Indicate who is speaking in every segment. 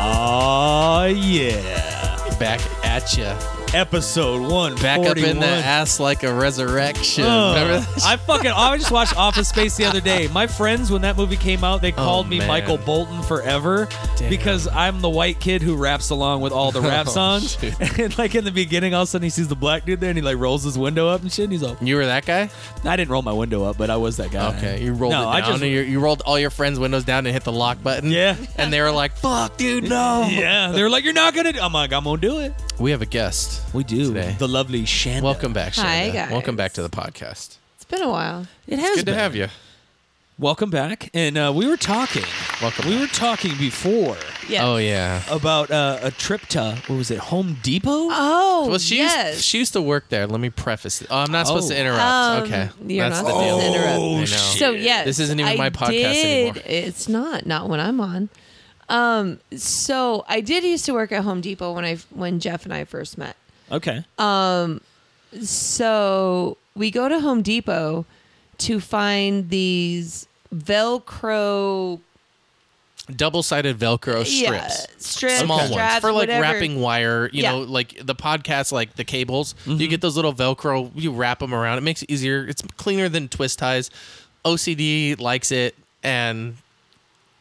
Speaker 1: Ah, yeah.
Speaker 2: Back at you.
Speaker 1: Episode 141.
Speaker 2: Back up in the ass like a resurrection.
Speaker 1: Ugh.
Speaker 2: Remember that?
Speaker 1: I fucking oh, I just watched Office Space the other day. My friends, when that movie came out, they called me
Speaker 2: Oh, man.
Speaker 1: Michael Bolton forever
Speaker 2: Damn.
Speaker 1: because I'm the white kid who raps along with all the rap
Speaker 2: Oh,
Speaker 1: songs.
Speaker 2: shoot.
Speaker 1: and like in the beginning, all of a sudden he sees the black dude there and he like rolls his window up and shit. And he's like,
Speaker 2: You were that guy?
Speaker 1: I didn't roll my window up, but I was that guy.
Speaker 2: Okay. You rolled
Speaker 1: No,
Speaker 2: it
Speaker 1: I
Speaker 2: down.
Speaker 1: just-
Speaker 2: and you, you rolled all your friends' windows down and hit the lock button.
Speaker 1: Yeah.
Speaker 2: And they were like, fuck, dude, no.
Speaker 1: Yeah, they were like, "You're not gonna." Do-. I'm like, "I'm gonna do it."
Speaker 2: We have a guest.
Speaker 1: We do
Speaker 2: Today.
Speaker 1: the lovely Shannon.
Speaker 2: Welcome back,
Speaker 3: Hi,
Speaker 2: Shanda.
Speaker 3: guys.
Speaker 2: Welcome back to the podcast.
Speaker 3: It's been a while.
Speaker 1: It has
Speaker 2: Good to have you.
Speaker 1: Welcome back, and uh, we were talking.
Speaker 2: Welcome
Speaker 1: We
Speaker 2: back.
Speaker 1: were talking before
Speaker 3: Yes.
Speaker 2: Oh,
Speaker 3: Oh,
Speaker 2: yeah.
Speaker 1: about uh, a trip to what was it, Home Depot?
Speaker 3: Uh,
Speaker 2: Well, she,
Speaker 3: Oh, yes.
Speaker 2: used, she used to work there. Let me preface. It. Oh, I'm not supposed to
Speaker 1: Oh.
Speaker 2: interrupt.
Speaker 3: Um,
Speaker 2: okay.
Speaker 3: you're
Speaker 2: That's
Speaker 3: not
Speaker 2: the
Speaker 3: supposed
Speaker 2: deal.
Speaker 3: to interrupt.
Speaker 1: Oh,
Speaker 2: I know.
Speaker 1: shit.
Speaker 3: So yes,
Speaker 2: This isn't even
Speaker 3: I
Speaker 2: my podcast
Speaker 3: did-
Speaker 2: anymore.
Speaker 3: It's not. Not when I'm on. Um. So I did used to work at Home Depot when I when Jeff and I first met.
Speaker 1: Okay.
Speaker 3: uh, So we go to Home Depot to find these Velcro
Speaker 2: double-sided Velcro strips.
Speaker 3: yeah, strips,
Speaker 2: small ones
Speaker 3: straps,
Speaker 2: for like
Speaker 3: whatever.
Speaker 2: wrapping wire. You
Speaker 3: Yeah.
Speaker 2: know, like the podcast, like the cables. You get those little Velcro. You wrap them around. It makes it easier. It's cleaner than twist ties. OCD likes it. And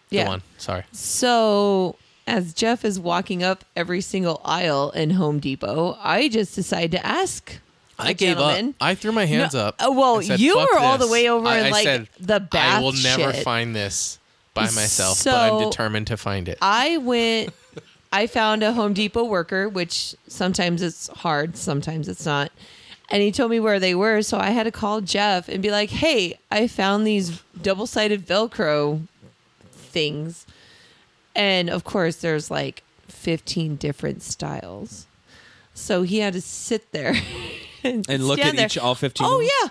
Speaker 3: Yeah.
Speaker 2: go on. Sorry.
Speaker 3: So as Jeff is walking up every single aisle in Home Depot, I just decide to ask.
Speaker 2: I
Speaker 3: the
Speaker 2: gave
Speaker 3: gentleman,
Speaker 2: up. I threw my hands
Speaker 3: No,
Speaker 2: up.
Speaker 3: uh, well,
Speaker 2: and said,
Speaker 3: you
Speaker 2: "Fuck
Speaker 3: were all the
Speaker 2: this."
Speaker 3: way over
Speaker 2: I,
Speaker 3: in,
Speaker 2: I
Speaker 3: like,
Speaker 2: said,
Speaker 3: the
Speaker 2: I
Speaker 3: bath
Speaker 2: will never
Speaker 3: shit."
Speaker 2: find this by myself, but I'm
Speaker 3: So-
Speaker 2: determined to find it.
Speaker 3: I went. I found a Home Depot worker, which sometimes it's hard, sometimes it's not. And he told me where they were, so I had to call Jeff and be like, "Hey, I found these double-sided Velcro things." And of course, there's like 15 different styles. So he had to sit there and,
Speaker 1: And look at
Speaker 3: stand there.
Speaker 1: each- all 15 of
Speaker 3: Oh
Speaker 1: them?
Speaker 3: yeah,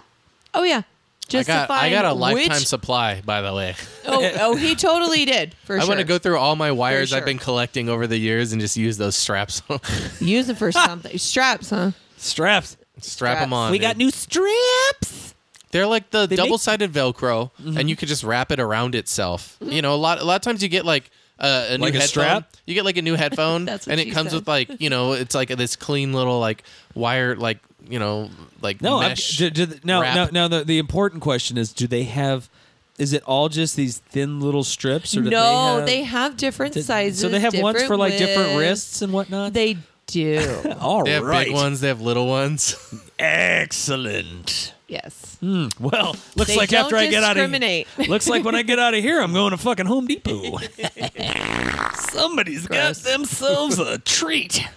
Speaker 3: oh yeah. Just
Speaker 2: I got
Speaker 3: to find
Speaker 2: I got a lifetime
Speaker 3: which-
Speaker 2: supply, by the way.
Speaker 3: oh, oh, he totally did. For
Speaker 2: I
Speaker 3: sure.
Speaker 2: want to go through all my wires I've
Speaker 3: sure.
Speaker 2: been collecting over the years and just use those straps.
Speaker 3: Use it for something. Straps, huh?
Speaker 1: Straps.
Speaker 2: Strap them
Speaker 3: Straps.
Speaker 2: on.
Speaker 1: We
Speaker 2: dude.
Speaker 1: got new straps.
Speaker 2: They're like the
Speaker 1: make-
Speaker 2: double-sided Velcro,
Speaker 3: Mm-hmm.
Speaker 2: and you could just wrap it around itself. You know, a lot. A lot of times you get like uh, a new
Speaker 1: Like a
Speaker 2: headphone.
Speaker 1: strap?
Speaker 2: You get like a new headphone,
Speaker 3: That's what
Speaker 2: and it
Speaker 3: she
Speaker 2: comes
Speaker 3: said.
Speaker 2: with like you know, it's like this clean little like wire, like you know, like
Speaker 1: No, I'm-
Speaker 2: mesh.
Speaker 1: do- do- no,
Speaker 2: wrap.
Speaker 1: no, no. The, the important question is, do they have? Is it all just these thin little strips, or do
Speaker 3: no,
Speaker 1: they
Speaker 3: they
Speaker 1: have,
Speaker 3: have different
Speaker 1: did-
Speaker 3: sizes.
Speaker 1: So they have ones
Speaker 3: different
Speaker 1: for like different
Speaker 3: widths.
Speaker 1: wrists and whatnot.
Speaker 3: They do.
Speaker 1: all
Speaker 2: They have
Speaker 1: right.
Speaker 2: big ones. They have little ones.
Speaker 1: Excellent.
Speaker 3: yes.
Speaker 1: Well, looks
Speaker 3: They
Speaker 1: like
Speaker 3: don't
Speaker 1: after I get out of
Speaker 3: discriminate.
Speaker 1: looks like when I get out of here, I'm going to fucking Home Depot. Somebody's
Speaker 3: Gross.
Speaker 1: got themselves a treat.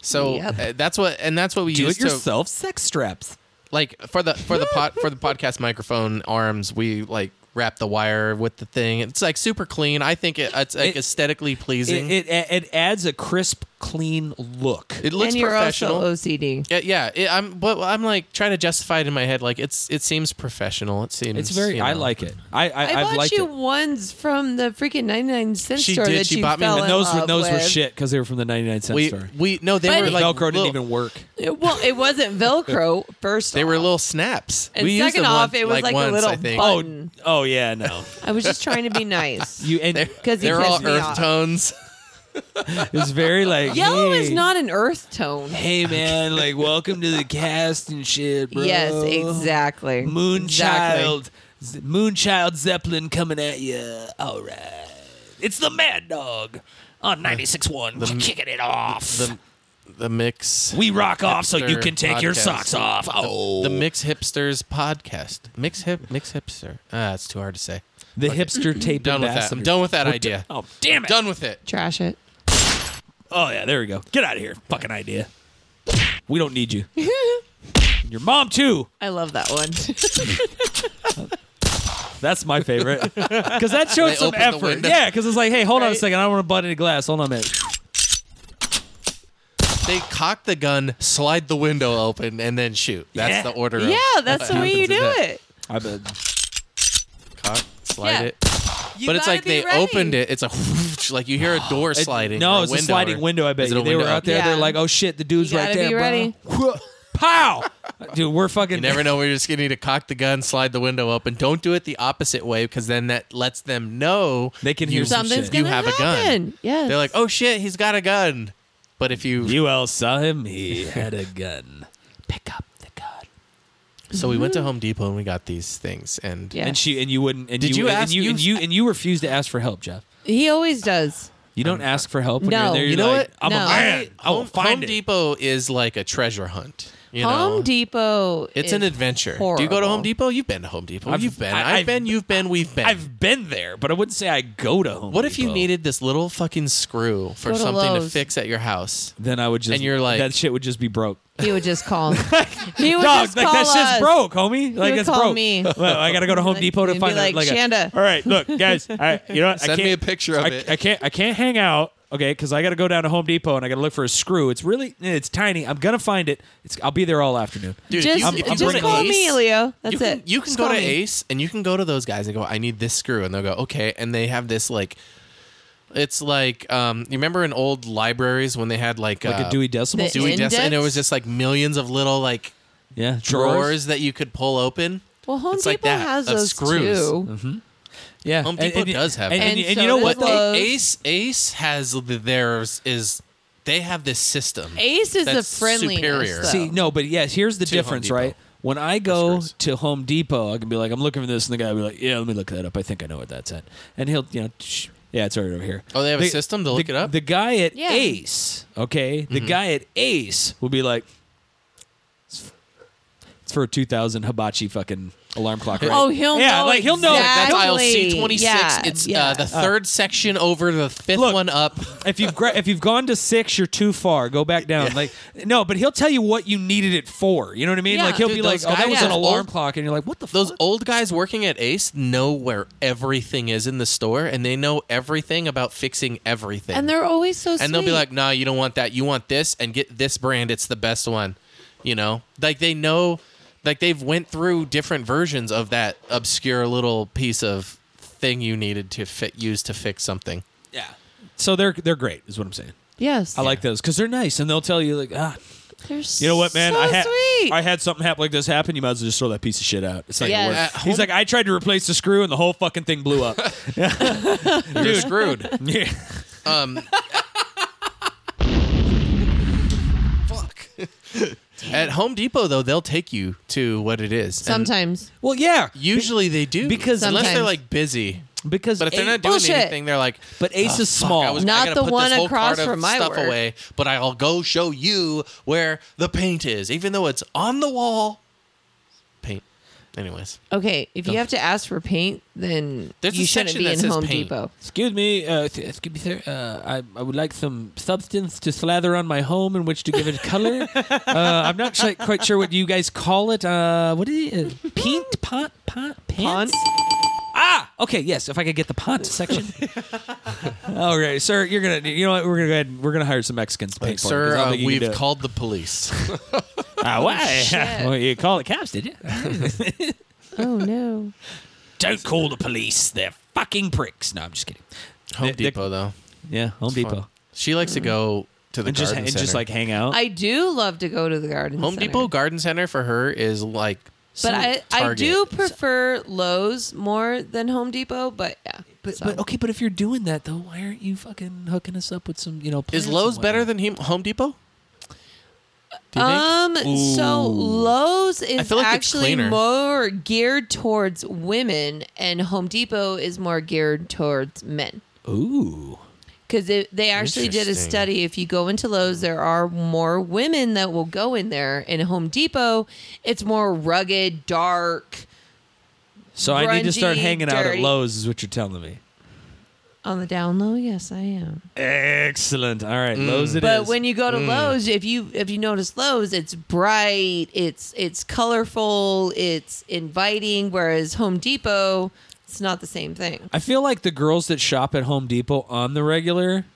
Speaker 2: So
Speaker 3: Yep.
Speaker 2: uh, that's what, and that's what we
Speaker 1: Do
Speaker 2: use
Speaker 1: it
Speaker 2: to
Speaker 1: yourself sex straps.
Speaker 2: like for the for the pot for the podcast microphone arms. We like wrap the wire with the thing. It's like super clean. I think it, it's like
Speaker 1: It-
Speaker 2: aesthetically pleasing. It,
Speaker 1: It, it it adds a crisp, clean look.
Speaker 2: looks
Speaker 3: and you're
Speaker 2: professional.
Speaker 3: also OCD.
Speaker 2: Yeah, yeah. It, I'm, but I'm like trying to justify it in my head. Like it's, it seems professional. It seems.
Speaker 1: It's very.
Speaker 2: you
Speaker 1: I
Speaker 2: know.
Speaker 1: like it. I, I,
Speaker 3: I
Speaker 1: have
Speaker 3: bought
Speaker 1: liked
Speaker 3: you
Speaker 1: it.
Speaker 3: ones from the freaking 99 cent
Speaker 2: She
Speaker 3: store
Speaker 2: did.
Speaker 3: that
Speaker 2: She
Speaker 3: you
Speaker 2: bought me
Speaker 3: fell
Speaker 2: one.
Speaker 1: And
Speaker 3: in
Speaker 1: those were
Speaker 3: love
Speaker 1: those were
Speaker 3: with.
Speaker 1: shit because they were from the 99 cent
Speaker 2: We,
Speaker 1: store.
Speaker 2: we no, they
Speaker 3: But-
Speaker 2: were
Speaker 1: The
Speaker 2: like
Speaker 1: Velcro
Speaker 2: little,
Speaker 1: didn't even work.
Speaker 3: Well, it wasn't Velcro. First,
Speaker 2: They
Speaker 3: off.
Speaker 2: were little snaps.
Speaker 3: And
Speaker 2: we used
Speaker 3: second
Speaker 2: them
Speaker 3: off,
Speaker 2: once-
Speaker 3: it was like a
Speaker 2: once,
Speaker 3: little
Speaker 2: I think.
Speaker 3: button.
Speaker 1: Oh, oh yeah, no.
Speaker 3: I was just trying to be nice.
Speaker 1: You and
Speaker 2: they're,
Speaker 1: it
Speaker 3: he
Speaker 2: they're all
Speaker 3: pissed me
Speaker 2: earth
Speaker 3: off.
Speaker 2: tones.
Speaker 1: was very like
Speaker 3: Yellow
Speaker 1: hey,
Speaker 3: is not an earth tone.
Speaker 1: Hey man, like welcome to the cast and shit, bro.
Speaker 3: Yes, exactly. Exactly.
Speaker 1: Moonchild, Z- Moonchild Zeppelin coming at you. All right, it's the Mad Dog on 96.1. We're kicking it off.
Speaker 2: The, the mix.
Speaker 1: we rock off so you
Speaker 2: Hipster
Speaker 1: can take your
Speaker 2: podcast.
Speaker 1: socks off. Oh,
Speaker 2: the mix hipsters podcast. Mix hip. Mix hipster. Ah, it's too hard to say.
Speaker 1: the hipster tape.
Speaker 2: Done with that. I'm done with that idea.
Speaker 1: Oh damn it!
Speaker 2: Done with it.
Speaker 3: Trash it.
Speaker 1: Oh yeah, there we go. Get out of here, fucking idea. We don't need you. Your mom too.
Speaker 3: I love that one.
Speaker 1: That's my favorite because that showed
Speaker 2: They
Speaker 1: some
Speaker 2: opened the
Speaker 1: effort.
Speaker 2: window.
Speaker 1: Yeah, because it's like, hey, hold on a
Speaker 3: Right.
Speaker 1: second, I don't want to butt any glass. Hold on a minute.
Speaker 2: They cock the gun, slide the window open, and then shoot. That's
Speaker 1: Yeah.
Speaker 2: the order. of
Speaker 3: yeah, that's
Speaker 2: what
Speaker 3: the way you
Speaker 2: happens in
Speaker 3: do
Speaker 2: that.
Speaker 3: it.
Speaker 1: I bet.
Speaker 2: Cock, slide
Speaker 3: Yeah.
Speaker 2: it. but it's
Speaker 3: gotta
Speaker 2: like
Speaker 3: be
Speaker 2: they
Speaker 3: ready.
Speaker 2: opened it. It's a whoosh, like you hear a door
Speaker 1: It-
Speaker 2: sliding. or
Speaker 1: No, it's a
Speaker 2: window
Speaker 1: sliding
Speaker 2: or-
Speaker 1: window. I bet
Speaker 2: Is it
Speaker 1: you.
Speaker 2: a
Speaker 1: they were
Speaker 2: window?
Speaker 1: out there.
Speaker 3: Yeah.
Speaker 1: They're like, oh shit, the dude's
Speaker 3: You
Speaker 1: right
Speaker 3: gotta
Speaker 1: there.
Speaker 3: be ready.
Speaker 1: Bro. Pow! dude, we're fucking.
Speaker 2: You never know. We're just gonna need to cock the gun, slide the window up, and don't do it the opposite way because then that lets them know
Speaker 1: They can
Speaker 2: you-
Speaker 1: hear some
Speaker 3: Something's
Speaker 1: shit.
Speaker 2: You
Speaker 3: gonna
Speaker 2: have a
Speaker 3: happen.
Speaker 2: gun.
Speaker 3: Yes.
Speaker 2: They're like, oh shit, he's got a gun. But if you,
Speaker 1: You all saw him. He had a gun. Pick up the gun.
Speaker 2: so we went to Home Depot and we got these things, and
Speaker 3: Yeah.
Speaker 1: And she and you wouldn't. And
Speaker 2: Did you
Speaker 1: and
Speaker 2: ask-
Speaker 1: You, and
Speaker 2: you-
Speaker 1: you and you refused to ask for help, Jeff.
Speaker 3: He always does.
Speaker 1: You don't ask for help. When
Speaker 3: No.
Speaker 1: you're there.
Speaker 3: You
Speaker 1: You're
Speaker 2: know
Speaker 1: like,
Speaker 2: what?
Speaker 1: I'm
Speaker 3: No.
Speaker 1: a man. I will
Speaker 2: Home,
Speaker 1: find
Speaker 2: Home
Speaker 1: it.
Speaker 2: Depot is like a treasure hunt. You
Speaker 3: Home
Speaker 2: know?
Speaker 3: Depot.
Speaker 2: It's
Speaker 3: is
Speaker 2: an adventure. Do you go to
Speaker 3: horrible.
Speaker 2: Home Depot? You've been to Home Depot.
Speaker 1: I've-
Speaker 2: you've been.
Speaker 1: I-
Speaker 2: I, have
Speaker 1: I've-
Speaker 2: been. You've been. We've been.
Speaker 1: I've been there, but I wouldn't say I go to Home.
Speaker 2: what if you
Speaker 1: Depot.
Speaker 2: needed this little fucking screw for
Speaker 3: Go to
Speaker 2: something to
Speaker 3: Lowe's.
Speaker 2: fix at your house?
Speaker 1: Then I would just.
Speaker 2: And you're like-
Speaker 1: that shit would just be broke.
Speaker 3: He would just call. he would
Speaker 1: Dog,
Speaker 3: just
Speaker 1: like
Speaker 3: call
Speaker 1: that shit's
Speaker 3: us.
Speaker 1: broke, homie. Like
Speaker 3: would
Speaker 1: it's
Speaker 3: call
Speaker 1: broke.
Speaker 3: me.
Speaker 1: Well, I gotta go to Home
Speaker 3: Like,
Speaker 1: Depot to
Speaker 3: you'd be
Speaker 1: find
Speaker 3: like,
Speaker 1: out. Like, a-
Speaker 3: "Shanda."
Speaker 1: all right, look, guys. All right, you know what? I
Speaker 2: Send
Speaker 1: can't,
Speaker 2: me a picture of
Speaker 1: I,
Speaker 2: it.
Speaker 1: I can't. I can't hang out. Okay, because I gotta go down to Home Depot and I gotta look for a screw. It's really. eh, It's tiny. I'm gonna find it. It's, I'll be there all afternoon.
Speaker 2: Dude,
Speaker 3: just
Speaker 1: I'm- I'm
Speaker 3: just
Speaker 1: bringing
Speaker 3: call
Speaker 1: Ace.
Speaker 3: me, Leo. That's
Speaker 2: you can,
Speaker 3: it.
Speaker 2: You can
Speaker 3: Just
Speaker 2: go
Speaker 3: call
Speaker 2: to
Speaker 3: me.
Speaker 2: Ace and you can go to those guys and go, I need this screw. And they'll go, okay. And they have this like, it's like, um, you remember in old libraries when they had like,
Speaker 1: Like
Speaker 2: uh,
Speaker 1: a Dewey Decimal.
Speaker 3: The-
Speaker 2: Dewey Decimal? And it
Speaker 3: Index?
Speaker 2: was just like millions of little like
Speaker 1: yeah,
Speaker 2: drawers, that you could pull open.
Speaker 3: Well, Home
Speaker 2: It's
Speaker 3: Depot
Speaker 2: like that,
Speaker 3: has
Speaker 2: of
Speaker 3: those
Speaker 2: screws. Mm-hmm.
Speaker 3: too.
Speaker 1: Yeah,
Speaker 2: Home Depot does have
Speaker 1: And,
Speaker 2: that.
Speaker 1: and,
Speaker 3: And
Speaker 1: and
Speaker 3: so
Speaker 1: you know
Speaker 3: does
Speaker 1: what?
Speaker 2: But
Speaker 1: They-
Speaker 3: Lowe's.
Speaker 2: Ace, Ace has the, theirs is, they have this system.
Speaker 3: Ace is
Speaker 2: That's
Speaker 3: the friendliness.
Speaker 2: superior.
Speaker 3: though.
Speaker 1: See, no, but yes, here's the
Speaker 2: Home
Speaker 1: difference,
Speaker 2: Depot.
Speaker 1: right? When I go
Speaker 2: Screws.
Speaker 1: to Home Depot, I can be like, I'm looking for this, and the guy will be like, Yeah, let me look that up. I think I know what that's at. And he'll, you know, shh, yeah, it's right over here.
Speaker 2: Oh, they have a system to look
Speaker 1: the-
Speaker 2: it up? Mm-hmm.
Speaker 1: The guy at
Speaker 3: Yeah.
Speaker 1: Ace, okay, the guy at Ace will be like, "It's f- It's for a 2000 hibachi fucking alarm clock. Right?
Speaker 3: Oh, he'll
Speaker 1: yeah,
Speaker 3: know
Speaker 1: like he'll know.
Speaker 3: exact-
Speaker 2: That's aisle
Speaker 3: Exactly.
Speaker 2: C26.
Speaker 3: Yeah,
Speaker 2: it's
Speaker 3: yeah.
Speaker 2: uh, the third section over the fifth
Speaker 1: Look.
Speaker 2: one up.
Speaker 1: if you've gra- if you've gone to six, you're too far. Go back down. Like no, but he'll tell you what you needed it for. You know what I mean?
Speaker 3: Yeah.
Speaker 1: Like he'll
Speaker 2: Dude,
Speaker 1: be like,
Speaker 2: those
Speaker 1: "Oh, that
Speaker 2: guys-
Speaker 1: was an
Speaker 2: Yeah.
Speaker 1: alarm
Speaker 2: Old-
Speaker 1: clock," and you're like, "What the
Speaker 2: Those
Speaker 1: fuck?"
Speaker 2: old guys working at Ace know where everything is in the store, and they know everything about fixing everything.
Speaker 3: and they're always so.
Speaker 2: and they'll be
Speaker 3: sweet.
Speaker 2: like, "Nah, you don't want that. You want this, and get this brand. It's the best one." You know, like they know, like they've went through different versions of that obscure little piece of thing you needed to fit use to fix something.
Speaker 1: Yeah. So they're they're great, is what I'm saying.
Speaker 3: yes,
Speaker 1: I like those because they're nice, and they'll tell you like, ah,
Speaker 3: They're
Speaker 1: you know what, man?
Speaker 3: So
Speaker 1: I had
Speaker 3: sweet.
Speaker 1: I had something happen like this happen. You might as well just throw that piece of shit out. It's not gonna
Speaker 3: Yes.
Speaker 1: work.
Speaker 2: At
Speaker 1: He's
Speaker 2: home-
Speaker 1: like, I tried to replace the screw, and the whole fucking thing blew up.
Speaker 2: You're screwed.
Speaker 1: yeah.
Speaker 2: Um, fuck. At Home Depot, though, they'll take you to what it is. And
Speaker 3: Sometimes
Speaker 1: Well, yeah,
Speaker 2: Usually they do
Speaker 1: Because-
Speaker 2: unless they're
Speaker 3: Sometimes.
Speaker 2: like busy.
Speaker 1: because
Speaker 2: But if they're
Speaker 1: Ace-
Speaker 2: not doing
Speaker 3: Bullshit.
Speaker 2: anything, they're like,
Speaker 1: but Ace
Speaker 2: "Oh,
Speaker 1: is
Speaker 2: fuck,
Speaker 1: small.
Speaker 2: I was,
Speaker 3: Not
Speaker 2: I gotta
Speaker 3: the
Speaker 2: put
Speaker 3: one
Speaker 2: this whole
Speaker 3: across
Speaker 2: cart of
Speaker 3: from my
Speaker 2: stuff
Speaker 3: work.
Speaker 2: away, but I'll go show you where the paint is, even though it's on the wall. Paint. Anyways,
Speaker 3: okay. If you have to ask for paint, then
Speaker 2: There's
Speaker 3: you
Speaker 2: a
Speaker 3: shouldn't
Speaker 2: section
Speaker 3: be
Speaker 2: that
Speaker 3: in
Speaker 2: says
Speaker 3: Home
Speaker 2: paint.
Speaker 3: Depot.
Speaker 1: Excuse me, uh, th- excuse me, sir. Uh, I, I would like some substance to slather on my home in which to give it color. uh, I'm not si- quite sure what you guys call it. Uh, what is it? Uh, paint? Pot? Pot? Pants? Ah, okay. Yes, if I could get the pont section. All right, sir. You're gonna. You know what? We're gonna go ahead. and- We're gonna hire some Mexicans to paint for
Speaker 2: sir,
Speaker 1: you, 'cause I don't
Speaker 2: uh,
Speaker 1: think you can
Speaker 2: we've
Speaker 1: do it.
Speaker 2: called the police.
Speaker 1: Ah, why?
Speaker 3: shit.
Speaker 1: well, you called the cops, did you?
Speaker 3: Oh no.
Speaker 1: Don't call the police. They're fucking pricks. No, I'm just kidding.
Speaker 2: Home
Speaker 1: The- the-
Speaker 2: Depot, though.
Speaker 1: Yeah, Home
Speaker 2: It's fun.
Speaker 1: Depot.
Speaker 2: She likes to go to the
Speaker 1: And just
Speaker 2: garden
Speaker 1: and
Speaker 2: center.
Speaker 1: just like hang out.
Speaker 3: I do love to go to the garden.
Speaker 2: Home
Speaker 3: Center.
Speaker 2: Depot Garden Center for her is like.
Speaker 3: but I, I
Speaker 2: Target.
Speaker 3: do prefer Lowe's more than Home Depot. But yeah,
Speaker 1: But,
Speaker 3: so.
Speaker 1: but okay, but if you're doing that though, why aren't you fucking hooking us up with some, you know? plants
Speaker 2: Is Lowe's
Speaker 1: and
Speaker 2: better
Speaker 1: whatnot?
Speaker 2: than he- Home Depot? Do you think?
Speaker 3: Um. So
Speaker 1: Ooh.
Speaker 3: Lowe's is
Speaker 2: feel like it's
Speaker 3: actually
Speaker 2: cleaner.
Speaker 3: more geared towards women, and Home Depot is more geared towards men.
Speaker 1: Ooh,
Speaker 3: Because they actually did a
Speaker 2: Interesting.
Speaker 3: study. If you go into Lowe's, there are more women that will go in there. In Home Depot, it's more rugged, dark
Speaker 1: so I need to start
Speaker 3: Grungy,
Speaker 1: hanging out at
Speaker 3: dirty.
Speaker 1: Lowe's, is what you're telling me.
Speaker 3: on the down low. Yes, I am.
Speaker 1: Excellent. All right, Lowe's it is.
Speaker 3: Mm.
Speaker 1: Mm.
Speaker 3: But when you go to Lowe's, if you if you notice Lowe's, it's bright, it's it's colorful, it's inviting. Whereas Home Depot, it's not the same thing.
Speaker 1: I feel like the girls that shop at Home Depot on the regular,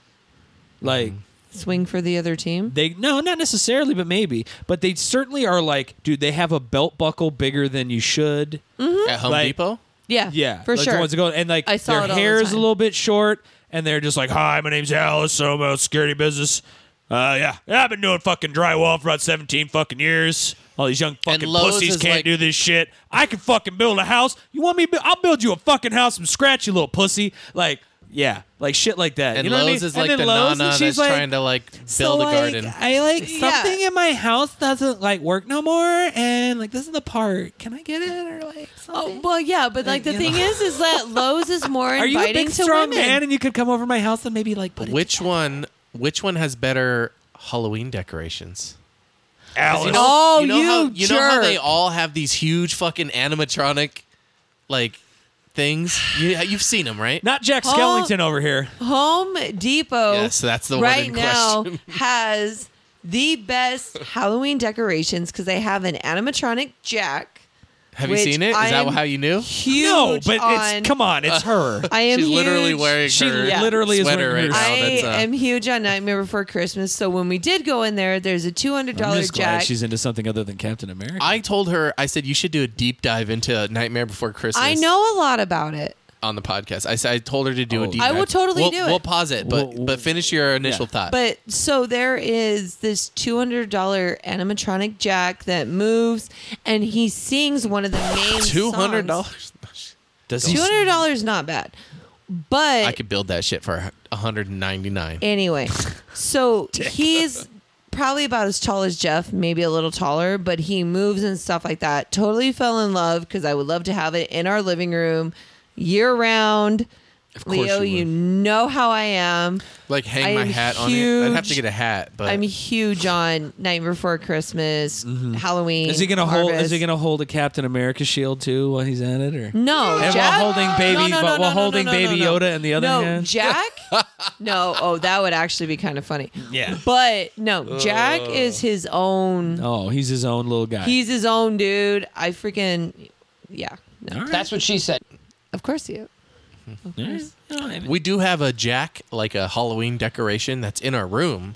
Speaker 1: like
Speaker 3: Mm-hmm. Swing for the other team.
Speaker 1: they no, not necessarily, but maybe, but they certainly are like, dude, they have a belt buckle bigger than you should.
Speaker 2: At Home
Speaker 1: Like-
Speaker 2: Depot?
Speaker 3: Yeah,
Speaker 1: Yeah,
Speaker 3: for
Speaker 1: like
Speaker 3: sure.
Speaker 1: The ones that go, and like
Speaker 3: I saw
Speaker 1: their
Speaker 3: it all the
Speaker 1: hair is a
Speaker 3: time.
Speaker 1: little bit short, and they're just like, "Hi, my name's Alice. I'm about security business.
Speaker 4: Uh, yeah, yeah, I've been doing fucking drywall for about 17 fucking years. All these young fucking
Speaker 2: Lowe's
Speaker 4: pussies
Speaker 2: is
Speaker 4: can't
Speaker 2: like-
Speaker 4: do this shit. I can fucking build a house. You want me? To bu- I'll build you a fucking house from scratch, you little pussy. Like, yeah, like shit like that.
Speaker 2: And
Speaker 4: you know what
Speaker 2: Lowe's
Speaker 4: I mean?
Speaker 2: is
Speaker 4: And
Speaker 2: like
Speaker 4: then
Speaker 2: the
Speaker 4: Lowe's,
Speaker 2: nana
Speaker 4: and
Speaker 2: that's
Speaker 4: she's like,
Speaker 2: trying to like build
Speaker 1: so
Speaker 2: a
Speaker 1: like,
Speaker 2: garden.
Speaker 1: I like
Speaker 3: Yeah.
Speaker 1: something in my house doesn't like work no more, and like this is the part. Can I get it or like
Speaker 3: Oh
Speaker 1: something?
Speaker 3: well, yeah, but like the
Speaker 1: you
Speaker 3: thing
Speaker 1: know.
Speaker 3: is, is that Lowe's is more
Speaker 1: Are
Speaker 3: inviting
Speaker 1: you a big
Speaker 3: to
Speaker 1: strong
Speaker 3: women.
Speaker 1: man and you could come over my house and maybe like put it?
Speaker 2: Which one? Which one has better Halloween decorations?
Speaker 4: Alice.
Speaker 2: You know,
Speaker 3: Oh,
Speaker 2: you know
Speaker 3: you
Speaker 2: how you know how they
Speaker 3: jerk.
Speaker 2: all have these huge fucking animatronic like things. You, you've seen them, right?
Speaker 4: not Jack
Speaker 3: Huh?
Speaker 4: Skellington over here.
Speaker 3: Home Depot.
Speaker 2: Yes, that's the one
Speaker 3: right
Speaker 2: in
Speaker 3: now
Speaker 2: question.
Speaker 3: has the best Halloween decorations because they have an animatronic Jack.
Speaker 2: Have you
Speaker 3: which
Speaker 2: seen it? Is that
Speaker 3: I'm
Speaker 2: how you knew?
Speaker 3: Huge.
Speaker 4: No, but
Speaker 3: on,
Speaker 4: it's come on, it's her.
Speaker 3: I am
Speaker 2: She's literally
Speaker 3: huge-
Speaker 2: wearing
Speaker 1: She
Speaker 2: her
Speaker 1: literally is
Speaker 2: sweater
Speaker 1: wearing
Speaker 2: right
Speaker 1: her-
Speaker 2: now.
Speaker 3: I
Speaker 2: that's, uh,
Speaker 3: am huge on Nightmare Before Christmas, so when we did go in there, there's a two hundred
Speaker 1: I'm
Speaker 3: dollar
Speaker 1: just glad
Speaker 3: Jack.
Speaker 1: she's into something other than Captain America.
Speaker 2: I told her, I said, you should do a deep dive into Nightmare Before Christmas.
Speaker 3: I know a lot about it.
Speaker 2: On the podcast. I, said, I told her to do
Speaker 1: Oh.
Speaker 2: a deep
Speaker 3: I
Speaker 2: dive.
Speaker 3: will totally
Speaker 2: we'll,
Speaker 3: do it.
Speaker 2: We'll pause it, but,
Speaker 1: We'll-
Speaker 2: but finish your initial
Speaker 1: yeah.
Speaker 2: thought.
Speaker 3: But so there is this two hundred dollar animatronic Jack that moves, and he sings one of the main songs.
Speaker 2: $200?
Speaker 1: Does
Speaker 3: Two hundred dollars not bad, but
Speaker 2: I could build that shit for 199
Speaker 3: anyway, so he's probably about as tall as Jeff, maybe a little taller, but he moves and stuff like that. Totally fell in love because I would love to have it in our living room year round.
Speaker 2: course
Speaker 3: Leo,
Speaker 2: you
Speaker 3: you,
Speaker 2: would.
Speaker 3: know how I am.
Speaker 2: Like hang
Speaker 3: I
Speaker 2: my
Speaker 3: am
Speaker 2: hat on it. I'd have to
Speaker 3: huge.
Speaker 2: get a hat, but
Speaker 3: I'm huge on Night Before Christmas, Halloween.
Speaker 1: Mm-hmm. Is he gonna hold? Is
Speaker 3: harvest.
Speaker 1: he gonna hold a Captain America shield too while he's at it, or
Speaker 3: No,
Speaker 1: And
Speaker 3: Jack?
Speaker 1: while holding baby,
Speaker 3: no, no,
Speaker 1: while
Speaker 3: no, no,
Speaker 1: holding
Speaker 3: no, no,
Speaker 1: baby
Speaker 3: no, no.
Speaker 1: Yoda in the other
Speaker 3: no,
Speaker 1: hand?
Speaker 3: Jack. no, oh, that would actually be kind of funny.
Speaker 4: Yeah.
Speaker 3: But no, Jack is his own.
Speaker 1: Oh, he's his own little guy.
Speaker 3: He's his own dude. I freaking, yeah. No,
Speaker 5: That's what she said.
Speaker 3: of course he. is. Of course.
Speaker 2: we do have a jack, like a Halloween decoration that's in our room.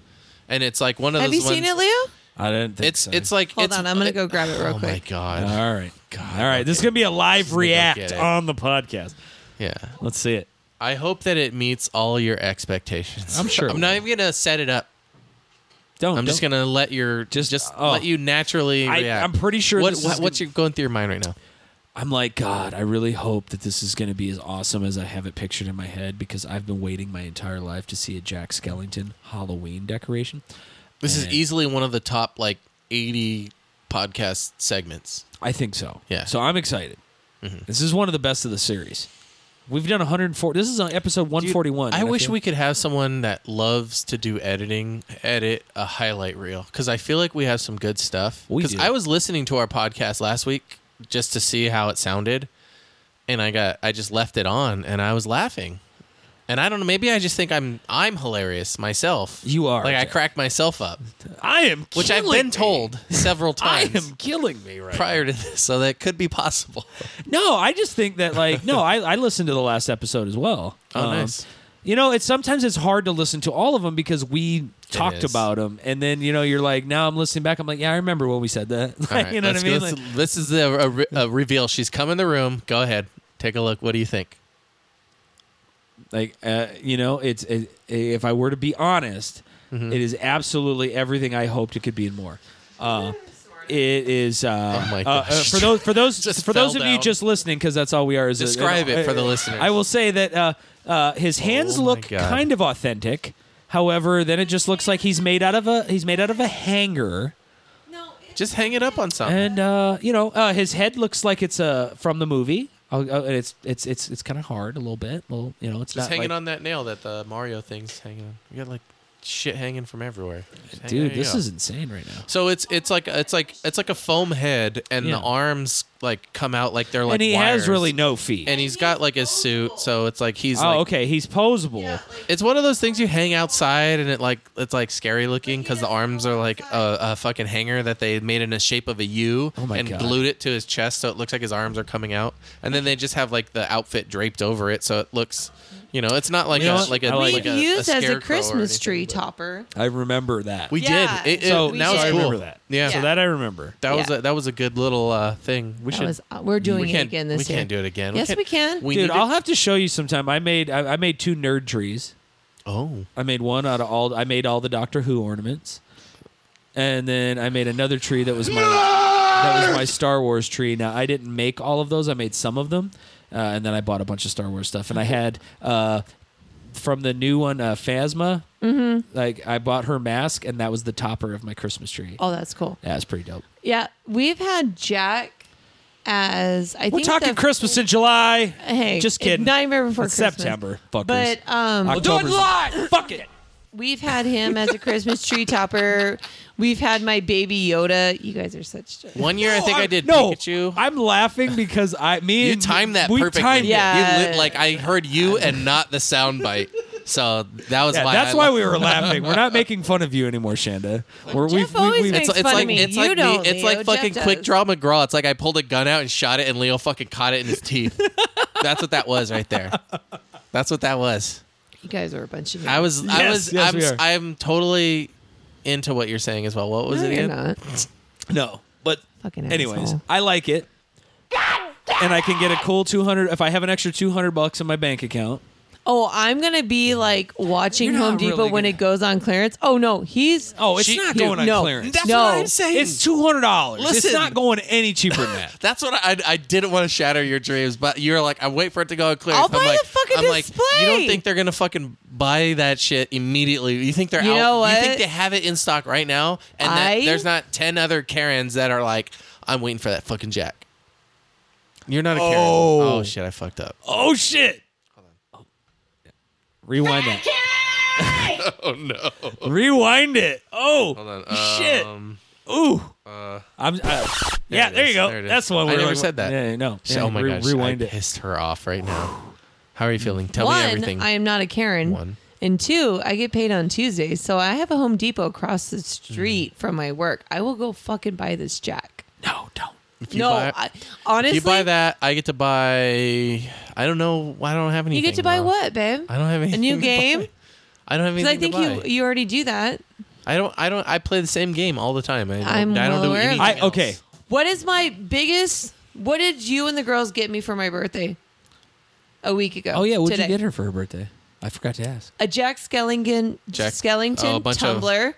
Speaker 2: And it's like one of
Speaker 3: Have
Speaker 2: those
Speaker 3: you seen
Speaker 2: ones-
Speaker 3: it, Leo?
Speaker 1: I didn't think
Speaker 2: It's
Speaker 1: so.
Speaker 2: it's like
Speaker 3: Hold
Speaker 2: it's,
Speaker 3: on, I'm gonna go grab it real
Speaker 2: oh my
Speaker 3: quick.
Speaker 2: god!
Speaker 1: all right. all right.
Speaker 4: This is gonna be a live
Speaker 2: gonna go get
Speaker 4: react
Speaker 2: it.
Speaker 4: on the podcast.
Speaker 2: Yeah,
Speaker 1: Let's see it.
Speaker 2: I hope that it meets all your expectations.
Speaker 1: I'm sure it
Speaker 2: I'm not even gonna set it up.
Speaker 1: Don't.
Speaker 2: I'm just
Speaker 1: don't-
Speaker 2: gonna let your just just
Speaker 1: oh.
Speaker 2: let you naturally
Speaker 1: I-
Speaker 2: react.
Speaker 1: I'm pretty sure
Speaker 2: What,
Speaker 1: this
Speaker 2: what-
Speaker 1: is
Speaker 2: what's your, going through your mind right now?
Speaker 1: I'm like God. I really hope that this is gonna be as awesome as I have it pictured in my head because I've been waiting my entire life to see a Jack Skellington Halloween decoration.
Speaker 2: This is
Speaker 1: Man.
Speaker 2: easily one of the top like 80 podcast segments.
Speaker 1: I think so.
Speaker 2: Yeah. Mm-hmm.
Speaker 1: So I'm excited. This is one of the best of the series. We've done 104. This is on episode 141.
Speaker 2: I
Speaker 1: and
Speaker 2: wish
Speaker 1: feel-
Speaker 2: we could have someone that loves to do editing edit a highlight reel because I feel like we have some good stuff.
Speaker 1: We
Speaker 2: Because
Speaker 1: do.
Speaker 2: I was listening to our podcast last week just to see how it sounded, and I got I just left it on and I was laughing, and I don't know maybe I just think I'm I'm hilarious myself.
Speaker 1: You are,
Speaker 2: like I
Speaker 1: Jeff.
Speaker 2: cracked myself up,
Speaker 4: I am,
Speaker 2: which I've
Speaker 4: killing
Speaker 2: been
Speaker 4: me.
Speaker 2: told several
Speaker 4: I
Speaker 2: times
Speaker 4: am killing me right.
Speaker 2: prior to this, so that could be possible.
Speaker 1: No, I just think that like no, I, I listened to the last episode as well. Um,
Speaker 2: Oh, nice.
Speaker 1: You know, it's sometimes it's hard to listen to all of them because we talked
Speaker 2: is.
Speaker 1: about them, and then you know you're like, now I'm listening back. I'm like, yeah, I remember when we said that. Like,
Speaker 2: All right,
Speaker 1: you know what I
Speaker 2: let's
Speaker 1: mean?
Speaker 2: go-
Speaker 1: Like,
Speaker 2: let's- this is the a, re- a reveal. She's come in the room. Go ahead, take a look. What do you think?
Speaker 1: like uh, you know, it's it, if I were to be honest, it is absolutely everything I hoped it could be and more. Uh, it is uh,
Speaker 2: Oh my
Speaker 1: uh, uh,
Speaker 2: gosh.
Speaker 1: for those for those
Speaker 2: Just
Speaker 1: for those
Speaker 2: fell
Speaker 1: of you
Speaker 2: down.
Speaker 1: just listening because that's all we are. Is a-
Speaker 2: Describe it for the
Speaker 1: uh,
Speaker 2: listeners.
Speaker 1: I will say that uh, uh, his hands
Speaker 2: Oh my
Speaker 1: look
Speaker 2: God.
Speaker 1: kind of authentic. However, then it just looks like he's made out of a he's made out of a hanger,
Speaker 2: Just hang it up on something.
Speaker 1: and uh, you know uh, his head looks like it's uh, from the movie. Uh, uh, it's it's it's it's kind of hard a little bit. Well, you know, it's
Speaker 2: Just
Speaker 1: not
Speaker 2: hanging
Speaker 1: like,
Speaker 2: on that nail that the Mario thing's hanging on. You got like shit hanging from everywhere. Just hang- there
Speaker 1: Dude,
Speaker 2: you
Speaker 1: this
Speaker 2: go.
Speaker 1: is insane right now.
Speaker 2: So it's it's like it's like it's like a foam head, and
Speaker 1: Yeah.
Speaker 2: the arms like come out like they're like.
Speaker 1: and he
Speaker 2: wires.
Speaker 1: has really no feet.
Speaker 2: And he's got like his suit, so it's like he's.
Speaker 1: oh,
Speaker 2: like,
Speaker 1: okay, he's posable.
Speaker 2: It's one of those things you hang outside, and it like it's like scary looking because the arms are like a, a fucking hanger that they made in the shape of a U
Speaker 1: Oh my
Speaker 2: and
Speaker 1: God.
Speaker 2: glued it to his chest, so it looks like his arms are coming out. And then they just have like the outfit draped over it, so it looks, you know, it's not like
Speaker 1: You know
Speaker 2: a,
Speaker 1: what?
Speaker 2: like a
Speaker 1: I like
Speaker 2: like
Speaker 3: We've
Speaker 2: a, a
Speaker 3: used as
Speaker 2: scarecrow
Speaker 3: a
Speaker 2: or
Speaker 3: Christmas
Speaker 2: anything,
Speaker 3: tree
Speaker 2: but-
Speaker 3: topper.
Speaker 1: I remember that.
Speaker 2: We
Speaker 3: Yeah,
Speaker 2: did. It, it,
Speaker 1: so
Speaker 3: we
Speaker 2: now
Speaker 3: did.
Speaker 2: it's
Speaker 3: I
Speaker 2: cool.
Speaker 4: remember that.
Speaker 2: Yeah.
Speaker 4: So
Speaker 3: Yeah.
Speaker 4: that I remember.
Speaker 2: That was
Speaker 3: Yeah.
Speaker 2: a, that was a good little uh, thing. We
Speaker 3: That
Speaker 2: should.
Speaker 3: was- uh, we're doing
Speaker 2: we
Speaker 3: it
Speaker 2: can't-
Speaker 3: again
Speaker 2: we
Speaker 3: this year.
Speaker 2: can't do it again.
Speaker 3: Yes,
Speaker 2: can't-
Speaker 3: we can.
Speaker 1: Dude,
Speaker 2: need to-
Speaker 1: I'll have to show you sometime. I made I, I made two nerd trees.
Speaker 2: Oh,
Speaker 6: I made one out of all. I made all the Doctor Who ornaments, and then I made another tree that was my that was my Star Wars tree. Now I didn't make all of those. I made some of them, uh, and then I bought a bunch of Star Wars stuff. And I had uh, from the new one uh, Phasma. Mm-hmm. Like I bought her mask, and that was the topper of my Christmas tree.
Speaker 3: Oh, that's cool.
Speaker 6: Yeah, it's pretty dope.
Speaker 3: Yeah, we've had Jack as I
Speaker 1: We're
Speaker 3: think
Speaker 1: talking
Speaker 3: the-
Speaker 1: Christmas in July.
Speaker 3: Hey,
Speaker 1: just kidding.
Speaker 3: Nightmare Before
Speaker 1: It's
Speaker 3: Christmas.
Speaker 1: September, fuckers.
Speaker 3: But um,
Speaker 1: We'll do it
Speaker 6: live. Fuck it.
Speaker 3: We've had him as a Christmas tree topper. We've had my baby Yoda. You guys are such. jerks.
Speaker 2: one year I think I, did
Speaker 1: no,
Speaker 2: Pikachu.
Speaker 1: I'm laughing because I me
Speaker 2: you
Speaker 1: and
Speaker 2: timed that
Speaker 1: we
Speaker 2: perfectly.
Speaker 1: Timed it.
Speaker 3: Yeah.
Speaker 2: You li- like I heard you and not the sound bite. So that was
Speaker 1: Yeah,
Speaker 2: why.
Speaker 1: that's
Speaker 2: I
Speaker 1: why
Speaker 2: laughed.
Speaker 1: we were laughing. We're not making fun of you anymore, Shanda. We're,
Speaker 3: Jeff always makes
Speaker 2: It's, it's
Speaker 3: fun of
Speaker 2: like
Speaker 3: me.
Speaker 2: it's
Speaker 3: You
Speaker 2: like
Speaker 3: don't,
Speaker 2: it's
Speaker 3: Leo.
Speaker 2: like
Speaker 3: Jeff
Speaker 2: fucking
Speaker 3: does.
Speaker 2: quick draw McGraw. It's like I pulled a gun out and shot it, and Leo fucking caught it in his teeth. that's what that was right there. That's what that was.
Speaker 3: You guys are a bunch of.
Speaker 2: I was I
Speaker 1: Yes,
Speaker 2: was
Speaker 1: yes,
Speaker 2: I'm
Speaker 1: we
Speaker 2: s-
Speaker 1: are.
Speaker 2: I'm totally into what you're saying as well. What was
Speaker 3: No,
Speaker 2: it
Speaker 3: you're
Speaker 2: again?
Speaker 3: not.
Speaker 1: no, but
Speaker 3: Fucking
Speaker 1: anyways,
Speaker 3: asshole.
Speaker 1: I like it,
Speaker 6: And I can get a cool 200 if I have an extra 200 bucks in my bank account.
Speaker 3: Oh, I'm gonna be like watching
Speaker 6: You're not
Speaker 3: Home Depot
Speaker 6: really
Speaker 3: when
Speaker 6: gonna-
Speaker 3: it goes on clearance. Oh no, he's.
Speaker 1: Oh, it's
Speaker 2: She-
Speaker 1: not
Speaker 2: dude,
Speaker 1: going on
Speaker 3: no.
Speaker 1: clearance.
Speaker 2: That's
Speaker 3: No.
Speaker 2: what I'm saying.
Speaker 1: It's two hundred dollars. It's
Speaker 2: Listen.
Speaker 1: not going any cheaper than that.
Speaker 2: That's what I, I didn't want to shatter your dreams, but you're like, I wait for it to go clear.
Speaker 3: I'll
Speaker 2: I'm
Speaker 3: buy
Speaker 2: like,
Speaker 3: the fucking
Speaker 2: I'm like, you don't
Speaker 3: display.
Speaker 2: think they're gonna fucking buy that shit immediately? You think they're
Speaker 3: You
Speaker 2: out?
Speaker 3: know
Speaker 2: You
Speaker 3: what?
Speaker 2: think they have it in stock right now? And
Speaker 3: I-
Speaker 2: that, there's not ten other Karens that are like, I'm waiting for that fucking Jack. You're not a Karen.
Speaker 1: Oh.
Speaker 2: Oh shit, I fucked up.
Speaker 1: Oh shit! Oh,
Speaker 6: Rewind that.
Speaker 2: Oh no.
Speaker 1: Rewind it. Oh
Speaker 2: Hold on.
Speaker 1: shit!
Speaker 2: Um,
Speaker 1: Ooh. I'm. Uh, yeah,
Speaker 2: it
Speaker 1: there
Speaker 2: is.
Speaker 1: you go.
Speaker 2: There it is.
Speaker 1: That's the one.
Speaker 2: I
Speaker 1: we were
Speaker 2: never
Speaker 1: like-
Speaker 2: said that.
Speaker 1: Yeah, no.
Speaker 2: shit,
Speaker 1: Yeah,
Speaker 2: oh my
Speaker 1: re-
Speaker 2: gosh,
Speaker 1: Rewind
Speaker 2: I
Speaker 1: it.
Speaker 2: pissed her off right now. How are you feeling? Tell
Speaker 3: One,
Speaker 2: me everything.
Speaker 3: I am not a Karen.
Speaker 2: One.
Speaker 3: And two, I get paid on Tuesdays, so I have a Home Depot across the street
Speaker 2: Mm.
Speaker 3: from my work. I will go fucking buy this jack.
Speaker 6: No, don't.
Speaker 2: If you
Speaker 3: No,
Speaker 2: buy-
Speaker 3: I,
Speaker 2: If
Speaker 3: honestly,
Speaker 2: you buy that, I get to buy. I don't know. I don't have anything.
Speaker 3: you get to buy
Speaker 2: though.
Speaker 3: what, babe?
Speaker 2: I don't have
Speaker 3: a
Speaker 2: anything.
Speaker 3: new
Speaker 2: to
Speaker 3: game.
Speaker 2: buy. I don't have
Speaker 3: Because I
Speaker 2: anything
Speaker 3: think
Speaker 2: to buy.
Speaker 3: you you already do that.
Speaker 2: I don't. I don't. I play the same game all the time. I don't,
Speaker 3: I'm
Speaker 2: I don't
Speaker 3: well
Speaker 2: do
Speaker 3: aware of
Speaker 2: anything.
Speaker 3: that.
Speaker 1: I
Speaker 2: else.
Speaker 1: okay.
Speaker 3: What is my biggest? What did you and the girls get me for my birthday? A week ago.
Speaker 6: Oh yeah, what'd
Speaker 3: today.
Speaker 6: you get her for her birthday? I forgot to ask.
Speaker 3: A Jack Skellington,
Speaker 2: Jack-
Speaker 3: Skellington
Speaker 2: oh, a bunch of-
Speaker 3: tumbler.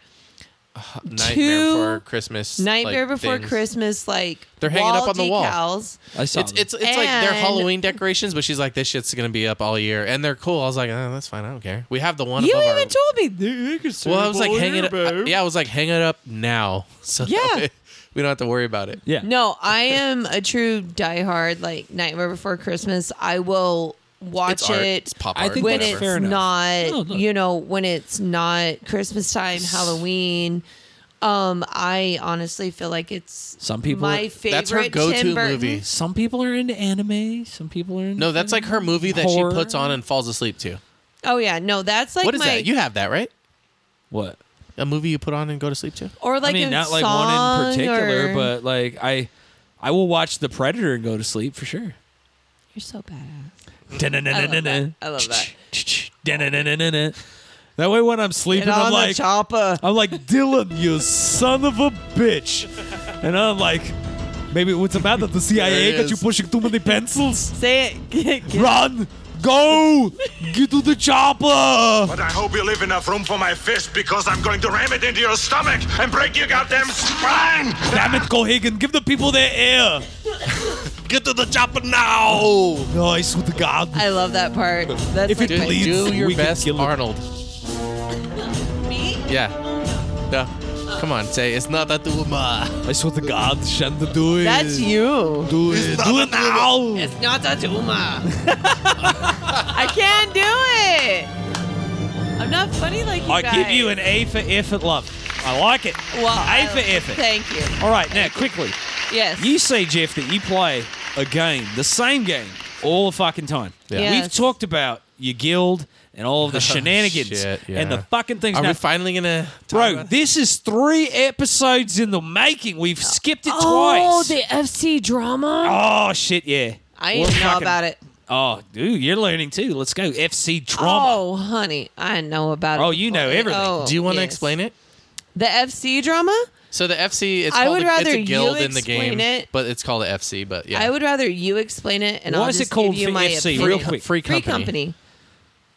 Speaker 2: Nightmare
Speaker 3: two
Speaker 2: Before Christmas.
Speaker 3: Nightmare
Speaker 2: like,
Speaker 3: Before
Speaker 2: things.
Speaker 3: Christmas, like
Speaker 2: They're hanging up on the wall.
Speaker 3: decals.
Speaker 6: I saw.
Speaker 2: It's
Speaker 6: them.
Speaker 2: it's it's like they're
Speaker 3: And-
Speaker 2: Halloween decorations, but she's like, this shit's gonna be up all year, and they're cool. I was like, oh, that's fine. I don't care. We have the one.
Speaker 3: You
Speaker 2: above
Speaker 3: even
Speaker 2: our,
Speaker 3: told me. They- they could
Speaker 2: Well,
Speaker 3: serve
Speaker 2: I was like,
Speaker 3: all
Speaker 2: hang
Speaker 3: year,
Speaker 2: it.
Speaker 3: babe.
Speaker 2: Up, yeah, I was like, hang it up now. So that
Speaker 3: Yeah.
Speaker 2: way we don't have to worry about it.
Speaker 6: yeah.
Speaker 3: No, I am a true diehard. Like Nightmare Before Christmas, I will watch
Speaker 2: It's art.
Speaker 3: it.
Speaker 2: It's pop
Speaker 6: I
Speaker 2: art.
Speaker 6: think
Speaker 3: when
Speaker 6: that's
Speaker 2: whatever.
Speaker 3: it's
Speaker 6: fair enough.
Speaker 3: not,
Speaker 6: No, look.
Speaker 3: you know, when it's not Christmas time, Halloween. Um, I honestly feel like it's
Speaker 6: Some people-
Speaker 3: My favorite
Speaker 2: That's her go-to
Speaker 3: Tim Burton.
Speaker 2: movie.
Speaker 6: Some people are into anime. Some people are into
Speaker 2: No, that's like her movie that
Speaker 6: Horror.
Speaker 2: she puts on and falls asleep to.
Speaker 3: Oh yeah, no, that's like
Speaker 2: what is
Speaker 3: my
Speaker 2: that? You have that, right?
Speaker 6: what?
Speaker 2: A movie you put on and go to sleep to?
Speaker 3: or like
Speaker 6: I mean,
Speaker 3: a
Speaker 6: not like
Speaker 3: song
Speaker 6: one in particular,
Speaker 3: or-
Speaker 6: but like I, I will watch The Predator and go to sleep for sure.
Speaker 3: you're so badass.
Speaker 1: Da-na-na-na-na-na.
Speaker 3: I love that.
Speaker 1: Da-na-na-na-na-na. That way, when I'm sleeping,
Speaker 3: Get on
Speaker 1: I'm
Speaker 3: the
Speaker 1: like,
Speaker 3: chopper.
Speaker 1: I'm like Dylan, you son of a bitch, and I'm like, maybe what's the matter? The CIA
Speaker 2: There it
Speaker 1: got you
Speaker 2: is.
Speaker 1: pushing too many pencils.
Speaker 3: Say it. Get- get-
Speaker 1: Run, go, get to the chopper.
Speaker 7: But I hope you leave enough room for my fist because I'm going to ram it into your stomach and break your goddamn spine!
Speaker 1: Damn it, Cohagen, give the people their air.
Speaker 2: Get to the chopper now!
Speaker 1: No, I swear to God.
Speaker 3: I love that part. That's
Speaker 1: If
Speaker 3: like
Speaker 1: it
Speaker 3: my-
Speaker 1: bleeds-
Speaker 2: Do your
Speaker 1: We could
Speaker 2: best,
Speaker 1: kill him.
Speaker 2: Arnold. Yeah. No. Come on, say it's not that woman.
Speaker 1: I swear to God, Shanda, do it.
Speaker 3: That's you.
Speaker 1: Do it. Do it now.
Speaker 3: It's not a tumor. I can't do it. I'm not funny like you
Speaker 1: I
Speaker 3: guys.
Speaker 1: give you an A for effort, love. I like it.
Speaker 3: well,
Speaker 1: A
Speaker 3: I-
Speaker 1: for effort.
Speaker 3: Thank you.
Speaker 1: All right, now quickly.
Speaker 3: Yes.
Speaker 1: You say, Jeff, that you play a game, the same game, all the fucking time.
Speaker 2: Yeah. Oh,
Speaker 3: Yes.
Speaker 1: We've talked about your guild and all of the shenanigans
Speaker 2: Shit,
Speaker 1: and the
Speaker 2: yeah.
Speaker 1: fucking things.
Speaker 2: Are
Speaker 1: Now,
Speaker 2: we finally gonna talk
Speaker 1: bro,
Speaker 2: about-
Speaker 1: this is three episodes in the making. We've skipped it
Speaker 3: Oh,
Speaker 1: twice.
Speaker 3: the FC drama.
Speaker 1: oh, shit, yeah.
Speaker 3: I
Speaker 1: We're
Speaker 3: didn't know
Speaker 1: fucking-
Speaker 3: about it.
Speaker 1: Oh, dude, you're learning too. Let's go. FC drama.
Speaker 3: Oh, honey, I know about it.
Speaker 1: Oh, you know
Speaker 3: before.
Speaker 1: everything.
Speaker 2: Do you want to explain it?
Speaker 3: the FC drama?
Speaker 2: So the FC, it's
Speaker 3: I
Speaker 2: called
Speaker 3: would
Speaker 2: a,
Speaker 3: rather
Speaker 2: it's a
Speaker 3: you
Speaker 2: guild in the
Speaker 3: explain
Speaker 2: game,
Speaker 3: it.
Speaker 2: but it's called the FC. But yeah,
Speaker 3: I would rather you explain it, and
Speaker 1: Why
Speaker 3: I'll
Speaker 1: is it
Speaker 3: just
Speaker 1: called
Speaker 3: give you
Speaker 1: the
Speaker 3: my
Speaker 1: FC?
Speaker 3: opinion.
Speaker 1: Real quick.
Speaker 2: Free
Speaker 3: Free
Speaker 2: company.
Speaker 3: company.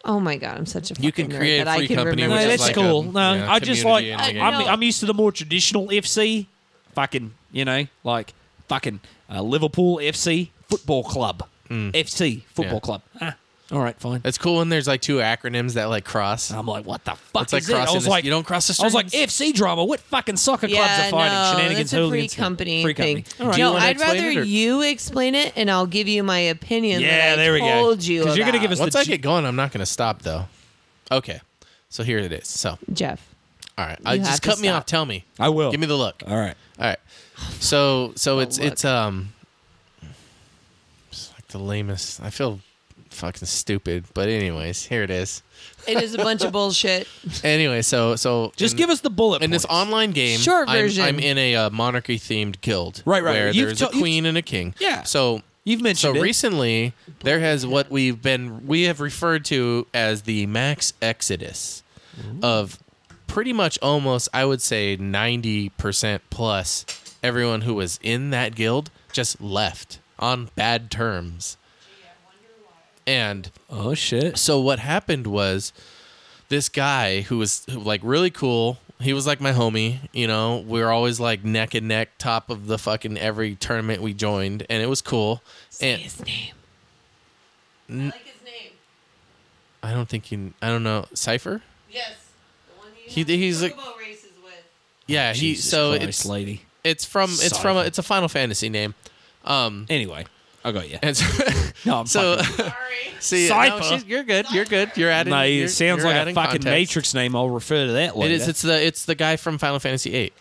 Speaker 3: Oh my god, I'm such a fucking
Speaker 2: You can create
Speaker 3: nerd
Speaker 2: a
Speaker 3: that I
Speaker 2: free
Speaker 3: can
Speaker 2: company,
Speaker 3: remember
Speaker 2: which
Speaker 1: No,
Speaker 2: is
Speaker 1: that's
Speaker 3: that.
Speaker 2: like
Speaker 1: cool.
Speaker 2: a,
Speaker 1: no,
Speaker 2: yeah,
Speaker 1: I just like
Speaker 2: community in the
Speaker 3: I-
Speaker 2: game.
Speaker 1: I'm,
Speaker 3: no.
Speaker 1: I'm used to the more traditional FC. Fucking you know, like fucking uh, Liverpool FC football club, FC football
Speaker 2: Mm. Yeah.
Speaker 1: club. Ah, all right, fine.
Speaker 2: It's cool when there's like two acronyms that like cross.
Speaker 1: I'm like, what the fuck
Speaker 2: It's like
Speaker 1: Oh, is it? I
Speaker 2: crossing
Speaker 1: was
Speaker 2: the-
Speaker 1: like,
Speaker 2: you don't cross the
Speaker 1: I was like,
Speaker 2: streams.
Speaker 1: FC drama. What fucking soccer clubs
Speaker 3: yeah,
Speaker 1: are fighting?
Speaker 3: no,
Speaker 1: Shenanigans,
Speaker 3: that's a free
Speaker 1: hooligans.
Speaker 3: company
Speaker 1: Free
Speaker 3: thing.
Speaker 1: company. All right.
Speaker 3: No,
Speaker 2: wanna
Speaker 3: I'd
Speaker 2: explain
Speaker 3: rather
Speaker 2: it or-
Speaker 3: you explain it, and I'll give you my opinion.
Speaker 1: Yeah,
Speaker 3: that I
Speaker 1: there we go.
Speaker 3: told you
Speaker 1: 'Cause you're gonna
Speaker 3: about.
Speaker 1: give us-
Speaker 2: Once
Speaker 1: the
Speaker 2: I
Speaker 1: G-
Speaker 2: get going, I'm not going to stop though. Okay, so here it is. So
Speaker 3: Jeff.
Speaker 2: all right, I,
Speaker 3: have
Speaker 2: just
Speaker 3: to
Speaker 2: cut me
Speaker 3: stop.
Speaker 2: off. Tell me.
Speaker 1: I will.
Speaker 2: Give me the look.
Speaker 1: All right.
Speaker 2: All right. So
Speaker 1: Oh,
Speaker 2: so it's
Speaker 3: look.
Speaker 2: it's um it's like the lamest. I feel fucking stupid, but anyways, here it is.
Speaker 3: It is a bunch of bullshit.
Speaker 2: Anyway, so so
Speaker 1: Just
Speaker 2: in-
Speaker 1: give us the bullet.
Speaker 2: in this
Speaker 1: points.
Speaker 2: online game.
Speaker 3: Short
Speaker 2: I'm-
Speaker 3: version.
Speaker 2: I'm, in a uh, monarchy themed guild.
Speaker 1: Right, right.
Speaker 2: Where
Speaker 1: You've
Speaker 2: there's
Speaker 1: to-
Speaker 2: a
Speaker 1: you've-
Speaker 2: queen and a king.
Speaker 1: Yeah.
Speaker 2: So
Speaker 1: You've mentioned
Speaker 2: so
Speaker 1: it.
Speaker 2: recently there has what we've been we have referred to as the max exodus of pretty much almost I would say 90% plus everyone who was in that guild just left on bad terms. And
Speaker 1: oh shit.
Speaker 2: so what happened was this guy who was who, like really cool. He was like my homie, you know. We were always like neck and neck, top of the fucking every tournament we joined, and it was cool.
Speaker 3: Say
Speaker 2: And
Speaker 3: his name. I like his name.
Speaker 2: I don't think you, I don't know, Cipher.
Speaker 3: Yes, the one you
Speaker 2: He- had he's the like-
Speaker 3: races with.
Speaker 2: Yeah, he.
Speaker 1: Oh, Jesus
Speaker 2: so
Speaker 1: Christ,
Speaker 2: it's
Speaker 1: lady.
Speaker 2: it's from it's from a,
Speaker 1: Cypher.
Speaker 2: it's a Final Fantasy name. Um,
Speaker 1: Anyway, I got you.
Speaker 2: and so,
Speaker 1: No, I'm
Speaker 2: so
Speaker 1: fucking-
Speaker 3: Sorry.
Speaker 2: see, no,
Speaker 1: Cypher.
Speaker 2: she's- you're good, you're good, you're adding.
Speaker 1: No,
Speaker 2: you're-
Speaker 1: it sounds
Speaker 2: you're
Speaker 1: like a
Speaker 2: adding
Speaker 1: fucking
Speaker 2: context.
Speaker 1: Matrix name. I'll refer to that
Speaker 2: It
Speaker 1: later.
Speaker 2: is. It's the it's the guy from Final Fantasy VIII.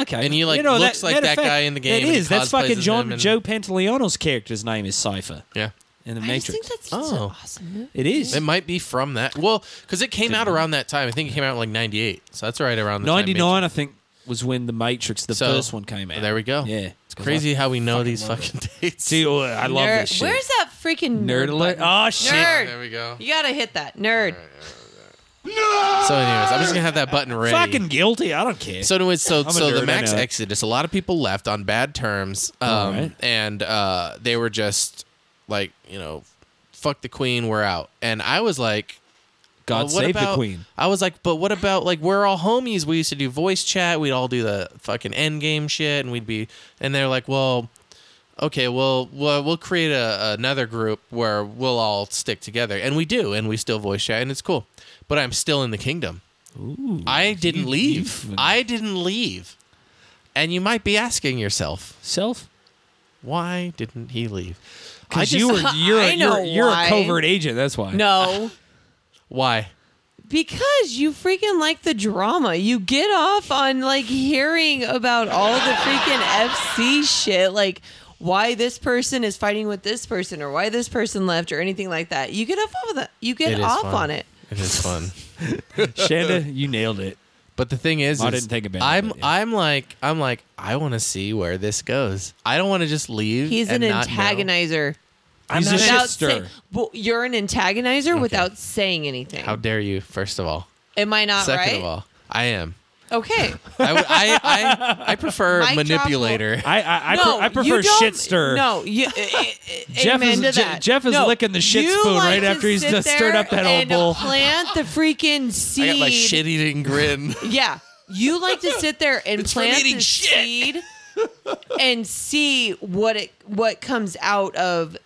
Speaker 1: okay.
Speaker 2: and he, like, looks like
Speaker 1: matter
Speaker 2: that
Speaker 1: of fact,
Speaker 2: guy in the game
Speaker 1: It
Speaker 2: and he
Speaker 1: is. That's
Speaker 2: cosplays
Speaker 1: fucking
Speaker 2: as
Speaker 1: John
Speaker 2: him and-
Speaker 1: Joe Pantoliano's character's name is Cipher
Speaker 2: Yeah.
Speaker 1: in the
Speaker 3: I just
Speaker 1: Matrix.
Speaker 3: think that's just
Speaker 2: Oh.
Speaker 3: an awesome movie.
Speaker 1: it is.
Speaker 2: It might be from that. Well, because it came out around that time. I think it came out in like '98, so that's right around the time
Speaker 1: Ninety
Speaker 2: Matrix-
Speaker 1: nine, I think, was when the Matrix, the
Speaker 2: So,
Speaker 1: first one, came out.
Speaker 2: There we go.
Speaker 1: Yeah,
Speaker 2: it's crazy how we know these fucking dates.
Speaker 1: See, oh, I love
Speaker 3: Nerd-
Speaker 1: this shit.
Speaker 3: Where's that freaking
Speaker 1: Nerd alert! Oh shit!
Speaker 3: Nerd.
Speaker 2: There we go.
Speaker 3: You gotta hit that nerd.
Speaker 2: So, anyways, I'm just gonna have that button ready.
Speaker 1: Fucking guilty. I don't care.
Speaker 2: So anyways, so
Speaker 1: a
Speaker 2: so
Speaker 1: nerd,
Speaker 2: the
Speaker 1: I
Speaker 2: max
Speaker 1: know.
Speaker 2: exodus. A lot of people left on bad terms, um,
Speaker 1: Alright.
Speaker 2: and uh, they were just like, you know, fuck the queen, we're out. And I was like,
Speaker 1: God
Speaker 2: well, what
Speaker 1: save
Speaker 2: about-
Speaker 1: the queen.
Speaker 2: I was like, but what about like we're all homies? We used to do voice chat. We'd all do the fucking end game shit, and we'd be. And they're like, well, okay, well, we'll, we'll create a, another group where we'll all stick together, and we do, and we still voice chat, and it's cool. But I'm still in the kingdom. I didn't leave.
Speaker 1: you've-
Speaker 2: I didn't leave. And you might be asking yourself,
Speaker 1: Self,
Speaker 2: why didn't he leave? I
Speaker 1: because
Speaker 2: just,
Speaker 1: you were you're
Speaker 3: I know
Speaker 1: you're, you're a
Speaker 3: why.
Speaker 1: covert agent. That's why.
Speaker 3: No.
Speaker 2: why?
Speaker 3: Because you freaking like the drama. You get off on like hearing about all the freaking FC shit, like why this person is fighting with this person or why this person left or anything like that. You get off of that. You
Speaker 2: It
Speaker 3: get
Speaker 2: is
Speaker 3: off
Speaker 2: fun.
Speaker 3: on it.
Speaker 2: It is fun.
Speaker 1: Shanda, you nailed it.
Speaker 2: But the thing is,
Speaker 1: I
Speaker 2: is
Speaker 1: didn't think about it,
Speaker 2: I'm,
Speaker 1: but yeah.
Speaker 2: I'm like, I'm like, I want to see where this goes. I don't want to just leave.
Speaker 3: He's
Speaker 2: and
Speaker 3: an
Speaker 2: not know.
Speaker 3: antagonizer.
Speaker 1: He's a
Speaker 2: not-
Speaker 1: shit
Speaker 3: Without
Speaker 1: stir.
Speaker 3: say- But you're an antagonizer without saying anything.
Speaker 2: How dare you? First of all,
Speaker 3: Am I not
Speaker 2: second
Speaker 3: right?
Speaker 2: of all, I am.
Speaker 3: Okay.
Speaker 2: I, w- I, I, I prefer
Speaker 3: Mic drop
Speaker 2: manipulator.
Speaker 1: I I, I,
Speaker 3: no,
Speaker 1: pre- I prefer
Speaker 3: you don't-
Speaker 1: shit stir.
Speaker 3: No, you, a- a-
Speaker 1: Jeff
Speaker 3: amen
Speaker 1: is-
Speaker 3: to
Speaker 1: Je-
Speaker 3: that.
Speaker 1: Jeff is
Speaker 3: No,
Speaker 1: licking the shit
Speaker 3: you
Speaker 1: spoon
Speaker 3: like
Speaker 1: right
Speaker 3: to
Speaker 1: after he's
Speaker 3: sit
Speaker 1: just stirred
Speaker 3: there
Speaker 1: up that old
Speaker 3: and
Speaker 1: bowl.
Speaker 3: Plant the freaking
Speaker 2: I
Speaker 3: seed.
Speaker 2: got my shit eating grin.
Speaker 3: Yeah, you like to sit there and
Speaker 2: It's from
Speaker 3: plant
Speaker 2: eating
Speaker 3: the
Speaker 2: shit.
Speaker 3: seed and see what it what comes out of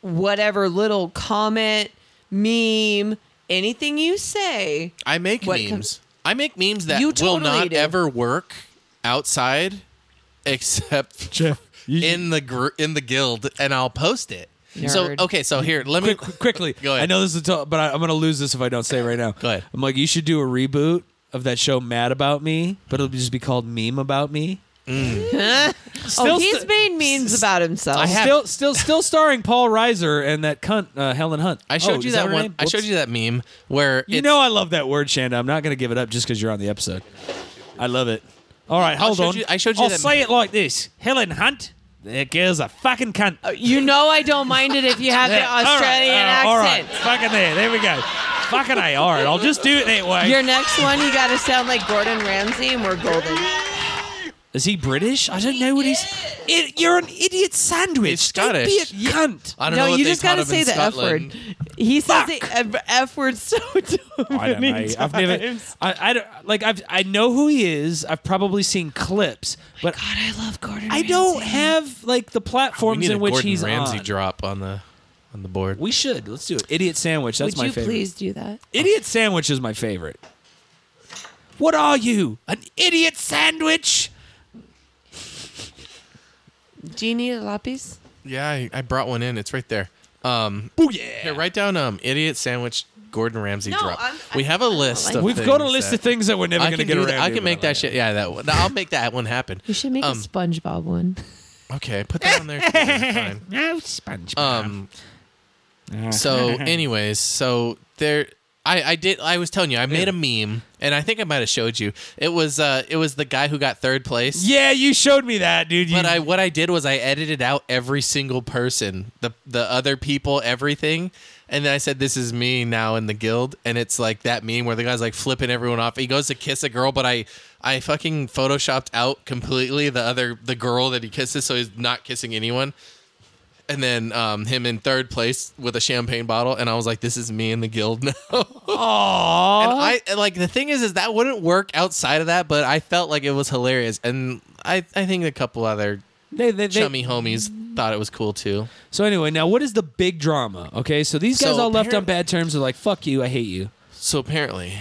Speaker 3: whatever little comment, meme, anything you say.
Speaker 2: I make
Speaker 3: What
Speaker 2: memes.
Speaker 3: comes-
Speaker 2: I make memes that
Speaker 3: You
Speaker 2: will
Speaker 3: totally
Speaker 2: not
Speaker 3: do.
Speaker 2: ever work outside, except
Speaker 1: Jeff, you-
Speaker 2: in the gr- in the guild, and I'll post it. So
Speaker 3: Nerd.
Speaker 2: okay, so here let me.
Speaker 1: quick, quickly.
Speaker 2: Go ahead.
Speaker 1: I know this is a t- but I, I'm gonna lose this if I don't say it right now.
Speaker 2: Go ahead.
Speaker 1: I'm like, you should do a reboot of that show, Mad About Me, but it'll just be called Meme About Me.
Speaker 3: oh, he's
Speaker 1: st-
Speaker 3: made memes about himself.
Speaker 2: I have-
Speaker 1: Still, still, still starring Paul Reiser and that cunt uh, Helen Hunt.
Speaker 2: I
Speaker 1: Oh,
Speaker 2: showed you
Speaker 1: is
Speaker 2: that,
Speaker 1: her
Speaker 2: one.
Speaker 1: name?
Speaker 2: I showed
Speaker 1: Whoops.
Speaker 2: you that meme where
Speaker 1: You
Speaker 2: it's-
Speaker 1: know I love that word, Shanda. I'm not gonna give it up just because you're on the episode. I love it. All right,
Speaker 2: I
Speaker 1: hold
Speaker 2: showed
Speaker 1: on.
Speaker 2: you- I showed you
Speaker 1: I'll
Speaker 2: that-
Speaker 1: say it like this: Helen Hunt. That girl's a fucking cunt.
Speaker 3: you know I don't mind it if you have the
Speaker 1: Yeah, all right,
Speaker 3: Australian
Speaker 1: uh, All right,
Speaker 3: accent.
Speaker 1: fucking there. There we go. Fucking A. All right, I'll just do it that way.
Speaker 3: Your next one, you got to sound like Gordon Ramsay, and we're golden.
Speaker 1: Is he British? I don't know what he's. It, you're an idiot sandwich.
Speaker 2: He's
Speaker 1: Don't be a
Speaker 2: Scottish.
Speaker 1: cunt.
Speaker 2: I don't
Speaker 3: no,
Speaker 2: know. What
Speaker 3: you
Speaker 2: they
Speaker 3: just gotta
Speaker 2: taught him
Speaker 3: say
Speaker 2: in
Speaker 3: the F
Speaker 2: Scotland.
Speaker 3: word. He says the F- F word so
Speaker 1: I don't,
Speaker 3: many
Speaker 1: I,
Speaker 3: times.
Speaker 1: I've never, I, I don't, like, I've, I know who he is. I've probably seen clips, but
Speaker 3: God, I love Gordon.
Speaker 1: I don't
Speaker 3: Ramsay.
Speaker 1: have like the
Speaker 2: We
Speaker 1: platforms
Speaker 2: need a
Speaker 1: in which
Speaker 2: Gordon
Speaker 1: he's
Speaker 2: Ramsay
Speaker 1: on.
Speaker 2: drop on the on the board.
Speaker 1: We should. Let's do it. Idiot sandwich. That's
Speaker 3: Would
Speaker 1: my
Speaker 3: you
Speaker 1: favorite.
Speaker 3: please do that?
Speaker 1: Idiot sandwich is my favorite. What are you? An idiot sandwich?
Speaker 3: Do you need a lapis?
Speaker 2: yeah, I, I brought one in. It's right there. Um,
Speaker 1: Booyah.
Speaker 2: here, write down um, idiot sandwich Gordon Ramsay
Speaker 3: No,
Speaker 2: drop.
Speaker 3: I'm- I-
Speaker 2: we have a list.
Speaker 3: like
Speaker 2: of
Speaker 1: We've
Speaker 2: things
Speaker 1: got a list
Speaker 2: that-
Speaker 1: of things that we're never
Speaker 2: I
Speaker 1: going to
Speaker 2: can
Speaker 1: get
Speaker 2: do
Speaker 1: around.
Speaker 2: that. I
Speaker 1: to, but
Speaker 2: can make that shit. Yeah, that one. I'll make that one happen.
Speaker 3: You should make
Speaker 2: Um,
Speaker 3: a SpongeBob one.
Speaker 2: Okay, put that on there. Too. Fine.
Speaker 1: No, SpongeBob.
Speaker 2: Um. so, anyways, so there, I I did. I was telling you, I made a meme, and I think I might have showed you. It was uh, it was the guy who got third place.
Speaker 1: yeah, you showed me that, dude. You,
Speaker 2: But I what I did was I edited out every single person, the the other people, everything. And then I said, "This is me now in the guild," and it's like that meme where the guy's like flipping everyone off. He goes to kiss a girl, but I, I fucking photoshopped out completely the other the girl that he kisses, so he's not kissing anyone. And then um, him in third place with a champagne bottle, and I was like, "This is me in the guild now." And I and, like the thing is, is that wouldn't work outside of that, but I felt like it was hilarious, and I I think a couple other
Speaker 1: they, they, they-
Speaker 2: chummy homies thought it was cool too.
Speaker 1: So anyway, now what is the big drama? Okay, so these guys
Speaker 2: So
Speaker 1: all left on
Speaker 2: apparently-
Speaker 1: bad terms. They're like, "Fuck you, I hate you."
Speaker 2: So apparently,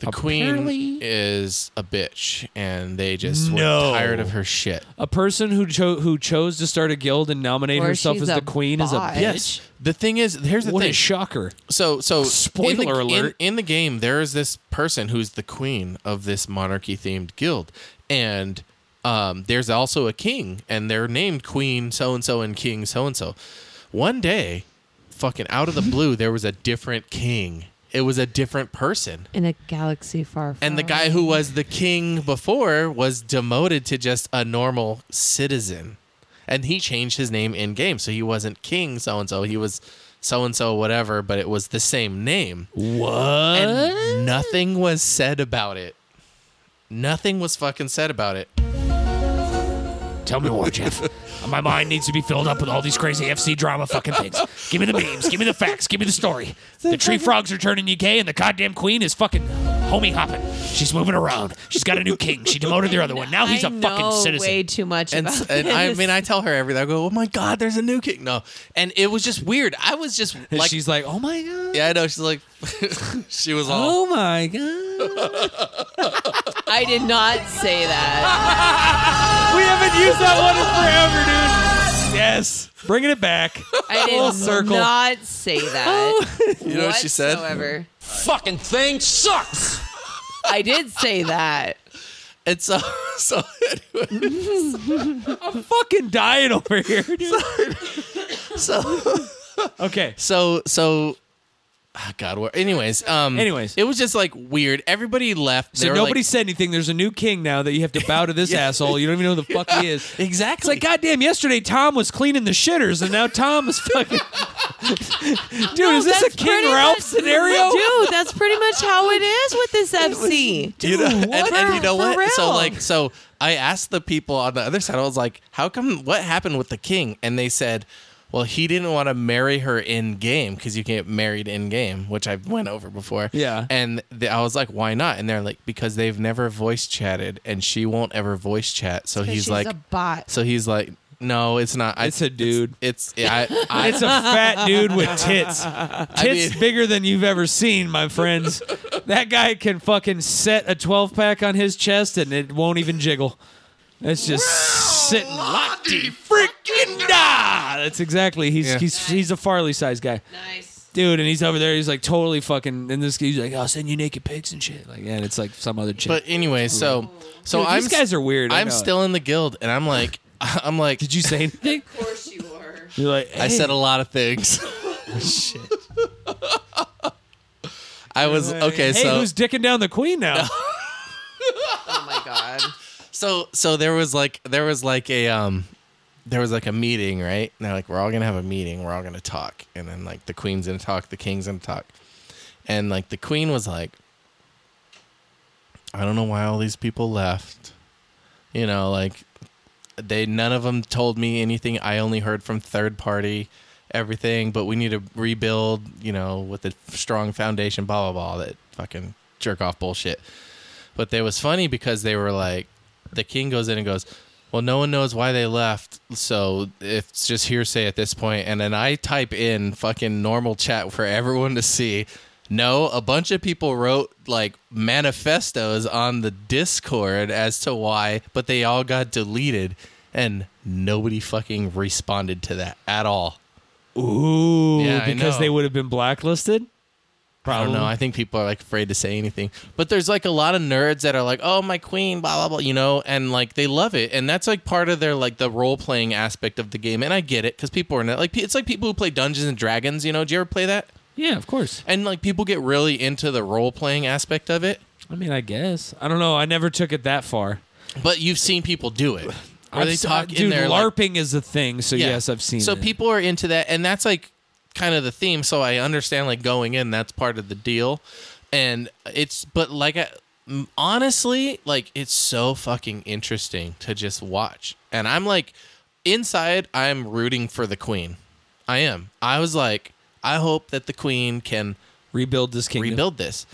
Speaker 2: the
Speaker 1: Apparently.
Speaker 2: queen is a bitch, and they just
Speaker 1: No.
Speaker 2: were tired of her shit.
Speaker 1: A person who cho- who chose to start a guild and nominate
Speaker 3: Or
Speaker 1: herself
Speaker 3: she's
Speaker 1: as
Speaker 3: a
Speaker 1: the queen is a
Speaker 3: bot.
Speaker 1: bitch.
Speaker 3: Yes.
Speaker 2: The thing is, here's the
Speaker 1: What
Speaker 2: thing.
Speaker 1: a shocker!
Speaker 2: so so
Speaker 1: Spoiler
Speaker 2: in the, in-
Speaker 1: alert.
Speaker 2: In, the game, there is this person who's the queen of this monarchy themed guild, and um, there's also a king, and they're named Queen so and so and King so and so. One day, fucking out of the blue, there was a different king. It was a different person.
Speaker 3: In a galaxy far, far
Speaker 2: And the guy who was the king before was demoted to just a normal citizen. And he changed his name in game. So he wasn't King so and so. He was so and so, whatever, but it was the same name.
Speaker 1: What?
Speaker 2: And nothing was said about it. Nothing was fucking said about it.
Speaker 1: Tell me more, Jeff. My mind needs to be filled up with all these crazy FC drama fucking things. Give me the memes. Give me the facts. Give me the story. The tree frogs are turning you gay, and the goddamn queen is fucking homie hopping. She's moving around. She's got a new king. She demoted their other one. Now he's
Speaker 3: I
Speaker 1: a fucking
Speaker 3: know
Speaker 1: citizen.
Speaker 3: Way too much
Speaker 2: And,
Speaker 3: about
Speaker 2: and I
Speaker 3: this.
Speaker 2: mean, I tell her everything. I go, oh my God, there's a new king. No. And it was just weird. I was just
Speaker 1: And
Speaker 2: like,
Speaker 1: she's like, oh my god.
Speaker 2: yeah, I know. She's like, she was all.
Speaker 1: Oh my god.
Speaker 3: I did not say that.
Speaker 1: We haven't used that one in forever, dude. Yes. Bringing it back.
Speaker 3: I
Speaker 1: Full
Speaker 3: did
Speaker 1: circle.
Speaker 3: not say that.
Speaker 2: You know what she said?
Speaker 3: However,
Speaker 1: fucking thing sucks.
Speaker 3: I did say that.
Speaker 2: And so, so anyway.
Speaker 1: Fucking dying over here, dude.
Speaker 2: So
Speaker 1: Okay.
Speaker 2: so so ah, God. Well, anyways, um,
Speaker 1: Anyways.
Speaker 2: it was just like weird. Everybody left. They
Speaker 1: So
Speaker 2: were
Speaker 1: nobody
Speaker 2: like-
Speaker 1: said anything. There's a new king now that you have to bow to this asshole. You don't even know who the fuck he is. It's
Speaker 2: exactly.
Speaker 1: like, goddamn, yesterday Tom was cleaning the shitters, and now Tom is fucking. Dude, is this a
Speaker 3: That's
Speaker 1: King
Speaker 3: pretty
Speaker 1: Ralph
Speaker 3: much-
Speaker 1: scenario?
Speaker 3: Dude, that's pretty much how it is with this FC.
Speaker 2: you know, and,
Speaker 3: what?
Speaker 2: and you know
Speaker 3: For
Speaker 2: what? So
Speaker 3: real.
Speaker 2: like, so I asked the people on the other side. I was like, "How come? What happened with the king?" And they said, "Well, he didn't want to marry her in game because you get married in game, which I went over before."
Speaker 1: Yeah.
Speaker 2: And the, I was like, "Why not?" And they're like, "Because they've never voice chatted, and she won't ever voice chat." So he's
Speaker 3: she's
Speaker 2: like,
Speaker 3: a bot.
Speaker 2: So he's like, "No, it's not. I-
Speaker 1: It's a dude.
Speaker 2: It's, yeah, I, I,
Speaker 1: It's a fat dude with tits. Tits
Speaker 2: mean-
Speaker 1: bigger than you've ever seen, my friends. That guy can fucking set a 12 pack on his chest and it won't even jiggle. It's just sitting lotty freaking da. That's exactly. He's
Speaker 2: Yeah.
Speaker 1: he's he's a Farley size guy.
Speaker 3: Nice.
Speaker 1: Dude, and he's over there. He's like totally fucking. And this he's like, I'll send you naked pics and shit. Like, yeah, and it's like some other chick.
Speaker 2: But anyway, so so
Speaker 1: Hmm. Dude,
Speaker 2: I'm
Speaker 1: these guys are weird. I
Speaker 2: I'm
Speaker 1: know it.
Speaker 2: still in the guild, and I'm like, I'm like,
Speaker 1: Did you say anything?
Speaker 3: Of course you are.
Speaker 1: You're like,
Speaker 2: I said a lot of things. Oh,
Speaker 1: shit.
Speaker 2: I was
Speaker 1: Hey,
Speaker 2: okay. so
Speaker 1: who's dicking down the queen now?
Speaker 3: Oh my god.
Speaker 2: so so there was like there was like a um there was like a meeting right and they're like we're all gonna have a meeting we're all gonna talk and then like the queen's gonna talk the king's gonna talk and like the queen was like i don't know why all these people left You know, like they none of them told me anything. I only heard from third party everything, but we need to rebuild, you know, with a strong foundation, blah blah blah, all that fucking jerk off bullshit. But they was funny because they were like the king goes in and goes, "Well, no one knows why they left, so it's just hearsay at this point." And then I type in fucking normal chat for everyone to see. No, a bunch of people wrote like manifestos on the Discord as to why, but they all got deleted and nobody fucking responded to that at all.
Speaker 1: Ooh,
Speaker 2: Yeah, I
Speaker 1: because
Speaker 2: know.
Speaker 1: they would have been blacklisted.
Speaker 2: I don't know.
Speaker 1: Oh.
Speaker 2: I think people are like afraid to say anything. But there's like a lot of nerds that are like, "Oh, my queen, blah blah blah," you know, and like they love it, and that's like part of their like the role playing aspect of the game. And I get it because people are not like it's like people who play Dungeons and Dragons. You know, do you ever play that?
Speaker 6: Yeah, of course.
Speaker 2: And like people get really into the role playing aspect of it.
Speaker 6: I mean, I guess.
Speaker 1: I don't know. I never took it that far.
Speaker 2: But you've seen people do it. Where
Speaker 1: I've
Speaker 2: they
Speaker 1: s- uh,
Speaker 2: talk
Speaker 1: dude,
Speaker 2: in there like,
Speaker 1: LARPing is a thing, so
Speaker 2: Yeah.
Speaker 1: yes, I've seen
Speaker 2: So
Speaker 1: it.
Speaker 2: people are into that, and that's like kind of the theme. So I understand like going in, that's part of the deal, and it's but like I, m- honestly, like it's so fucking interesting to just watch, and I'm like inside, I'm rooting for the queen. I am. I was like, I hope that the queen can
Speaker 1: rebuild this kingdom.
Speaker 2: rebuild this.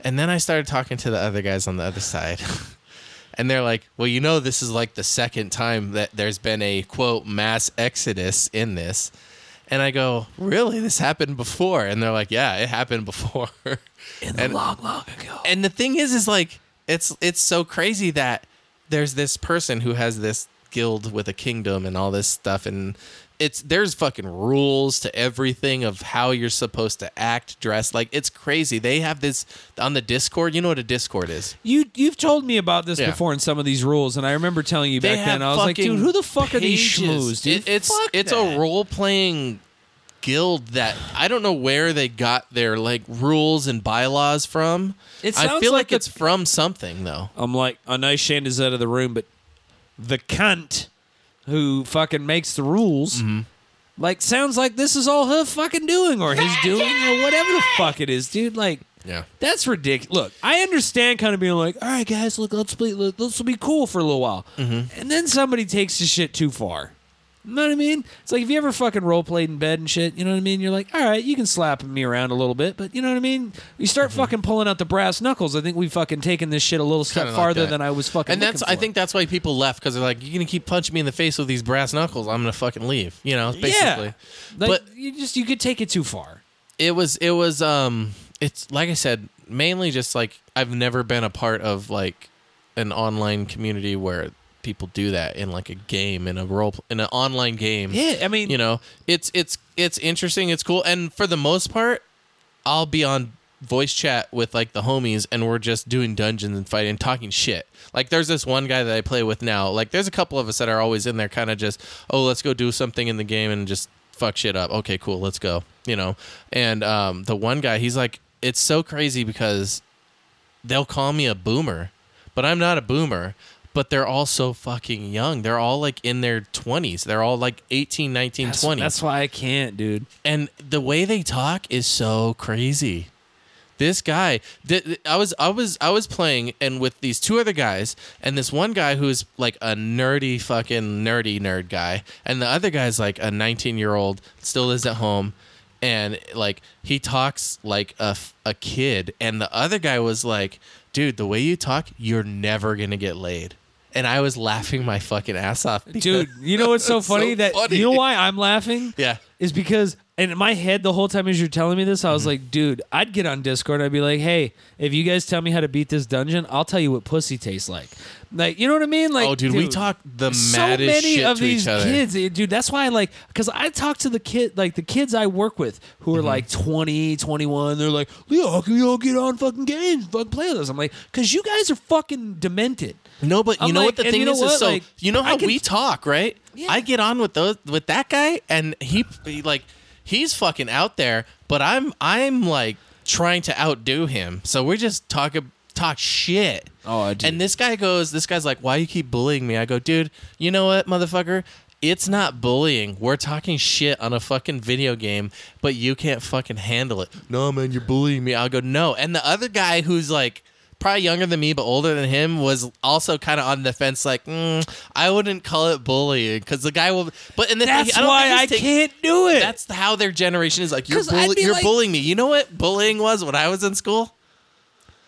Speaker 2: And then I started talking to the other guys on the other side. and they're like, well, you know, this is like the second time that there's been a quote mass exodus in this. And I go, really? This happened before? And they're like, yeah, it happened before. In and, long, long ago. And the thing is, is like, it's it's so crazy that there's this person who has this guild with a kingdom and all this stuff and it's there's fucking rules to everything of how you're supposed to act, dress. Like it's crazy. They have this on the Discord. You know what a Discord is?
Speaker 1: You you've told me about this
Speaker 2: Yeah.
Speaker 1: before in some of these rules, and I remember telling you
Speaker 2: They
Speaker 1: back
Speaker 2: have
Speaker 1: then. I was like,
Speaker 2: fucking
Speaker 1: dude, who the fuck are these
Speaker 2: pages.
Speaker 1: schmooze, dude?
Speaker 2: It- it's
Speaker 1: Fuck
Speaker 2: it's
Speaker 1: that.
Speaker 2: a role playing guild that I don't know where they got their like rules and bylaws from.
Speaker 1: It
Speaker 2: I
Speaker 1: sounds
Speaker 2: feel
Speaker 1: like
Speaker 2: like,
Speaker 1: a-
Speaker 2: it's from something though.
Speaker 1: I'm like, I know Shanda's out of the room, but the cunt who fucking makes the rules,
Speaker 2: Mm-hmm.
Speaker 1: like, sounds like this is all her fucking doing or his doing or whatever the fuck it is, dude. Like,
Speaker 2: Yeah.
Speaker 1: that's ridiculous. Look, I understand kind of being like, all right, guys, look, let's be, look, this will be cool for a little while,
Speaker 2: Mm-hmm.
Speaker 1: and then somebody takes the shit too far. You know what I mean? It's like if you ever fucking role played in bed and shit, you know what I mean? You're like, all right, you can slap me around a little bit, but you know what I mean? You start
Speaker 2: Mm-hmm.
Speaker 1: fucking pulling out the brass knuckles. I think we've fucking taken this shit a little step
Speaker 2: Kinda like
Speaker 1: farther
Speaker 2: that.
Speaker 1: than I was fucking.
Speaker 2: And that's
Speaker 1: looking
Speaker 2: I
Speaker 1: for.
Speaker 2: think that's why people left because they're like, you're gonna keep punching me in the face with these brass knuckles. I'm gonna fucking leave. You know, basically.
Speaker 1: Yeah. Like,
Speaker 2: but
Speaker 1: you just you could take it too far.
Speaker 2: it was it was um it's like I said mainly just like I've never been a part of like an online community where people do that in like a game in a role in an online game.
Speaker 1: Yeah, I mean,
Speaker 2: You know, it's it's it's interesting, it's cool and for the most part I'll be on voice chat with like the homies and we're just doing dungeons and fighting and talking shit. Like there's this one guy that I play with now. Like there's a couple of us that are always in there kind of just, "Oh, let's go do something in the game and just fuck shit up." Okay, cool, let's go. You know. And um the one guy, he's like it's so crazy because they'll call me a boomer, but I'm not a boomer. But they're all so fucking young. They're all like in their 20s. They're all like 18, 19, 20
Speaker 1: that's why I can't, dude.
Speaker 2: and the way they talk is so crazy. This guy, th- th- I was, I was, I was playing, and with these two other guys, and this one guy who's like a nerdy, fucking nerdy nerd guy, and the other guy's like a 19 year old, still lives at home, and like he talks like a, f- a kid, and the other guy was like, "Dude, the way you talk, you're never gonna get laid," and I was laughing my fucking ass off, because-
Speaker 1: Dude, you know what's so
Speaker 2: It's so
Speaker 1: funny? that
Speaker 2: funny.
Speaker 1: you know why I'm laughing?
Speaker 2: Yeah.
Speaker 1: is because and in my head the whole time as you're telling me this, I was
Speaker 2: Mm-hmm.
Speaker 1: like, dude, I'd get on Discord. I'd be like, hey, if you guys tell me how to beat this dungeon, I'll tell you what pussy tastes like. Like, you know what I mean? Like,
Speaker 2: Oh, dude, we talk the
Speaker 1: so
Speaker 2: maddest
Speaker 1: many
Speaker 2: shit
Speaker 1: of
Speaker 2: to
Speaker 1: these
Speaker 2: each other.
Speaker 1: kids, eh, dude. That's why I like because I talk to the kid, like the kids I work with who
Speaker 2: Mm-hmm.
Speaker 1: are like 20, 21. They're like, Leo, how can you all get on fucking games, fucking play with us? I'm like, because you guys are fucking demented.
Speaker 2: No, but you
Speaker 1: I'm
Speaker 2: know
Speaker 1: like,
Speaker 2: what the
Speaker 1: and
Speaker 2: thing
Speaker 1: you know
Speaker 2: is,
Speaker 1: what?
Speaker 2: is so
Speaker 1: Like,
Speaker 2: you know
Speaker 1: I
Speaker 2: how
Speaker 1: can-
Speaker 2: we talk, right?
Speaker 1: Yeah.
Speaker 2: I get on with those with that guy, and he, he like he's fucking out there, but I'm I'm like trying to outdo him. So we're just talking talk shit.
Speaker 1: Oh, I do.
Speaker 2: And this guy goes, this guy's like, why you keep bullying me? I go, dude, you know what, motherfucker. It's not bullying. We're talking shit on a fucking video game, but you can't fucking handle it. No, man, you're bullying me. I'll go, no. And the other guy who's like probably younger than me but older than him was also kind of on the fence. Like, mm, I wouldn't call it bullying because the guy will. But and then
Speaker 1: That's
Speaker 2: I don't
Speaker 1: why
Speaker 2: think
Speaker 1: I
Speaker 2: he's taking-
Speaker 1: can't do it.
Speaker 2: That's how their generation is like. You're
Speaker 3: 'Cause I'd
Speaker 2: bully-
Speaker 3: be
Speaker 2: you're
Speaker 3: like-
Speaker 2: bullying me. You know what bullying was when I was in school?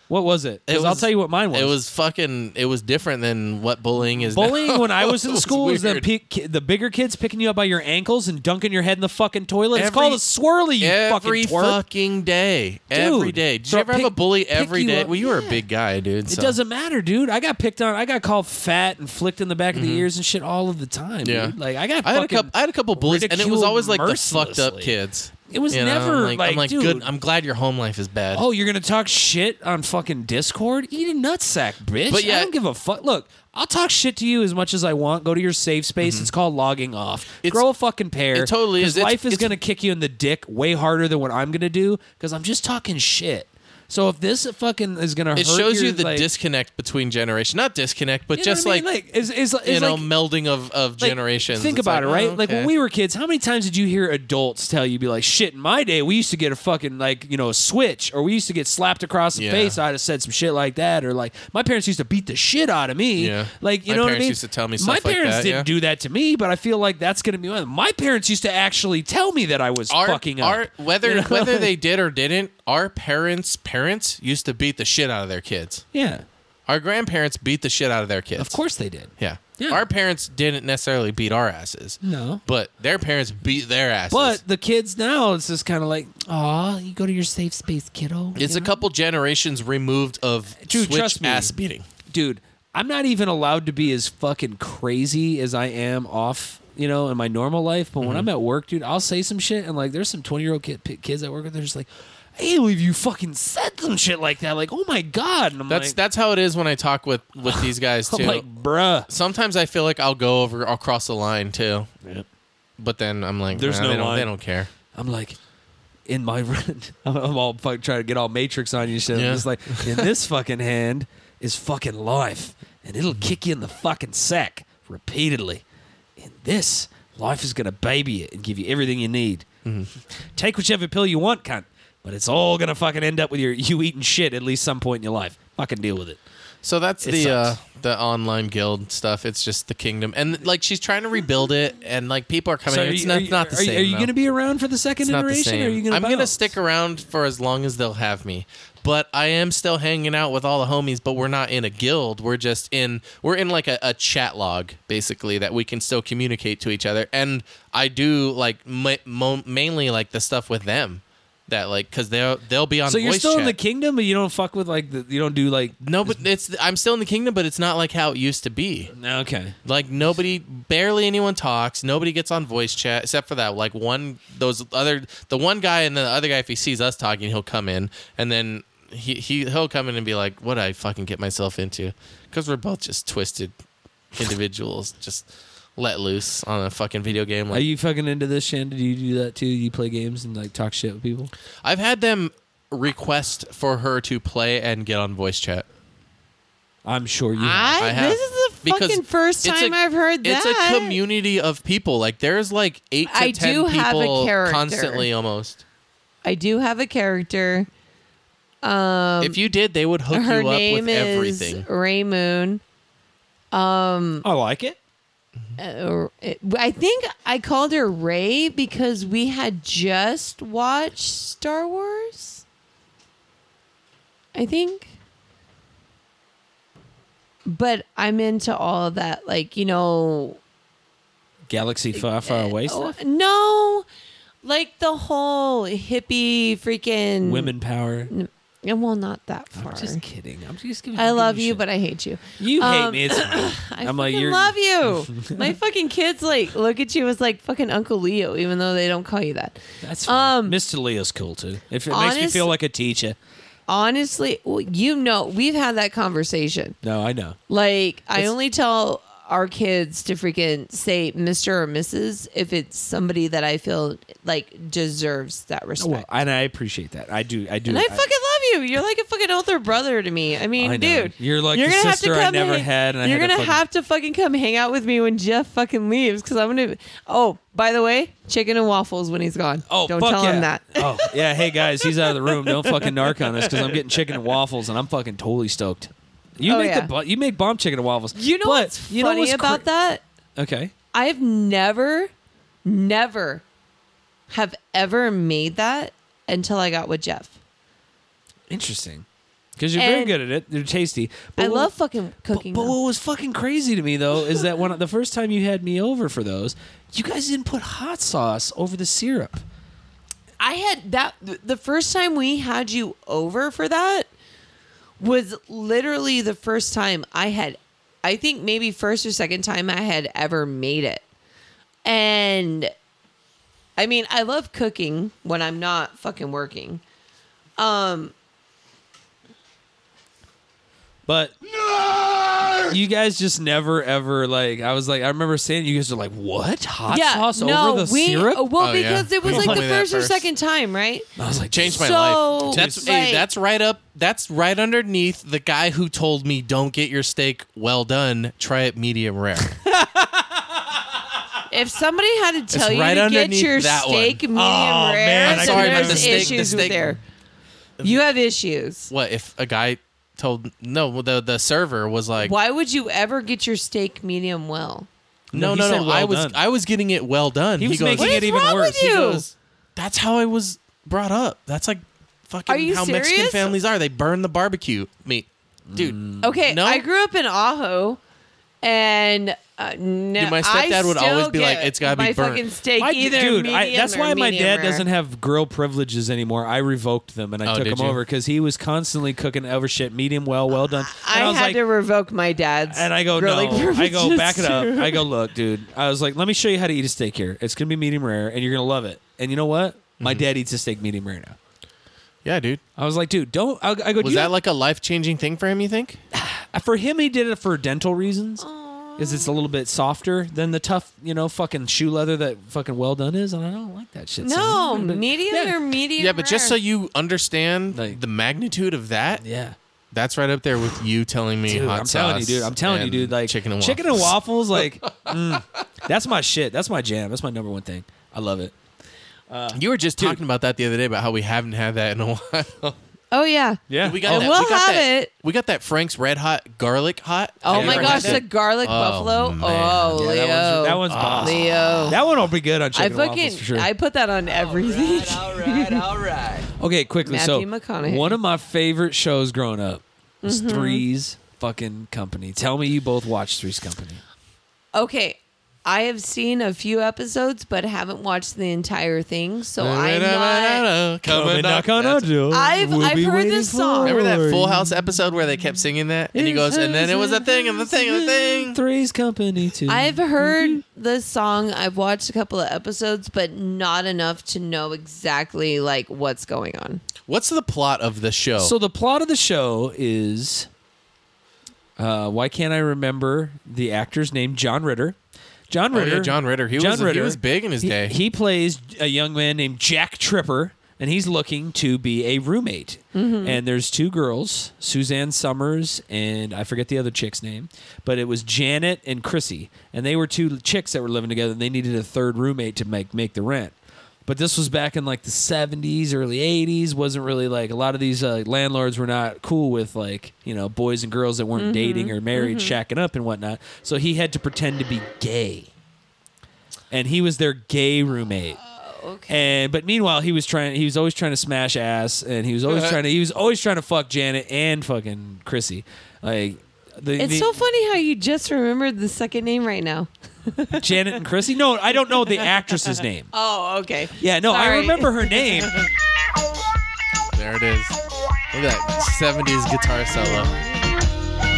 Speaker 1: what was it? 'Cause I'll
Speaker 2: was-
Speaker 1: tell you what mine was.
Speaker 2: It was fucking. It was different than what bullying is. now.
Speaker 1: Bullying when I was
Speaker 2: It
Speaker 1: in school was the,
Speaker 2: weird.
Speaker 1: pe- ki- the bigger kids picking you up by your ankles and dunking your head in the fucking toilet. it's
Speaker 2: Every-
Speaker 1: called a swirly, you
Speaker 2: every
Speaker 1: fucking twerp.
Speaker 2: fucking day. every day. Did you
Speaker 1: throw-
Speaker 2: ever have a
Speaker 1: pick-
Speaker 2: bully
Speaker 1: pick
Speaker 2: every
Speaker 1: you
Speaker 2: day?
Speaker 1: up.
Speaker 2: Well, you were a big guy, dude.
Speaker 1: It doesn't matter, dude. I got picked on. I got called fat and flicked in the back of the ears and shit all of the time.
Speaker 2: Mm-hmm. Yeah.
Speaker 1: dude. like I got.
Speaker 2: I had a
Speaker 1: fucking
Speaker 2: couple. I had a couple bullies, and it was
Speaker 1: ridiculed
Speaker 2: always like the fucked up
Speaker 1: mercilessly.
Speaker 2: kids.
Speaker 1: It was
Speaker 2: You know,
Speaker 1: never
Speaker 2: I'm
Speaker 1: like,
Speaker 2: I'm like
Speaker 1: dude.
Speaker 2: good. I'm glad your home life is bad.
Speaker 1: oh, you're gonna talk shit on fucking Discord? Eat a nutsack, bitch.
Speaker 2: But yeah-
Speaker 1: I don't give a fuck. Look, I'll talk shit to you as much as I want. Go to your safe space. It's called logging off.
Speaker 2: Mm-hmm. It's-
Speaker 1: Grow a fucking pair.
Speaker 2: it totally
Speaker 1: 'cause
Speaker 2: is. It's-
Speaker 1: Life is
Speaker 2: it's-
Speaker 1: gonna kick you in the dick way harder than what I'm gonna do because I'm just talking shit. So if this fucking is gonna hurt
Speaker 2: it shows
Speaker 1: your,
Speaker 2: you the
Speaker 1: like,
Speaker 2: disconnect between generation. Not disconnect, but
Speaker 1: you know
Speaker 2: just
Speaker 1: what I mean?
Speaker 2: like,
Speaker 1: is is, is
Speaker 2: you know,
Speaker 1: like,
Speaker 2: melding of of
Speaker 1: like,
Speaker 2: generations.
Speaker 1: Think
Speaker 2: It's
Speaker 1: about
Speaker 2: like,
Speaker 1: it, right?
Speaker 2: oh,
Speaker 1: Like when
Speaker 2: okay.
Speaker 1: we were kids, how many times did you hear adults tell you, "Be like, shit." In my day, we used to get a fucking like you know a switch, or we used to get slapped across the
Speaker 2: Yeah.
Speaker 1: face. I'd have said some shit like that, or like my parents used to beat the shit out of me.
Speaker 2: Yeah.
Speaker 1: Like you
Speaker 2: My
Speaker 1: know what I
Speaker 2: parents
Speaker 1: mean?
Speaker 2: used to tell me stuff
Speaker 1: my
Speaker 2: like
Speaker 1: parents
Speaker 2: that,
Speaker 1: didn't
Speaker 2: yeah.
Speaker 1: do that to me, but I feel like that's gonna be one. My parents used to actually tell me that I was
Speaker 2: our,
Speaker 1: fucking up.
Speaker 2: our- whether
Speaker 1: You know?
Speaker 2: whether they did or didn't, our parents' parents used to beat the shit out of their kids.
Speaker 1: yeah,
Speaker 2: Our grandparents beat the shit out of their kids.
Speaker 1: of course they did.
Speaker 2: Yeah.
Speaker 1: Yeah.
Speaker 2: Our parents didn't necessarily beat our asses.
Speaker 1: No.
Speaker 2: But their parents beat their asses.
Speaker 1: But the kids now, it's just kind of like, aw, you go to your safe space, kiddo.
Speaker 2: it's
Speaker 1: you
Speaker 2: a
Speaker 1: know?
Speaker 2: couple generations removed of
Speaker 1: Dude,
Speaker 2: switch
Speaker 1: trust me.
Speaker 2: ass beating.
Speaker 1: dude, I'm not even allowed to be as fucking crazy as I am off, you know, in my normal life. But
Speaker 2: Mm-hmm.
Speaker 1: when I'm at work, dude, I'll say some shit, and like, there's some 20 year old kid, p- kids at work, and they're just like, I can't believe you fucking said some shit like that. Like, oh my god, and I'm
Speaker 2: That's
Speaker 1: like, Oh
Speaker 2: that's how it is when I talk with with these guys too.
Speaker 1: I'm like, bruh.
Speaker 2: Sometimes I feel like I'll go over, I'll cross the line too.
Speaker 1: Yep.
Speaker 2: But then I'm like,
Speaker 1: There's
Speaker 2: nah,
Speaker 1: no
Speaker 2: they don't,
Speaker 1: line.
Speaker 2: They don't care.
Speaker 1: I'm like. In my, I'm I'm all fucking trying to get all Matrix on you, shit.
Speaker 2: Yeah.
Speaker 1: I'm just like, in this fucking hand is fucking life, and it'll kick you in the fucking sack repeatedly. In this, life is gonna baby it and give you everything you need.
Speaker 2: Mm-hmm.
Speaker 1: Take whichever pill you want, cunt. But it's all gonna fucking end up with your you eating shit at least some point in your life. Fucking deal with it.
Speaker 2: So that's
Speaker 1: It
Speaker 2: the uh,
Speaker 1: sucks.
Speaker 2: the online guild stuff. It's just the kingdom, and like she's trying to rebuild it, and like people are coming.
Speaker 1: So
Speaker 2: in.
Speaker 1: are
Speaker 2: it's
Speaker 1: you-
Speaker 2: not,
Speaker 1: are you-
Speaker 2: not the
Speaker 1: are you-
Speaker 2: same.
Speaker 1: Are you
Speaker 2: though.
Speaker 1: gonna be around for the second
Speaker 2: It's not the
Speaker 1: iteration? Or are
Speaker 2: same.
Speaker 1: you gonna?
Speaker 2: I'm gonna
Speaker 1: bounce?
Speaker 2: stick around for as long as they'll have me. But I am still hanging out with all the homies, but we're not in a guild. We're just in we're in like a, a chat log basically that we can still communicate to each other. And I do like ma- mo- mainly like the stuff with them that like because they'll they'll be on.
Speaker 1: So you're
Speaker 2: voice
Speaker 1: still in the
Speaker 2: chat.
Speaker 1: kingdom, but you don't fuck with like the, you don't do like.
Speaker 2: No, but it's I'm still in the kingdom, but it's not like how it used to be.
Speaker 1: Okay.
Speaker 2: Like nobody, barely anyone talks. Nobody gets on voice chat except for that like one those other the one guy and the other guy. If he sees us talking, he'll come in and then he he he'll come in and be like, "What I fucking get myself into?" Because we're both just twisted individuals, just let loose on a fucking video game.
Speaker 1: Are
Speaker 2: Like
Speaker 1: you fucking into this, Shan? Do you do that too? You play games and like talk shit with people?
Speaker 2: I've had them request for her to play and get on voice chat.
Speaker 1: I'm sure you. have.
Speaker 3: I,
Speaker 2: I have.
Speaker 3: this is the
Speaker 2: Because
Speaker 3: fucking first
Speaker 2: it's
Speaker 3: time
Speaker 2: a-
Speaker 3: I've heard that.
Speaker 2: It's a community of people. Like there's like eight to
Speaker 3: I
Speaker 2: ten
Speaker 3: do
Speaker 2: people
Speaker 3: have a character.
Speaker 2: constantly almost.
Speaker 3: I do have a character. Um,
Speaker 2: if you did, they would hook
Speaker 3: her
Speaker 2: you up
Speaker 3: name
Speaker 2: with
Speaker 3: is
Speaker 2: everything.
Speaker 3: Ray Moon.
Speaker 1: I like it.
Speaker 3: Uh, I think I called her Ray because we had just watched Star Wars. I think. But I'm into all of that, like you know,
Speaker 1: Galaxy far, far away.
Speaker 3: oh,
Speaker 1: stuff?
Speaker 3: no, like the whole hippie freaking
Speaker 1: Women power.
Speaker 3: And well, not that far.
Speaker 1: I'm just kidding. I'm just giving.
Speaker 3: I
Speaker 1: giving
Speaker 3: love you,
Speaker 1: shit.
Speaker 3: but I hate you.
Speaker 1: you hate
Speaker 3: um,
Speaker 1: me. It's fine.
Speaker 3: I
Speaker 1: I'm
Speaker 3: fucking
Speaker 1: like you're.
Speaker 3: love you. My fucking kids like look at you as like fucking Uncle Leo, even though they don't call you that.
Speaker 1: That's fine.
Speaker 3: Um,
Speaker 1: Mr. Leo's cool too. If it makes me
Speaker 3: honest-
Speaker 1: feel like a teacher.
Speaker 3: Honestly, well, you know, we've had that conversation.
Speaker 1: No, I know.
Speaker 3: Like, I only tell our kids to freaking say Mr. or Mrs. if it's somebody that I feel like deserves that
Speaker 1: Oh, Well,
Speaker 3: respect.
Speaker 1: and I appreciate that. I do. I do.
Speaker 3: and I
Speaker 1: I-
Speaker 3: fucking love you. You're like a fucking older brother to me. I mean,
Speaker 1: I know.
Speaker 3: dude,
Speaker 1: You're like
Speaker 3: you're
Speaker 1: the
Speaker 3: gonna have
Speaker 1: sister
Speaker 3: to
Speaker 1: I
Speaker 3: come
Speaker 1: never
Speaker 3: hang-
Speaker 1: had, and I
Speaker 3: you're
Speaker 1: had to
Speaker 3: gonna
Speaker 1: fucking-
Speaker 3: have to fucking come hang out with me when Jeff fucking leaves because I'm gonna. Oh, by the way, chicken and waffles when he's gone.
Speaker 1: Oh,
Speaker 3: don't
Speaker 1: fuck
Speaker 3: tell
Speaker 1: yeah.
Speaker 3: him that.
Speaker 1: Oh, yeah. Hey, guys, he's out of the room. Don't fucking narc on us because I'm getting chicken and waffles, and I'm fucking totally stoked. You
Speaker 3: Oh,
Speaker 1: make
Speaker 3: yeah.
Speaker 1: the bu- you make bomb chicken and waffles.
Speaker 3: You know
Speaker 1: But
Speaker 3: what's
Speaker 1: you know
Speaker 3: funny
Speaker 1: what's cra-
Speaker 3: about that?
Speaker 1: Okay.
Speaker 3: I've never, never, have ever made that until I got with Jeff.
Speaker 1: Interesting. Because you're very
Speaker 3: And-
Speaker 1: good at it. You're tasty. But
Speaker 3: I
Speaker 1: what-
Speaker 3: love fucking
Speaker 1: But,
Speaker 3: cooking.
Speaker 1: but
Speaker 3: though.
Speaker 1: what was fucking crazy to me though is that when the first time you had me over for those, you guys didn't put hot sauce over the syrup.
Speaker 3: I had that the first time we had you over for that was literally the first time I had I think maybe first or second time I had ever made it. And I mean, I love cooking when I'm not fucking working.
Speaker 1: But you guys just never ever like. I was like, I remember saying you guys are like, what hot sauce over the
Speaker 3: we,
Speaker 1: syrup?
Speaker 3: uh, Well,
Speaker 2: Oh, yeah.
Speaker 3: because it was
Speaker 2: Don't
Speaker 3: like
Speaker 2: tell
Speaker 3: the
Speaker 2: me that
Speaker 3: first, or
Speaker 2: first.
Speaker 3: second time, right?
Speaker 1: I was like,
Speaker 2: Changed my
Speaker 3: So,
Speaker 2: life. That's
Speaker 3: Dude,
Speaker 2: hey,
Speaker 3: like-
Speaker 2: that's right up. That's right underneath the guy who told me don't get your steak well done. Try it medium rare.
Speaker 3: If somebody had to tell you
Speaker 2: right
Speaker 3: to get
Speaker 2: underneath
Speaker 3: your
Speaker 2: that one. Oh,
Speaker 3: steak medium rare,
Speaker 2: man,
Speaker 3: then
Speaker 2: I couldn't
Speaker 3: there's
Speaker 2: remember. The steak- the
Speaker 3: issues
Speaker 2: steak-
Speaker 3: with there. You have issues.
Speaker 2: what if a guy told no? The the server was like,
Speaker 3: Why would you ever get your steak medium well?
Speaker 2: no,
Speaker 1: he
Speaker 2: no,
Speaker 1: said
Speaker 2: no.
Speaker 1: well
Speaker 2: I was
Speaker 1: done.
Speaker 2: I was getting it well done.
Speaker 1: He was making
Speaker 2: goes,
Speaker 3: What
Speaker 1: it
Speaker 3: is
Speaker 1: even
Speaker 3: wrong
Speaker 1: worse.
Speaker 3: with
Speaker 1: He
Speaker 3: you?
Speaker 1: goes,
Speaker 2: That's how I was brought up. That's like
Speaker 3: Are
Speaker 2: fucking
Speaker 3: you
Speaker 2: how Mexican
Speaker 3: serious?
Speaker 2: families are. They burn the barbecue meat, dude.
Speaker 3: Okay,
Speaker 2: No?
Speaker 3: I grew up in Ajo, and uh, no,
Speaker 2: Dude, my
Speaker 3: I
Speaker 2: stepdad would
Speaker 3: still
Speaker 2: always be like,
Speaker 3: get
Speaker 2: "It's gotta be
Speaker 3: my
Speaker 2: burnt."
Speaker 3: fucking steak
Speaker 1: My-
Speaker 3: either
Speaker 1: dude, I,
Speaker 3: medium
Speaker 1: that's
Speaker 3: or
Speaker 1: why my
Speaker 3: medium
Speaker 1: dad
Speaker 3: rare.
Speaker 1: doesn't have girl privileges anymore. I revoked them and I
Speaker 2: Oh,
Speaker 1: took
Speaker 2: did
Speaker 1: him
Speaker 2: you?
Speaker 1: over because he was constantly cooking over shit, medium well, well done. And
Speaker 3: I, had
Speaker 1: was like,
Speaker 3: to revoke my dad's.
Speaker 1: And I go,
Speaker 3: grilling
Speaker 1: no. I go,
Speaker 3: privileges,
Speaker 1: back it up.
Speaker 3: too.
Speaker 1: I go, look, dude. I was like, let me show you how to eat a steak here. It's going to be medium rare, and you're going to love it. And you know what? My
Speaker 2: Mm-hmm.
Speaker 1: dad eats a steak medium rare now.
Speaker 2: Yeah, dude.
Speaker 1: I was like, dude, don't. I, I go,
Speaker 2: Was
Speaker 1: "You
Speaker 2: that like a life changing thing for him? You think?
Speaker 1: don't-" for him? He did it for dental reasons, because it's a little bit softer than the tough, you know, fucking shoe leather that fucking well done is, and I don't like that shit.
Speaker 3: No,
Speaker 1: son.
Speaker 3: medium or medium.
Speaker 2: Yeah, but just so
Speaker 3: rare.
Speaker 2: you understand
Speaker 1: Like-
Speaker 2: the magnitude of that,
Speaker 1: yeah.
Speaker 2: that's right up there with you telling me
Speaker 1: Dude,
Speaker 2: hot
Speaker 1: I'm
Speaker 2: sauce.
Speaker 1: telling you, dude. I'm telling you,
Speaker 2: and
Speaker 1: dude. Like
Speaker 2: chicken and waffles.
Speaker 1: chicken and waffles, like mm, that's my shit. That's my jam. That's my number one thing. I love it.
Speaker 2: You were just talking about that the other day about how we haven't had that in a while.
Speaker 3: Oh yeah.
Speaker 1: Yeah,
Speaker 2: we got
Speaker 3: And
Speaker 2: that.
Speaker 3: we'll
Speaker 2: we got
Speaker 3: have
Speaker 2: that,
Speaker 3: it.
Speaker 2: We got that Frank's Red Hot Garlic Hot.
Speaker 3: Oh
Speaker 2: Have you
Speaker 3: my
Speaker 2: ever had
Speaker 3: gosh, the
Speaker 2: that?
Speaker 3: garlic
Speaker 2: Oh,
Speaker 3: buffalo.
Speaker 2: man.
Speaker 3: Oh,
Speaker 1: Yeah,
Speaker 3: Leo.
Speaker 1: that one's that one's boss.
Speaker 3: Leo.
Speaker 1: Oh, That one will be good on
Speaker 3: I
Speaker 1: chicken and
Speaker 3: fucking
Speaker 1: waffles for sure.
Speaker 3: I put that on everything.
Speaker 1: okay, quickly.
Speaker 3: Matthew
Speaker 1: so
Speaker 3: McConaughey. Mm-hmm.
Speaker 1: one of my favorite shows growing up was Three's fucking Company. Tell me you both watched Three's Company.
Speaker 3: Okay. I have seen a few episodes but haven't watched the entire thing, so I'm not
Speaker 2: Coming knock on our door.
Speaker 3: I've I've heard this song.
Speaker 2: Remember
Speaker 1: Oh,
Speaker 2: that Full House episode where they kept singing that, and he goes, and then it was a thing, and the thing, and the thing.
Speaker 1: Three's Company too.
Speaker 3: I've heard the song. I've watched a couple of episodes but not enough to know exactly like what's going on.
Speaker 2: What's the plot of the show?
Speaker 1: So the plot of the show is uh, why can't I remember the actor's name? John Ritter. John
Speaker 2: Oh, yeah,
Speaker 1: Ritter.
Speaker 2: John Ritter. He was- he was big in his
Speaker 1: He-
Speaker 2: day.
Speaker 1: He plays a young man named Jack Tripper, and he's looking to be a roommate. And there's two girls, Suzanne Summers and I forget the other chick's name, but it was Janet and Chrissy, and they were two chicks that were living together, and they needed a third roommate to make make the rent. But this was back in like the 70s, early 80s. Wasn't really like a lot of these uh, landlords were not cool with like, you know, boys and girls that weren't dating or married, shacking up and whatnot. So he had to pretend to be gay. And he was their gay roommate.
Speaker 3: Oh,
Speaker 1: And but meanwhile, he was trying. He was always trying to smash ass, and he was always trying to. He was always trying to fuck Janet and fucking Chrissy. Like the,
Speaker 3: It's
Speaker 1: the-
Speaker 3: so funny how you just remembered the second name right now.
Speaker 1: Janet and Chrissy. No, I don't know the actress's name.
Speaker 3: Oh, okay.
Speaker 1: Yeah, no, I
Speaker 3: Sorry.
Speaker 1: remember her name.
Speaker 2: there it is. Look at that 70s guitar solo.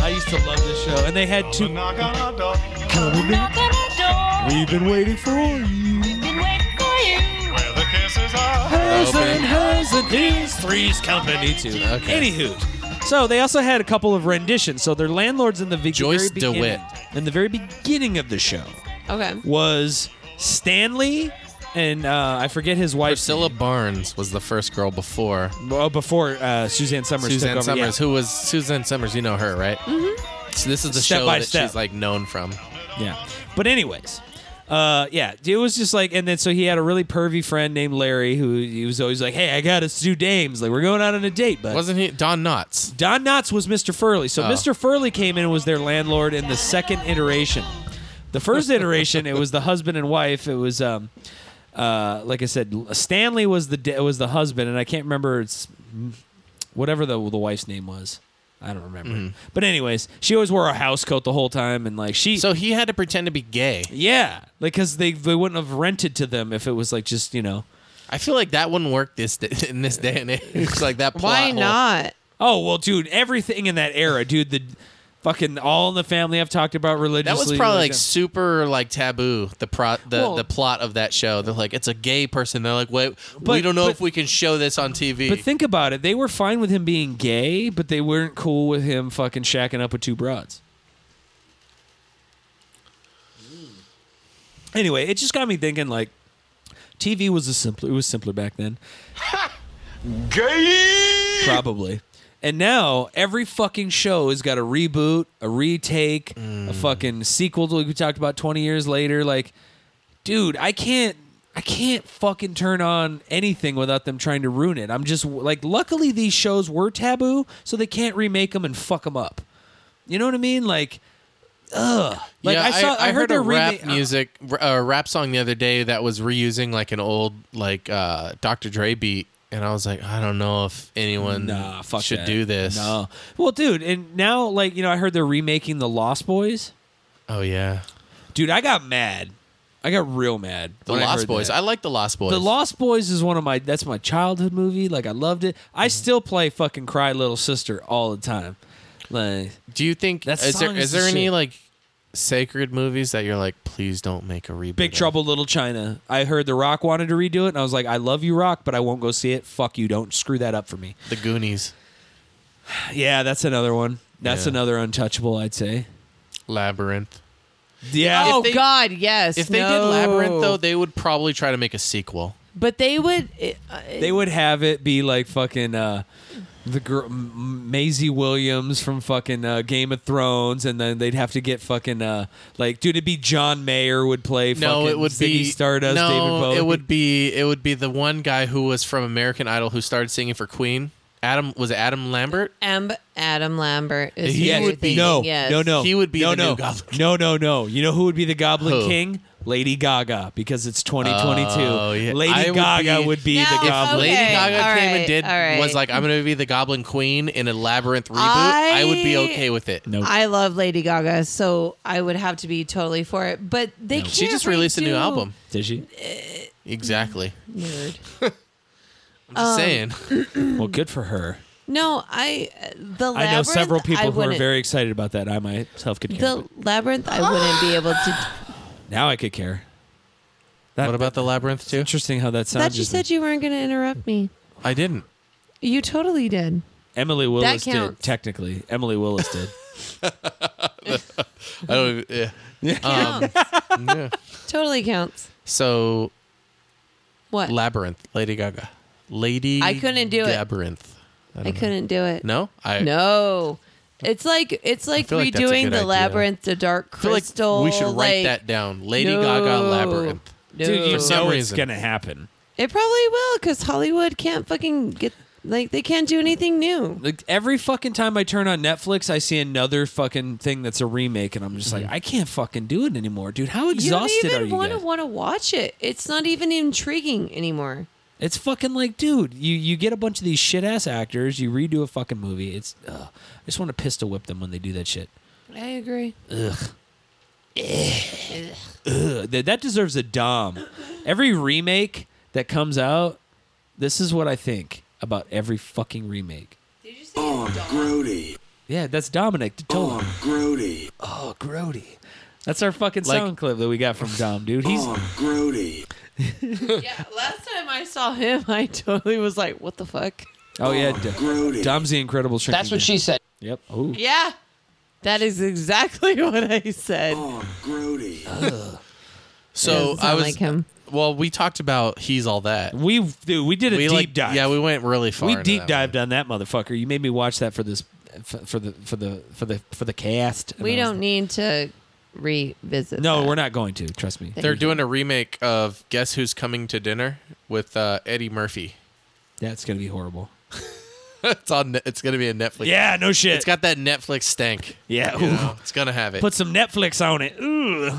Speaker 1: I used to love this show, and they had two.
Speaker 7: Knock on our door.
Speaker 1: We've been waiting for you.
Speaker 7: Where the kisses are.
Speaker 1: Hers
Speaker 2: Opening.
Speaker 1: and hers and his. Three's company too.
Speaker 2: Okay.
Speaker 1: Anywho, so they also had a couple of renditions. So their landlords in the ve-
Speaker 2: Joyce
Speaker 1: very beginning,
Speaker 2: DeWitt.
Speaker 1: in the very beginning of the show
Speaker 3: Okay.
Speaker 1: was Stanley and uh, I forget his wife.
Speaker 2: Priscilla Barnes was the first girl before
Speaker 1: Well, before uh, Suzanne Summers
Speaker 2: Suzanne
Speaker 1: took over. yeah.
Speaker 2: Summers, who was Suzanne Summers. You know her, right? Mm-hmm. So this is the
Speaker 1: Step
Speaker 2: show
Speaker 1: by
Speaker 2: that
Speaker 1: step.
Speaker 2: she's like known from.
Speaker 1: Yeah. But anyways, uh, yeah, it was just like, and then so he had a really pervy friend named Larry who he was always like, "Hey, I got to sue dames. Like we're going out on a date." But
Speaker 2: Wasn't he Don Knotts?
Speaker 1: Don Knotts was Mr. Furley, so
Speaker 2: Oh.
Speaker 1: Mr. Furley came in and was their landlord in the second iteration. The first iteration, it was the husband and wife. It was, um, uh, like I said, Stanley was the da- was the husband, and I can't remember it's whatever the the wife's name was. I don't remember. But anyways, she always wore a house coat the whole time, and like she
Speaker 2: So he had to pretend to be gay.
Speaker 1: yeah, like because they they wouldn't have rented to them if it was like just you know.
Speaker 2: I feel like that wouldn't work this d- in this day and age. like that. Plot
Speaker 3: Why
Speaker 2: hole.
Speaker 3: not?
Speaker 1: Oh well, dude, everything in that era, dude. The fucking all in the family I've talked about religiously.
Speaker 2: That was probably like
Speaker 1: like,
Speaker 2: super like taboo. The pro the,
Speaker 1: Well-
Speaker 2: the plot of that show. They're like, it's a gay person. They're like, wait, we
Speaker 1: But-
Speaker 2: don't know
Speaker 1: but-
Speaker 2: if we can show this on TV.
Speaker 1: But think about it. They were fine with him being gay, but they weren't cool with him fucking shacking up with two broads. Anyway, it just got me thinking. Like, TV was a simpler. It was simpler back then.
Speaker 7: Gay!
Speaker 1: probably. And now every fucking show has got a reboot, a retake,
Speaker 2: Mm.
Speaker 1: a fucking sequel to like we talked about 20 years later. Like, dude, I can't I can't fucking turn on anything without them trying to ruin it. I'm just like luckily these shows were taboo, so they can't remake them and fuck them up. You know what I mean? Like ugh. Like
Speaker 2: yeah,
Speaker 1: I saw I, heard, uh,
Speaker 2: a
Speaker 1: their
Speaker 2: rap
Speaker 1: remake-
Speaker 2: music, r- a rap song the other day that was reusing like an old like uh, Dr. Dre beat, and I was like, I don't know if anyone
Speaker 1: Nah, fuck
Speaker 2: should
Speaker 1: that.
Speaker 2: do this.
Speaker 1: No. Well, dude, and now like, you know, I heard they're remaking The Lost Boys.
Speaker 2: Oh yeah,
Speaker 1: Dude, I got mad. I got real mad.
Speaker 2: the
Speaker 1: when I
Speaker 2: Lost
Speaker 1: heard
Speaker 2: Boys.
Speaker 1: that.
Speaker 2: I like the Lost Boys.
Speaker 1: The Lost Boys is one of my that's my childhood movie. Like I loved it.
Speaker 2: Mm-hmm.
Speaker 1: I still play fucking Cry Little Sister all the time. Like
Speaker 2: do you think
Speaker 1: That
Speaker 2: is there
Speaker 1: song
Speaker 2: is
Speaker 1: is the
Speaker 2: there any
Speaker 1: shit.
Speaker 2: like sacred movies that you're like, please don't make a reboot?
Speaker 1: Big
Speaker 2: of?"
Speaker 1: Trouble Little China. I heard The Rock wanted to redo it and I was like, I love you Rock, but I won't go see it. Fuck you. Don't screw that up for me.
Speaker 2: The Goonies,
Speaker 1: Yeah, that's another one. That's
Speaker 2: Yeah.
Speaker 1: another untouchable, I'd say.
Speaker 2: Labyrinth.
Speaker 1: Yeah.
Speaker 3: oh
Speaker 2: they-
Speaker 3: God, yes.
Speaker 2: If they did
Speaker 3: no.
Speaker 2: Labyrinth though, they would probably try to make a sequel.
Speaker 3: but they would. It, uh,
Speaker 1: They would have it be like fucking uh, the girl M- M- Maisie Williams from fucking uh, Game of Thrones, and then they'd have to get fucking uh, like dude, it'd be john Mayer would play.
Speaker 2: No,
Speaker 1: fucking
Speaker 2: it would
Speaker 1: Ziggy
Speaker 2: be
Speaker 1: Stardust.
Speaker 2: No,
Speaker 1: David Bowie.
Speaker 2: it would be it would be the one guy who was from American Idol who started singing for Queen. Adam was it Adam Lambert.
Speaker 3: Am- Adam Lambert is
Speaker 2: He
Speaker 3: who
Speaker 2: would
Speaker 3: you're
Speaker 2: be-
Speaker 3: thinking,
Speaker 1: no,
Speaker 3: yes.
Speaker 1: no, no.
Speaker 2: He would be
Speaker 1: no,
Speaker 2: the
Speaker 1: no,
Speaker 2: new Goblin
Speaker 1: no, no, no. You know who would be the Goblin
Speaker 2: Who?
Speaker 1: King? Lady Gaga, because it's 2022.
Speaker 2: Oh, yeah.
Speaker 1: Lady
Speaker 2: I would
Speaker 1: Gaga
Speaker 2: be-
Speaker 1: would be
Speaker 3: Now,
Speaker 1: the Goblin.
Speaker 2: Lady
Speaker 3: Okay,
Speaker 2: Gaga
Speaker 3: all
Speaker 2: came and
Speaker 3: right,
Speaker 2: did
Speaker 3: all right.
Speaker 2: was like, "I'm going to be the Goblin Queen in a labyrinth reboot." I,
Speaker 3: I-
Speaker 2: would be okay with it.
Speaker 1: No.
Speaker 3: I love Lady Gaga, so I would have to be totally for it. But they can't.
Speaker 2: she just released a new
Speaker 3: redo-
Speaker 2: album.
Speaker 1: Did she?
Speaker 2: Exactly.
Speaker 3: Nerd.
Speaker 2: I'm just
Speaker 3: Um,
Speaker 2: saying.
Speaker 1: Well, good for her.
Speaker 3: No, I the labyrinth.
Speaker 1: I know several
Speaker 3: I
Speaker 1: people who are
Speaker 3: wouldn't-
Speaker 1: very excited about that. I myself could care.
Speaker 3: The labyrinth, I wouldn't be able to.
Speaker 1: but Now I could care. That,
Speaker 2: what about the labyrinth too?
Speaker 1: Interesting how that sounds.
Speaker 3: Thought you
Speaker 1: just-
Speaker 3: said you weren't going to interrupt me.
Speaker 2: I didn't.
Speaker 3: You totally did.
Speaker 1: Emily Willis did
Speaker 3: counts.
Speaker 1: technically. Emily Willis did.
Speaker 2: I don't. Oh, Yeah.
Speaker 3: Counts.
Speaker 2: yeah.
Speaker 3: totally counts.
Speaker 2: So
Speaker 3: What?
Speaker 2: labyrinth, Lady Gaga, Lady.
Speaker 3: I couldn't do it.
Speaker 2: labyrinth. it.
Speaker 3: I couldn't do it.
Speaker 2: No, I
Speaker 3: No. It's like it's like
Speaker 2: feel like that's a
Speaker 3: redoing
Speaker 2: good
Speaker 3: the
Speaker 2: idea.
Speaker 3: labyrinth, the dark
Speaker 2: I feel like
Speaker 3: crystal.
Speaker 2: we should write
Speaker 3: like-
Speaker 2: that down. Lady
Speaker 3: No.
Speaker 2: Gaga labyrinth.
Speaker 3: No.
Speaker 1: Dude, you
Speaker 2: For some
Speaker 1: know it's
Speaker 2: reason.
Speaker 1: gonna happen.
Speaker 3: it probably will because Hollywood can't fucking get like they can't do anything new.
Speaker 1: Like every fucking time I turn on Netflix, I see another fucking thing that's a remake, and I'm just like, I can't fucking do it anymore, dude. How
Speaker 3: You don't
Speaker 1: exhausted are
Speaker 3: even
Speaker 1: you?
Speaker 3: want to
Speaker 1: guys?
Speaker 3: want to watch it. It's not even intriguing anymore.
Speaker 1: It's fucking like, dude, you you get a bunch of these shit ass actors, you redo a fucking movie. It's, ugh. I just want to pistol whip them when they do that shit.
Speaker 3: I agree.
Speaker 1: Ugh, that, that deserves a dom. Every remake that comes out, this is what I think about every fucking remake. Did you say oh, Grody? Yeah, that's Dominic. Oh, Grody. Oh, Grody. That's our fucking
Speaker 2: Like-
Speaker 1: sound clip that we got from Dom, dude. He's
Speaker 3: yeah, last time I saw him, I totally was like, "What the fuck?"
Speaker 1: oh yeah, D- Dom's the Incredible Shrinking.
Speaker 8: That's what
Speaker 1: Man.
Speaker 8: she said.
Speaker 1: Yep. Oh,
Speaker 3: Yeah, that is exactly what I said.
Speaker 2: So
Speaker 3: doesn't
Speaker 2: I
Speaker 3: sound
Speaker 2: was
Speaker 3: like him.
Speaker 2: Well, we talked about he's all that.
Speaker 1: We dude, we did a
Speaker 2: we
Speaker 1: deep
Speaker 2: like,
Speaker 1: dive.
Speaker 2: Yeah, we went really far.
Speaker 1: we
Speaker 2: into
Speaker 1: deep
Speaker 2: that one.
Speaker 1: dived on that motherfucker. You made me watch that for this for, for the for the for the for the cast. And
Speaker 3: We
Speaker 1: I was
Speaker 3: don't need to revisit.
Speaker 1: like, No,
Speaker 3: that.
Speaker 1: we're not going to. Trust me.
Speaker 2: They're doing a remake of Guess Who's Coming to Dinner with uh, Eddie Murphy.
Speaker 1: That's gonna be horrible.
Speaker 2: it's on. It's gonna be a Netflix.
Speaker 1: Yeah, no shit.
Speaker 2: it's got that Netflix stank.
Speaker 1: yeah,
Speaker 2: you
Speaker 1: ooh.
Speaker 2: know? it's gonna have it.
Speaker 1: put some Netflix on it. Ooh.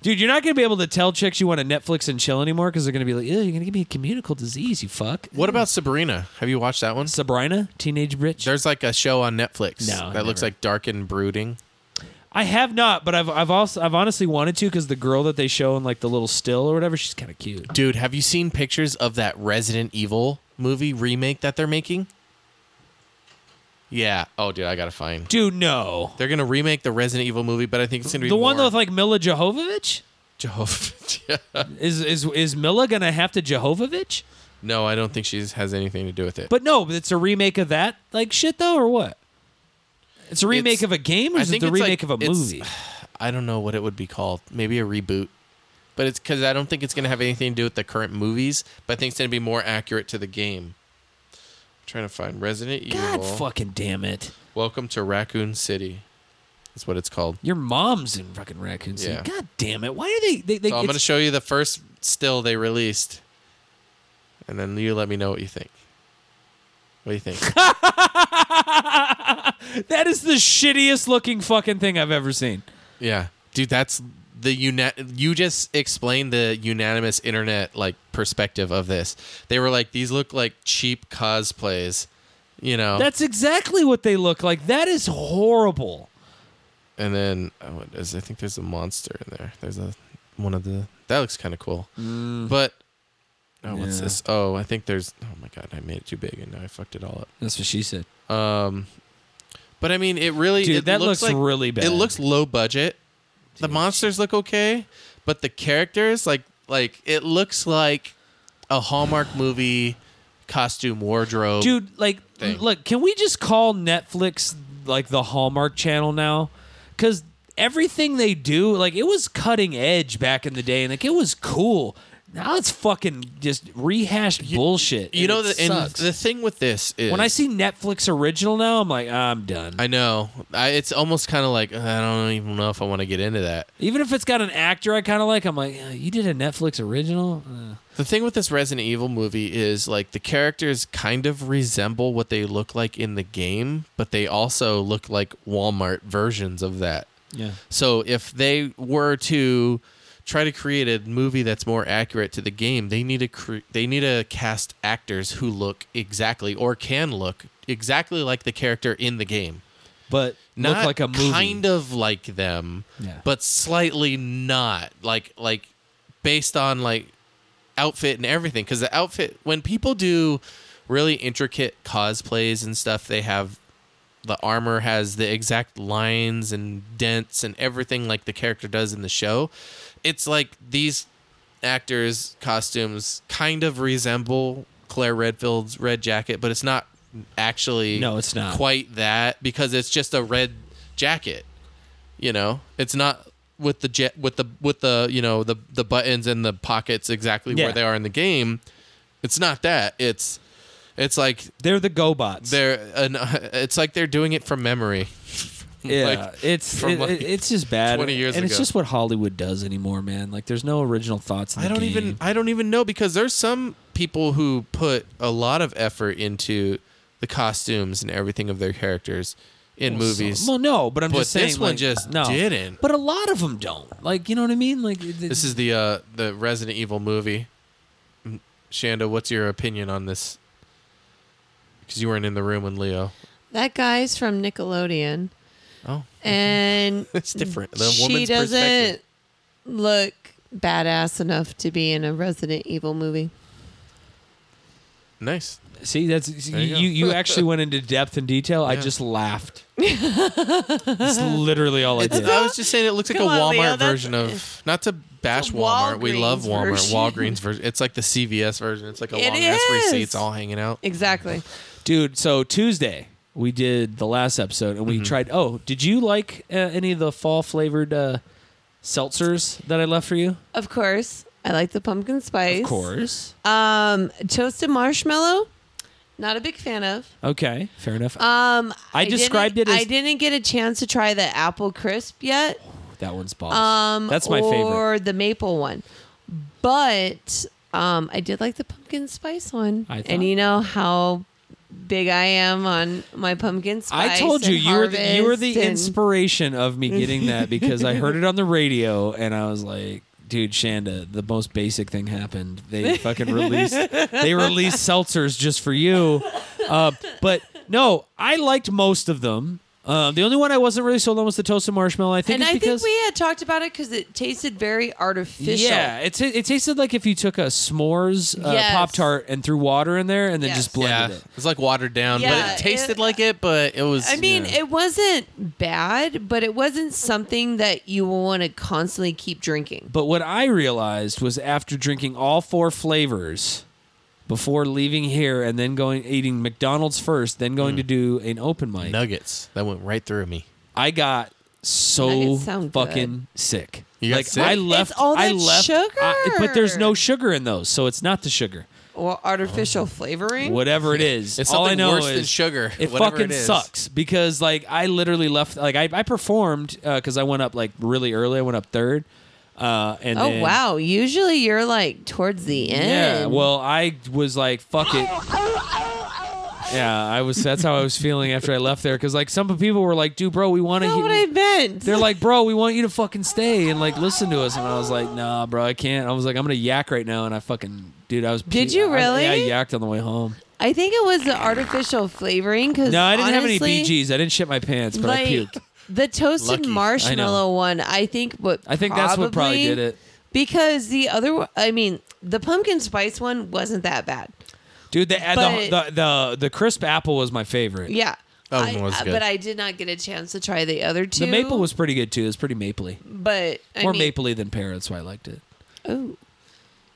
Speaker 1: Dude, you're not gonna be able to tell chicks you want to Netflix and chill anymore because they're gonna be like, "Ew, you're gonna give me a communicable disease, you fuck."
Speaker 2: what about Sabrina? Have you watched that one?
Speaker 1: Sabrina, teenage bitch.
Speaker 2: There's like a show on Netflix
Speaker 1: No,
Speaker 2: that looks
Speaker 1: never.
Speaker 2: like Dark and Brooding.
Speaker 1: I have not, but I've I've also I've honestly wanted to because the girl that they show in like the little still or whatever, she's kind of cute.
Speaker 2: Dude, have you seen pictures of that Resident Evil movie remake that they're making? Yeah. Oh, dude, I gotta find.
Speaker 1: Dude, no.
Speaker 2: They're gonna remake the Resident Evil movie, but I think it's gonna be
Speaker 1: The one
Speaker 2: more
Speaker 1: with like Mila Jovovich
Speaker 2: Jehovah. Yeah.
Speaker 1: is is is Mila gonna have to Jovovich?
Speaker 2: No, I don't think she has anything to do with it.
Speaker 1: But no, but it's a remake of that like shit though, or what? It's a remake
Speaker 2: It's-
Speaker 1: of a game, or
Speaker 2: I
Speaker 1: is it
Speaker 2: think
Speaker 1: the
Speaker 2: it's, like,
Speaker 1: remake of a
Speaker 2: it's-
Speaker 1: movie?
Speaker 2: I don't know what it would be called. Maybe a reboot. But it's because I don't think it's going to have anything to do with the current movies. But I think it's going to be more accurate to the game. trying to find Resident
Speaker 1: God
Speaker 2: Evil.
Speaker 1: fucking damn it!
Speaker 2: Welcome to Raccoon City. Is what it's called.
Speaker 1: Your mom's in fucking Raccoon City.
Speaker 2: Yeah.
Speaker 1: God damn it! Why are they? They, they
Speaker 2: So I'm going to
Speaker 1: it's-
Speaker 2: show you the first still they released, and then you let me know what you think. What do you think?
Speaker 1: that is the shittiest looking fucking thing I've ever seen.
Speaker 2: yeah, dude, that's the uni- You just explained the unanimous internet like perspective of this. They were like, these look like cheap cosplays, you know.
Speaker 1: That's exactly what they look like. That is horrible.
Speaker 2: and then oh, what is- I think there's a monster in there. There's a one of the that looks kind of cool, but. Oh, what's
Speaker 1: Mm. Yeah.
Speaker 2: this? Oh, I think there's. Oh my god, I made it too big and now I fucked it all up.
Speaker 1: That's what she said.
Speaker 2: Um, but I mean, it really
Speaker 1: Dude,
Speaker 2: it
Speaker 1: that
Speaker 2: looks,
Speaker 1: looks
Speaker 2: like,
Speaker 1: really bad.
Speaker 2: It looks low budget. The monsters look okay, but the characters like like it looks like a Hallmark movie costume wardrobe.
Speaker 1: dude like
Speaker 2: thing.
Speaker 1: look can we just call netflix like the hallmark channel now because everything they do like it was cutting edge back in the day and like it was cool now it's fucking just rehashed bullshit
Speaker 2: you know
Speaker 1: the
Speaker 2: the and the thing with this is
Speaker 1: when i see netflix original now i'm like "Ah, i'm done
Speaker 2: I know I, it's almost kind of like I don't even know if I want to get into that.
Speaker 1: even if it's got an actor i kind of like i'm like "Uh, you did a netflix original Uh,
Speaker 2: The thing with this Resident Evil movie is like the characters kind of resemble what they look like in the game, but they also look like Walmart versions of that.
Speaker 1: yeah
Speaker 2: So if they were to try to create a movie that's more accurate to the game, they need to cre- they need to cast actors who look exactly or can look exactly like the character in the game.
Speaker 1: but
Speaker 2: Not
Speaker 1: look like a movie
Speaker 2: kind of like them,
Speaker 1: Yeah.
Speaker 2: but slightly not like like based on like outfit and everything because the outfit when people do really intricate cosplays and stuff they have the armor has the exact lines and dents and everything like the character does in the show it's like these actors costumes kind of resemble claire redfield's red jacket but it's not actually
Speaker 1: No, it's not.
Speaker 2: quite that because it's just a red jacket you know it's not with the jet with the with the you know the the buttons and the pockets exactly
Speaker 1: Yeah.
Speaker 2: where they are in the game it's not that it's it's like
Speaker 1: they're the gobots
Speaker 2: they're an, it's like they're doing it from memory
Speaker 1: Yeah,
Speaker 2: Like,
Speaker 1: it's
Speaker 2: from
Speaker 1: it-
Speaker 2: like
Speaker 1: it- it's just bad.
Speaker 2: 20 years
Speaker 1: and it's
Speaker 2: ago.
Speaker 1: just what Hollywood does anymore, man. Like, there's no original thoughts. In
Speaker 2: i
Speaker 1: the
Speaker 2: don't
Speaker 1: game.
Speaker 2: even i don't even know because there's some people who put a lot of effort into the costumes and everything of their characters in movies
Speaker 1: Well, no, but I'm
Speaker 2: But
Speaker 1: just saying.
Speaker 2: this one
Speaker 1: like,
Speaker 2: just
Speaker 1: no.
Speaker 2: didn't.
Speaker 1: But a lot of them don't. Like, you know what I mean? Like, it- it-
Speaker 2: this is the uh the resident evil movie M- shanda what's your opinion on this because you weren't in the room when leo
Speaker 3: That guy's from Nickelodeon,
Speaker 2: oh
Speaker 3: and
Speaker 2: it's different the
Speaker 3: she
Speaker 2: woman's perspective
Speaker 3: doesn't look badass enough to be in a Resident Evil movie.
Speaker 2: nice
Speaker 1: see that's you,
Speaker 2: you go.
Speaker 1: you. You actually went into depth and detail. I just laughed. That's literally all I
Speaker 2: It's-
Speaker 1: did.
Speaker 2: I was just saying it looks like
Speaker 3: Come
Speaker 2: a Walmart
Speaker 3: on, Leo, that's-
Speaker 2: version of not to bash
Speaker 3: It's a
Speaker 2: Walmart. we
Speaker 3: Walgreens
Speaker 2: love Walmart.
Speaker 3: version.
Speaker 2: Walgreens version. It's like the CVS version. It's like a
Speaker 3: It
Speaker 2: long ass receipts
Speaker 3: is.
Speaker 2: all hanging out.
Speaker 3: Exactly.
Speaker 1: dude. So Tuesday we
Speaker 2: Mm-hmm.
Speaker 1: did the last episode, and we tried. Oh, did you like uh, any of the fall flavored uh, seltzers that I left for you.
Speaker 3: Of course, I like the pumpkin spice.
Speaker 1: Of course.
Speaker 3: Um, toasted marshmallow. Not a big fan of.
Speaker 1: Okay, fair enough.
Speaker 3: Um,
Speaker 1: I described
Speaker 3: didn't-
Speaker 1: it as-
Speaker 3: I didn't get a chance to try the apple crisp yet.
Speaker 1: that one's boss.
Speaker 3: Um,
Speaker 1: That's my
Speaker 3: or
Speaker 1: favorite.
Speaker 3: the maple one, but um, I did like the pumpkin spice one.
Speaker 1: I thought-
Speaker 3: and you know how big I am on my pumpkin spice.
Speaker 1: I told you
Speaker 3: and
Speaker 1: you were the, you were the
Speaker 3: harvest and-
Speaker 1: inspiration of me getting that because I heard it on the radio and I was like, dude, Shanda, the most basic thing happened. They fucking released they released seltzers just for you. Uh, but no, I liked most of them. Uh, the only one I wasn't really sold on was the toasted marshmallow. I think
Speaker 3: And
Speaker 1: it's
Speaker 3: I
Speaker 1: because
Speaker 3: think we had talked about it because it tasted very artificial.
Speaker 1: yeah, it, ta- it tasted like if you took a s'mores uh,
Speaker 3: Yes.
Speaker 1: pop tart and threw water in there and then
Speaker 3: Yes.
Speaker 1: just
Speaker 2: Yeah,
Speaker 1: blended it.
Speaker 2: it's like watered down,
Speaker 3: Yeah,
Speaker 2: but it tasted
Speaker 3: it- uh,
Speaker 2: like it. But it was.
Speaker 3: I mean,
Speaker 2: yeah.
Speaker 3: it wasn't bad, but it wasn't something that you will want to constantly keep drinking.
Speaker 1: But what I realized was after drinking all four flavors before leaving here and then going eating McDonald's first, then
Speaker 2: Mm.
Speaker 1: going to do an open mic,
Speaker 2: nuggets that went right through me.
Speaker 1: I got so
Speaker 3: Nuggets sound
Speaker 1: fucking
Speaker 3: good.
Speaker 1: sick.
Speaker 2: You got
Speaker 1: like
Speaker 2: sick?
Speaker 1: I
Speaker 2: It's
Speaker 1: left
Speaker 3: all
Speaker 1: I
Speaker 3: that
Speaker 1: left I- but there's no sugar in those, so it's not the sugar.
Speaker 3: Or
Speaker 1: Oh.
Speaker 3: artificial flavoring.
Speaker 1: Whatever it is.
Speaker 2: It's
Speaker 1: all I
Speaker 2: something
Speaker 1: know
Speaker 2: worse
Speaker 1: is
Speaker 2: than sugar,
Speaker 1: It
Speaker 2: whatever
Speaker 1: fucking
Speaker 2: it is.
Speaker 1: sucks because like I literally left like I, I performed uh, cuz I went up like really early. I went up third. Uh, and
Speaker 3: Oh
Speaker 1: then-
Speaker 3: wow! Usually you're like towards the end.
Speaker 1: Yeah. Well, I was like, fuck it. Yeah, I was. That's how I was feeling after I left there, because like some people were like, "Dude, bro, we want to."
Speaker 3: That's not what I meant.
Speaker 1: They're like, "Bro, we want you to fucking stay and like listen to us," and I was like, "Nah, bro, I can't." I was like, "I'm gonna yak right now," and I fucking, dude, I was.
Speaker 3: Did you
Speaker 1: I-
Speaker 3: really?
Speaker 1: yeah, I yacked on the way home.
Speaker 3: I think it was the artificial flavoring because
Speaker 1: No, I didn't have
Speaker 3: honestly,
Speaker 1: any BGs. I didn't shit my pants, but I
Speaker 3: Like
Speaker 1: puked.
Speaker 3: the toasted
Speaker 2: Lucky. I know.
Speaker 3: marshmallow one, I think what
Speaker 1: I think that's what probably did it,
Speaker 3: because the other, one- I mean, the pumpkin spice one wasn't that bad.
Speaker 1: dude. The uh, the,
Speaker 3: But-
Speaker 1: the the the crisp apple was my favorite.
Speaker 3: Yeah,
Speaker 2: That
Speaker 3: I-
Speaker 2: one was
Speaker 3: I-
Speaker 2: good.
Speaker 3: but I did not get a chance to try the other two.
Speaker 1: The maple was pretty good too. It's pretty mapley,
Speaker 3: but I
Speaker 1: more
Speaker 3: mean,
Speaker 1: mapley than pear. That's why I liked it.
Speaker 3: Oh,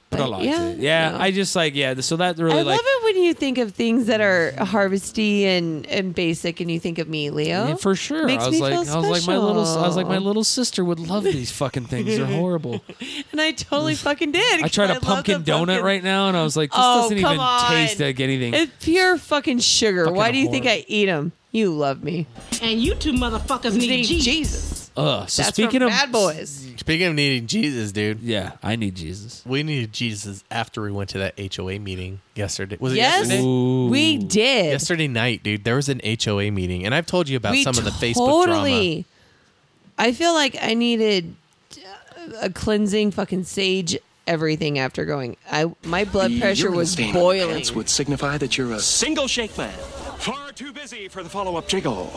Speaker 1: But I liked
Speaker 3: yeah,
Speaker 1: it. Yeah,
Speaker 3: no.
Speaker 1: I just like yeah. So that really
Speaker 3: I
Speaker 1: like.
Speaker 3: love it when you think of things that are harvesty and, and basic, and you think of me, Leo.
Speaker 1: Yeah, for sure.
Speaker 3: Makes
Speaker 1: I was
Speaker 3: me
Speaker 1: like,
Speaker 3: feel
Speaker 1: I was like my little, I was like my
Speaker 3: special.
Speaker 1: little sister would love these fucking things. They're horrible.
Speaker 3: and I totally fucking did.
Speaker 1: I tried
Speaker 3: a
Speaker 1: a pumpkin donut right now, and I was like, this
Speaker 3: Oh,
Speaker 1: doesn't
Speaker 3: come
Speaker 1: even
Speaker 3: on.
Speaker 1: taste like anything.
Speaker 3: It's pure fucking sugar.
Speaker 1: Fucking
Speaker 3: Why do you think
Speaker 1: horrible.
Speaker 3: I eat them? You love me.
Speaker 8: And you two motherfuckers need Jesus.
Speaker 1: Ugh. So
Speaker 3: That's
Speaker 1: speaking of
Speaker 3: from Bad Boys.
Speaker 2: Speaking of needing Jesus, dude,
Speaker 1: yeah, I need Jesus.
Speaker 2: we needed Jesus after we went to that HOA meeting yesterday. Was it
Speaker 3: Yes,
Speaker 2: yesterday?
Speaker 1: Ooh.
Speaker 3: we did.
Speaker 2: Yesterday night, dude, there was an HOA meeting, and I've told you about
Speaker 3: we
Speaker 2: some of the Facebook drama.
Speaker 3: totally. I feel like I needed uh, a cleansing, fucking sage, everything after going. I my blood pressure was boiling.
Speaker 9: Pants would signify that you're a
Speaker 10: Single shake man.
Speaker 7: Far too busy for the follow-up jiggle.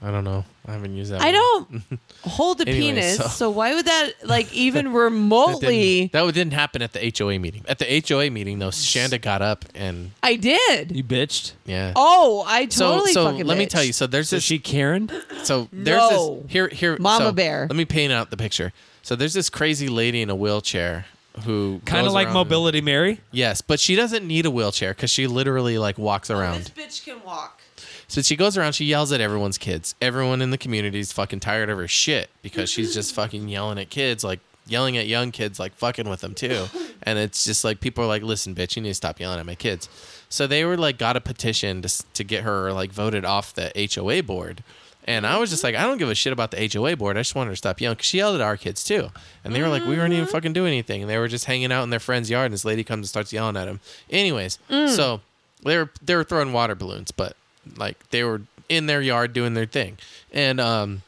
Speaker 2: I don't know. I haven't used that.
Speaker 3: I
Speaker 2: one.
Speaker 3: don't hold a
Speaker 2: Anyway,
Speaker 3: penis,
Speaker 2: so-
Speaker 3: so. why would that like even
Speaker 2: That
Speaker 3: remotely?
Speaker 2: didn't, that didn't happen at the HOA meeting. At the HOA meeting, though, Shanda got up and
Speaker 3: I did.
Speaker 1: You bitched.
Speaker 2: yeah.
Speaker 3: Oh, I totally
Speaker 2: so
Speaker 3: fucking.
Speaker 2: let me
Speaker 3: bitched.
Speaker 2: tell you. So there's
Speaker 1: So
Speaker 2: this
Speaker 1: she Karen.
Speaker 2: So there's
Speaker 3: No.
Speaker 2: this here here
Speaker 3: Mama
Speaker 2: so
Speaker 3: bear.
Speaker 2: Let me paint out the picture. So there's this crazy lady in a wheelchair who
Speaker 1: Kind
Speaker 2: goes
Speaker 1: of like
Speaker 2: around-
Speaker 1: Mobility Mary.
Speaker 2: Yes, but she doesn't need a wheelchair because she literally like walks around.
Speaker 3: bitch can walk.
Speaker 2: So she goes around, she yells at everyone's kids. Everyone in the community is fucking tired of her shit because she's just fucking yelling at kids, like yelling at young kids, like fucking with them too. And it's just like people are like, listen, bitch, you need to stop yelling at my kids. So they were like, got a petition to, s- to get her like voted off the HOA board. And I was just like, I don't give a shit about the HOA board. I just wanted her to stop yelling because she yelled at our kids too. And they were like, we weren't even fucking doing anything. And they were just hanging out in their friend's yard. And this lady comes and starts yelling at him. Anyways, so they were they were throwing water balloons, but like they were in their yard doing their thing. And um,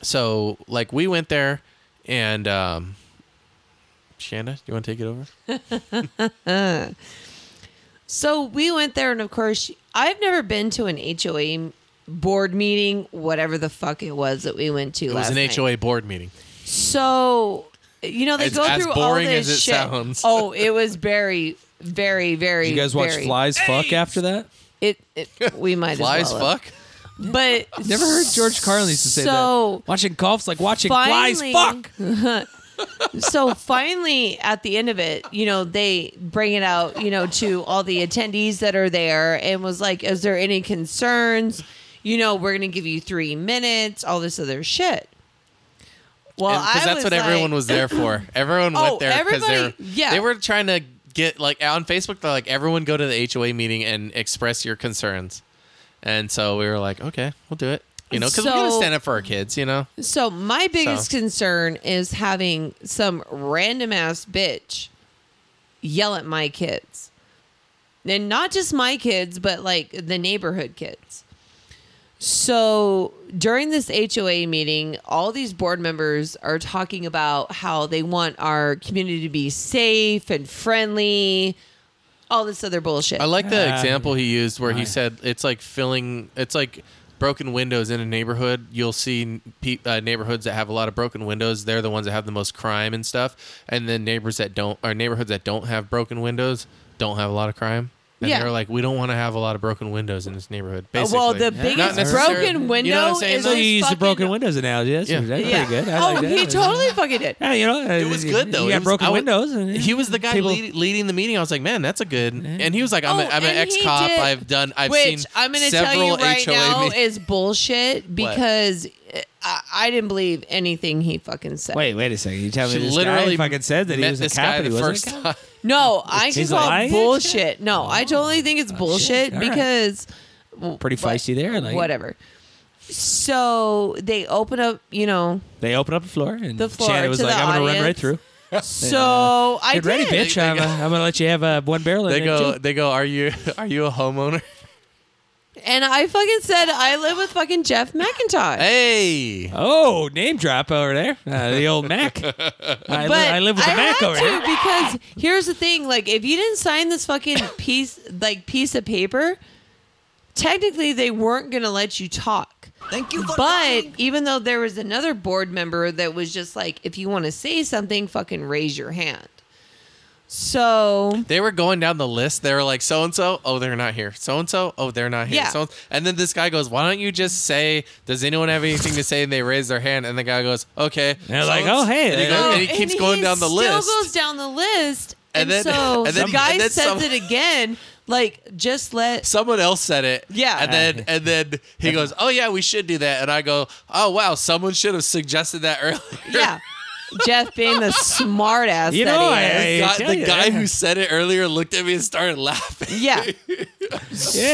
Speaker 2: so like we went there, and um, Shanda, do you want to take it over?
Speaker 3: So we went there, and of course, I've never been to an HOA board meeting, whatever the fuck it was that we went to
Speaker 2: It was
Speaker 3: last
Speaker 2: an
Speaker 3: night.
Speaker 2: HOA board meeting.
Speaker 3: So you know they
Speaker 2: It's
Speaker 3: go
Speaker 2: as
Speaker 3: through
Speaker 2: boring
Speaker 3: all this
Speaker 2: as it
Speaker 3: shit.
Speaker 2: sounds.
Speaker 3: Oh, it was very, very, very.
Speaker 1: You guys watch
Speaker 3: very-
Speaker 1: Flies Fuck after that?
Speaker 3: It, it we might
Speaker 2: Flies
Speaker 3: as well have.
Speaker 2: fuck.
Speaker 3: But
Speaker 1: Never heard George Carlin used to say
Speaker 3: So-
Speaker 1: that. Watching golf's like watching
Speaker 3: Finally-
Speaker 1: flies fuck.
Speaker 3: so finally at the end of it you know they bring it out you know to all the attendees that are there and was like is there any concerns you know we're gonna give you three minutes all this other shit Well,
Speaker 2: because
Speaker 3: I
Speaker 2: that's
Speaker 3: was
Speaker 2: what everyone
Speaker 3: like-
Speaker 2: was there for. Everyone
Speaker 3: Oh,
Speaker 2: went there because they were
Speaker 3: everybody- yeah.
Speaker 2: they were trying to get like on Facebook. They're like, everyone go to the HOA meeting and express your concerns. And so we were like, okay, we'll do it. You know, because we're gonna
Speaker 3: So-
Speaker 2: stand up for our kids. You know,
Speaker 3: So my biggest concern is having some random ass bitch yell at my kids. And not just my kids, but like the neighborhood kids. So during this HOA meeting, all these board members are talking about how they want our community to be safe and friendly, all this other bullshit.
Speaker 2: I like
Speaker 1: Um,
Speaker 2: the example he used where he said it's like filling, it's like broken windows in a neighborhood. You'll see pe- uh, neighborhoods that have a lot of broken windows. They're the ones that have the most crime and stuff. And then neighbors that don't, or neighborhoods that don't have broken windows, don't have a lot of crime. And
Speaker 3: Yeah.
Speaker 2: they're like, we don't want to have a lot of broken windows in this neighborhood.
Speaker 3: Uh,
Speaker 2: Basically,
Speaker 3: well, the
Speaker 2: Not
Speaker 3: biggest
Speaker 2: necessarily-
Speaker 3: broken window
Speaker 2: You know what I'm saying?
Speaker 3: is
Speaker 1: So
Speaker 2: though?
Speaker 1: you used the
Speaker 3: fucking-
Speaker 1: broken windows analogy. That's,
Speaker 2: Yeah.
Speaker 1: that's
Speaker 3: Yeah.
Speaker 1: pretty good. I
Speaker 3: oh,
Speaker 1: like that.
Speaker 3: he totally fucking did.
Speaker 1: Yeah, you know, uh,
Speaker 2: It was good though.
Speaker 1: You
Speaker 2: It
Speaker 1: got
Speaker 2: was-
Speaker 1: broken
Speaker 2: I wa-
Speaker 1: windows. And,
Speaker 2: He was the guy
Speaker 1: people-
Speaker 2: lead, leading the meeting. I was like, man, that's a good. And he was like, I'm, a,
Speaker 3: Oh,
Speaker 2: I'm an
Speaker 3: and he
Speaker 2: ex cop.
Speaker 3: did-
Speaker 2: I've done. I've
Speaker 3: which
Speaker 2: seen
Speaker 3: I'm going to
Speaker 2: several
Speaker 3: tell you right
Speaker 2: HOA
Speaker 3: now
Speaker 2: meetings.
Speaker 3: is bullshit because uh, I, I didn't believe anything he fucking said.
Speaker 1: Wait, wait a second. You tell me
Speaker 2: She
Speaker 1: this
Speaker 2: literally
Speaker 1: guy fucking said that he
Speaker 2: met
Speaker 1: was a
Speaker 2: this
Speaker 1: cop.
Speaker 2: guy
Speaker 1: and
Speaker 2: the
Speaker 1: he wasn't
Speaker 2: first
Speaker 1: a cop?
Speaker 2: time.
Speaker 3: No, I
Speaker 1: He's
Speaker 3: just call
Speaker 1: lying? Oh,
Speaker 3: it bullshit. No, I totally think it's bullshit
Speaker 1: All right.
Speaker 3: because
Speaker 1: Pretty feisty there. Like,
Speaker 3: whatever. So they open up, you know.
Speaker 1: They open up the floor and
Speaker 3: The floor
Speaker 1: Shannon was
Speaker 3: to
Speaker 1: like,
Speaker 3: the
Speaker 1: "I'm gonna run right
Speaker 3: audience.
Speaker 1: through.
Speaker 3: So I
Speaker 1: uh, Get ready,
Speaker 3: did.
Speaker 1: bitch.
Speaker 2: They- they
Speaker 1: I'm,
Speaker 2: go-
Speaker 1: uh, I'm gonna let you have uh, one barrel." in
Speaker 2: They
Speaker 1: there,
Speaker 2: go.
Speaker 1: too."
Speaker 2: They go. Are you? Are you a homeowner?
Speaker 3: And I fucking said I live with fucking Jeff McIntosh.
Speaker 2: Hey.
Speaker 1: "Oh, name drop over there, uh, the old Mac." I, li-
Speaker 3: but
Speaker 1: I live with a
Speaker 3: I
Speaker 1: Mac
Speaker 3: had
Speaker 1: over
Speaker 3: to
Speaker 1: here.
Speaker 3: because here's the thing: like, if you didn't sign this fucking piece, like piece of paper, technically they weren't gonna let you talk. Thank you. but even though there was another board member that was just like, if you want to say something, fucking raise your hand. So
Speaker 2: They were going down the list. They were like, so and so. Oh, they're not here. So and so. Oh, they're not here.
Speaker 3: Yeah.
Speaker 2: So and then this guy goes, why don't you just say? Does anyone have anything to say? And they raise their hand. And the guy goes, okay.
Speaker 1: They're like,
Speaker 2: So-and-so-
Speaker 1: "Oh, hey,
Speaker 2: And he,
Speaker 1: there
Speaker 2: goes-
Speaker 1: it
Speaker 2: and he keeps going down the
Speaker 3: still
Speaker 2: list.
Speaker 3: goes down the list,
Speaker 2: And
Speaker 3: and,
Speaker 2: then-
Speaker 3: so
Speaker 2: and then
Speaker 3: the
Speaker 2: he-
Speaker 3: guy
Speaker 2: and then
Speaker 3: says
Speaker 2: some-
Speaker 3: it again. Like, just let
Speaker 2: someone else said it.
Speaker 3: Yeah.
Speaker 2: And then and then he goes, "Oh yeah, we should do that." And I go, "Oh wow, someone should have suggested that earlier."
Speaker 3: yeah. Jeff being the smart ass
Speaker 1: You
Speaker 3: that
Speaker 1: know,
Speaker 3: he
Speaker 1: I-
Speaker 2: The
Speaker 3: is.
Speaker 2: guy-
Speaker 1: tell
Speaker 2: the
Speaker 1: you,
Speaker 2: guy
Speaker 1: yeah.
Speaker 2: who said it earlier looked at me and started laughing.
Speaker 3: Yeah.
Speaker 1: Yeah,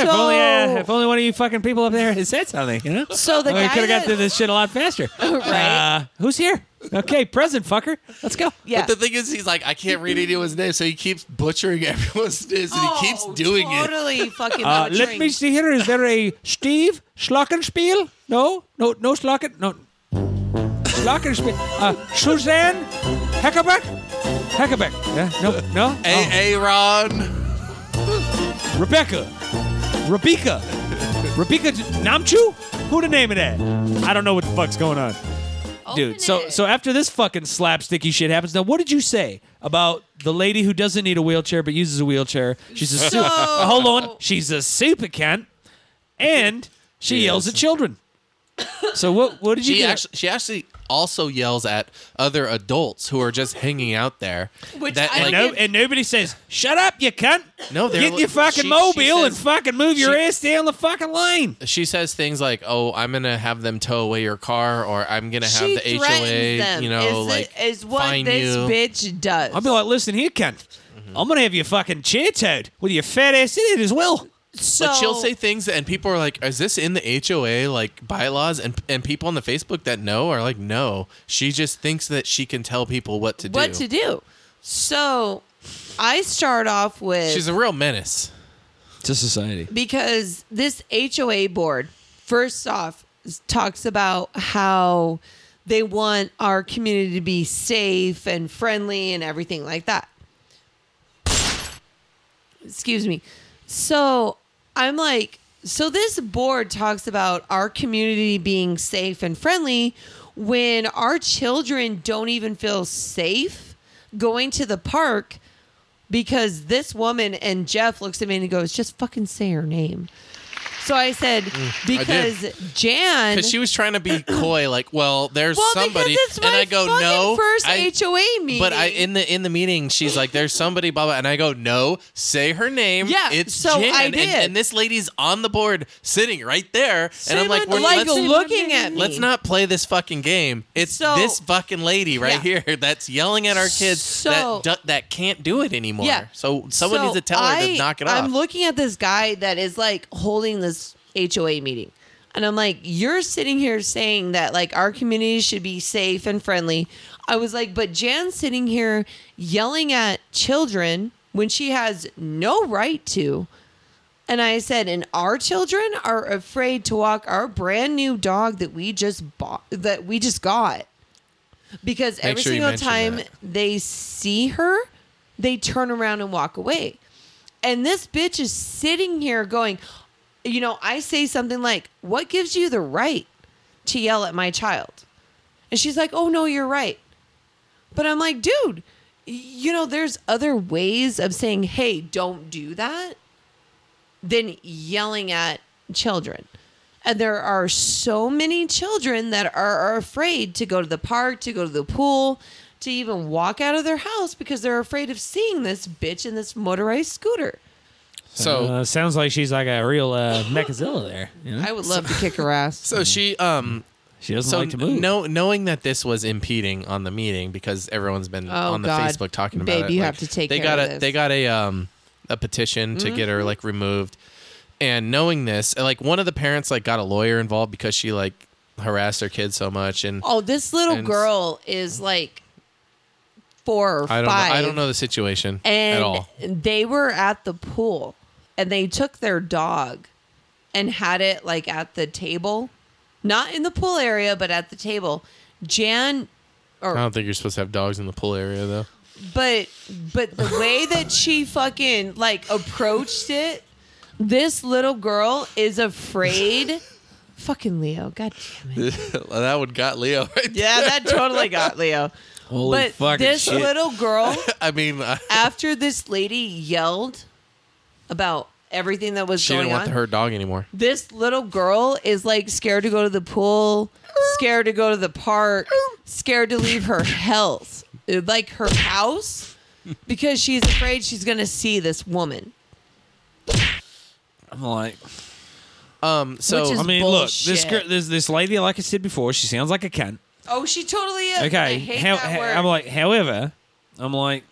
Speaker 1: if only uh, if only one of you fucking people up there had said something, you know.
Speaker 3: So the
Speaker 1: we
Speaker 3: guy
Speaker 1: could have got
Speaker 3: that-
Speaker 1: through this shit a lot faster.
Speaker 3: Right.
Speaker 1: Uh, who's here? Okay, present fucker. Let's go.
Speaker 3: yeah.
Speaker 2: But the thing is, he's like, I can't read anyone's name, so he keeps butchering everyone's names, and he keeps doing it.
Speaker 3: Oh, totally Totally fucking
Speaker 1: Uh, let
Speaker 3: butchering.
Speaker 1: me see here. Is there a Steve Schlockenspiel? No, no, no Schlocken. No. Schlockenspiel. Uh, Suzanne Heckerbeck? Heckerbeck. Yeah, no, no.
Speaker 3: Oh.
Speaker 2: Hey, hey, Ron.
Speaker 1: Oh, Rebecca. Rebecca. Rebecca J- Namchu? Who the name of that? I don't know what the fuck's going on. Dude,
Speaker 3: Open
Speaker 1: so
Speaker 3: it.
Speaker 1: so after this fucking slapsticky shit happens, now what did you say about the lady who doesn't need a wheelchair but uses a wheelchair? She's a super.
Speaker 3: So-
Speaker 1: Hold on, she's a super cunt, and she yells at children. So what what did you
Speaker 2: She
Speaker 1: get?
Speaker 2: actually, she actually also yells at other adults who are just hanging out there.
Speaker 3: Which
Speaker 2: that,
Speaker 3: I
Speaker 1: and,
Speaker 2: like,
Speaker 1: no, and nobody says, "Shut up, you cunt!
Speaker 2: No, they're
Speaker 1: get
Speaker 2: li-
Speaker 1: your fucking
Speaker 2: she- she
Speaker 1: mobile and
Speaker 2: says-
Speaker 1: fucking move your
Speaker 2: she-
Speaker 1: ass down the fucking lane."
Speaker 2: she says things like, "Oh, I'm gonna have them tow away your car, or I'm gonna have
Speaker 3: she
Speaker 2: the
Speaker 3: threatens
Speaker 2: HOA,
Speaker 3: them.
Speaker 2: you
Speaker 3: is
Speaker 2: know,
Speaker 3: it-
Speaker 2: like
Speaker 3: is what
Speaker 2: fine
Speaker 3: this
Speaker 2: you."
Speaker 3: bitch does.
Speaker 1: I'll be like, "Listen here, cunt,
Speaker 2: Mm-hmm.
Speaker 1: I'm gonna have your fucking chair towed with your fat ass in it as well."
Speaker 3: so,
Speaker 2: But she'll say things, and people are like, "Is this in the HOA like bylaws?" And and people on the Facebook that know are like, "No, she just thinks that she can tell people what to
Speaker 3: what
Speaker 2: do."
Speaker 3: to do. So I start off with
Speaker 2: She's a real menace.
Speaker 1: To society.
Speaker 3: because this HOA board, first off, s- talks about how they want our community to be safe and friendly and everything like that. Excuse me. So I'm like, so this board talks about our community being safe and friendly when our children don't even feel safe going to the park because this woman and Jeff looks at me and he goes, just fucking say her name. So I said because Jan.
Speaker 2: Because she was trying to be coy, like, well, there's
Speaker 3: well,
Speaker 2: somebody,
Speaker 3: because it's my
Speaker 2: and I go
Speaker 3: fucking
Speaker 2: no.
Speaker 3: first
Speaker 2: I-
Speaker 3: HOA meeting.
Speaker 2: But I in the in the meeting, she's like, "There's somebody, blah blah," and I go, "No, say her name."
Speaker 3: Yeah,
Speaker 2: it's
Speaker 3: so
Speaker 2: Jan.
Speaker 3: I
Speaker 2: And-
Speaker 3: did.
Speaker 2: And, this lady's on the board, sitting right there, and I'm like,
Speaker 3: like, like
Speaker 2: let's,
Speaker 3: looking at me.
Speaker 2: let's not play this fucking game. It's
Speaker 3: So-
Speaker 2: this fucking lady right
Speaker 3: Yeah.
Speaker 2: here that's yelling at our kids
Speaker 3: So-
Speaker 2: that du- that can't do it anymore.
Speaker 3: Yeah.
Speaker 2: So someone
Speaker 3: So
Speaker 2: needs to tell her to
Speaker 3: I-
Speaker 2: knock it
Speaker 3: I'm
Speaker 2: off.
Speaker 3: looking at this guy that is like holding this HOA meeting. And I'm like, you're sitting here saying that like our community should be safe and friendly. I was like, but Jan's sitting here yelling at children when she has no right to. And I said, and our children are afraid to walk our brand new dog that we just bought, that we just got. Because every
Speaker 2: sure you
Speaker 3: single
Speaker 2: mention
Speaker 3: time
Speaker 2: that.
Speaker 3: they see her, they turn around and walk away. And this bitch is sitting here going, you know, I say something like, what gives you the right to yell at my child? And she's like, oh, no, you're right. But I'm like, dude, you know, there's other ways of saying, hey, don't do that than yelling at children. And there are so many children that are afraid to go to the park, to go to the pool, to even walk out of their house because they're afraid of seeing this bitch in this motorized scooter.
Speaker 2: so
Speaker 1: Uh, sounds like she's like a real uh, mechazilla there. You know?
Speaker 3: I would love to kick her ass.
Speaker 2: Hmm. so she um
Speaker 1: She doesn't
Speaker 2: so
Speaker 1: like to move.
Speaker 2: no knowing that this was impeding on the meeting because everyone's been on the
Speaker 3: Oh, God.
Speaker 2: Facebook talking about
Speaker 3: Babe,
Speaker 2: it.
Speaker 3: you have to take
Speaker 2: they
Speaker 3: care
Speaker 2: got
Speaker 3: of
Speaker 2: a
Speaker 3: this. Mm-hmm.
Speaker 2: they got a um a petition to get her like removed. And knowing this, like one of the parents like got a lawyer involved because she like harassed her kid so much and
Speaker 3: Oh, this little
Speaker 2: And-
Speaker 3: girl is like four or
Speaker 2: I don't
Speaker 3: five.
Speaker 2: know I don't know the situation
Speaker 3: and
Speaker 2: at all.
Speaker 3: they were at the pool and they took their dog and had it like at the table not in the pool area but at the table jan
Speaker 2: I don't think you're supposed to have dogs in the pool area though.
Speaker 3: but but the way that she fucking like approached it this little girl is afraid fucking leo god damn it
Speaker 2: that would got Leo right there.
Speaker 3: yeah that totally got leo
Speaker 1: Holy
Speaker 3: but
Speaker 1: fucking
Speaker 3: this
Speaker 1: shit.
Speaker 3: little girl
Speaker 2: I mean, uh, I,
Speaker 3: after this lady yelled about everything that was
Speaker 2: she
Speaker 3: going
Speaker 2: didn't want
Speaker 3: on
Speaker 2: her dog anymore.
Speaker 3: this little girl is like scared to go to the pool, scared to go to the park, scared to leave her health, like her house, because she's afraid she's going to see this woman.
Speaker 1: I'm like,
Speaker 2: Um so
Speaker 3: Mm, Which is
Speaker 1: I mean, look, this
Speaker 3: bullshit.
Speaker 1: girl, this this lady, like I said before, she sounds like a cunt.
Speaker 3: Oh, she totally is.
Speaker 1: Okay,
Speaker 3: I hate
Speaker 1: how,
Speaker 3: that
Speaker 1: how-
Speaker 3: word.
Speaker 1: I'm like, however, I'm like,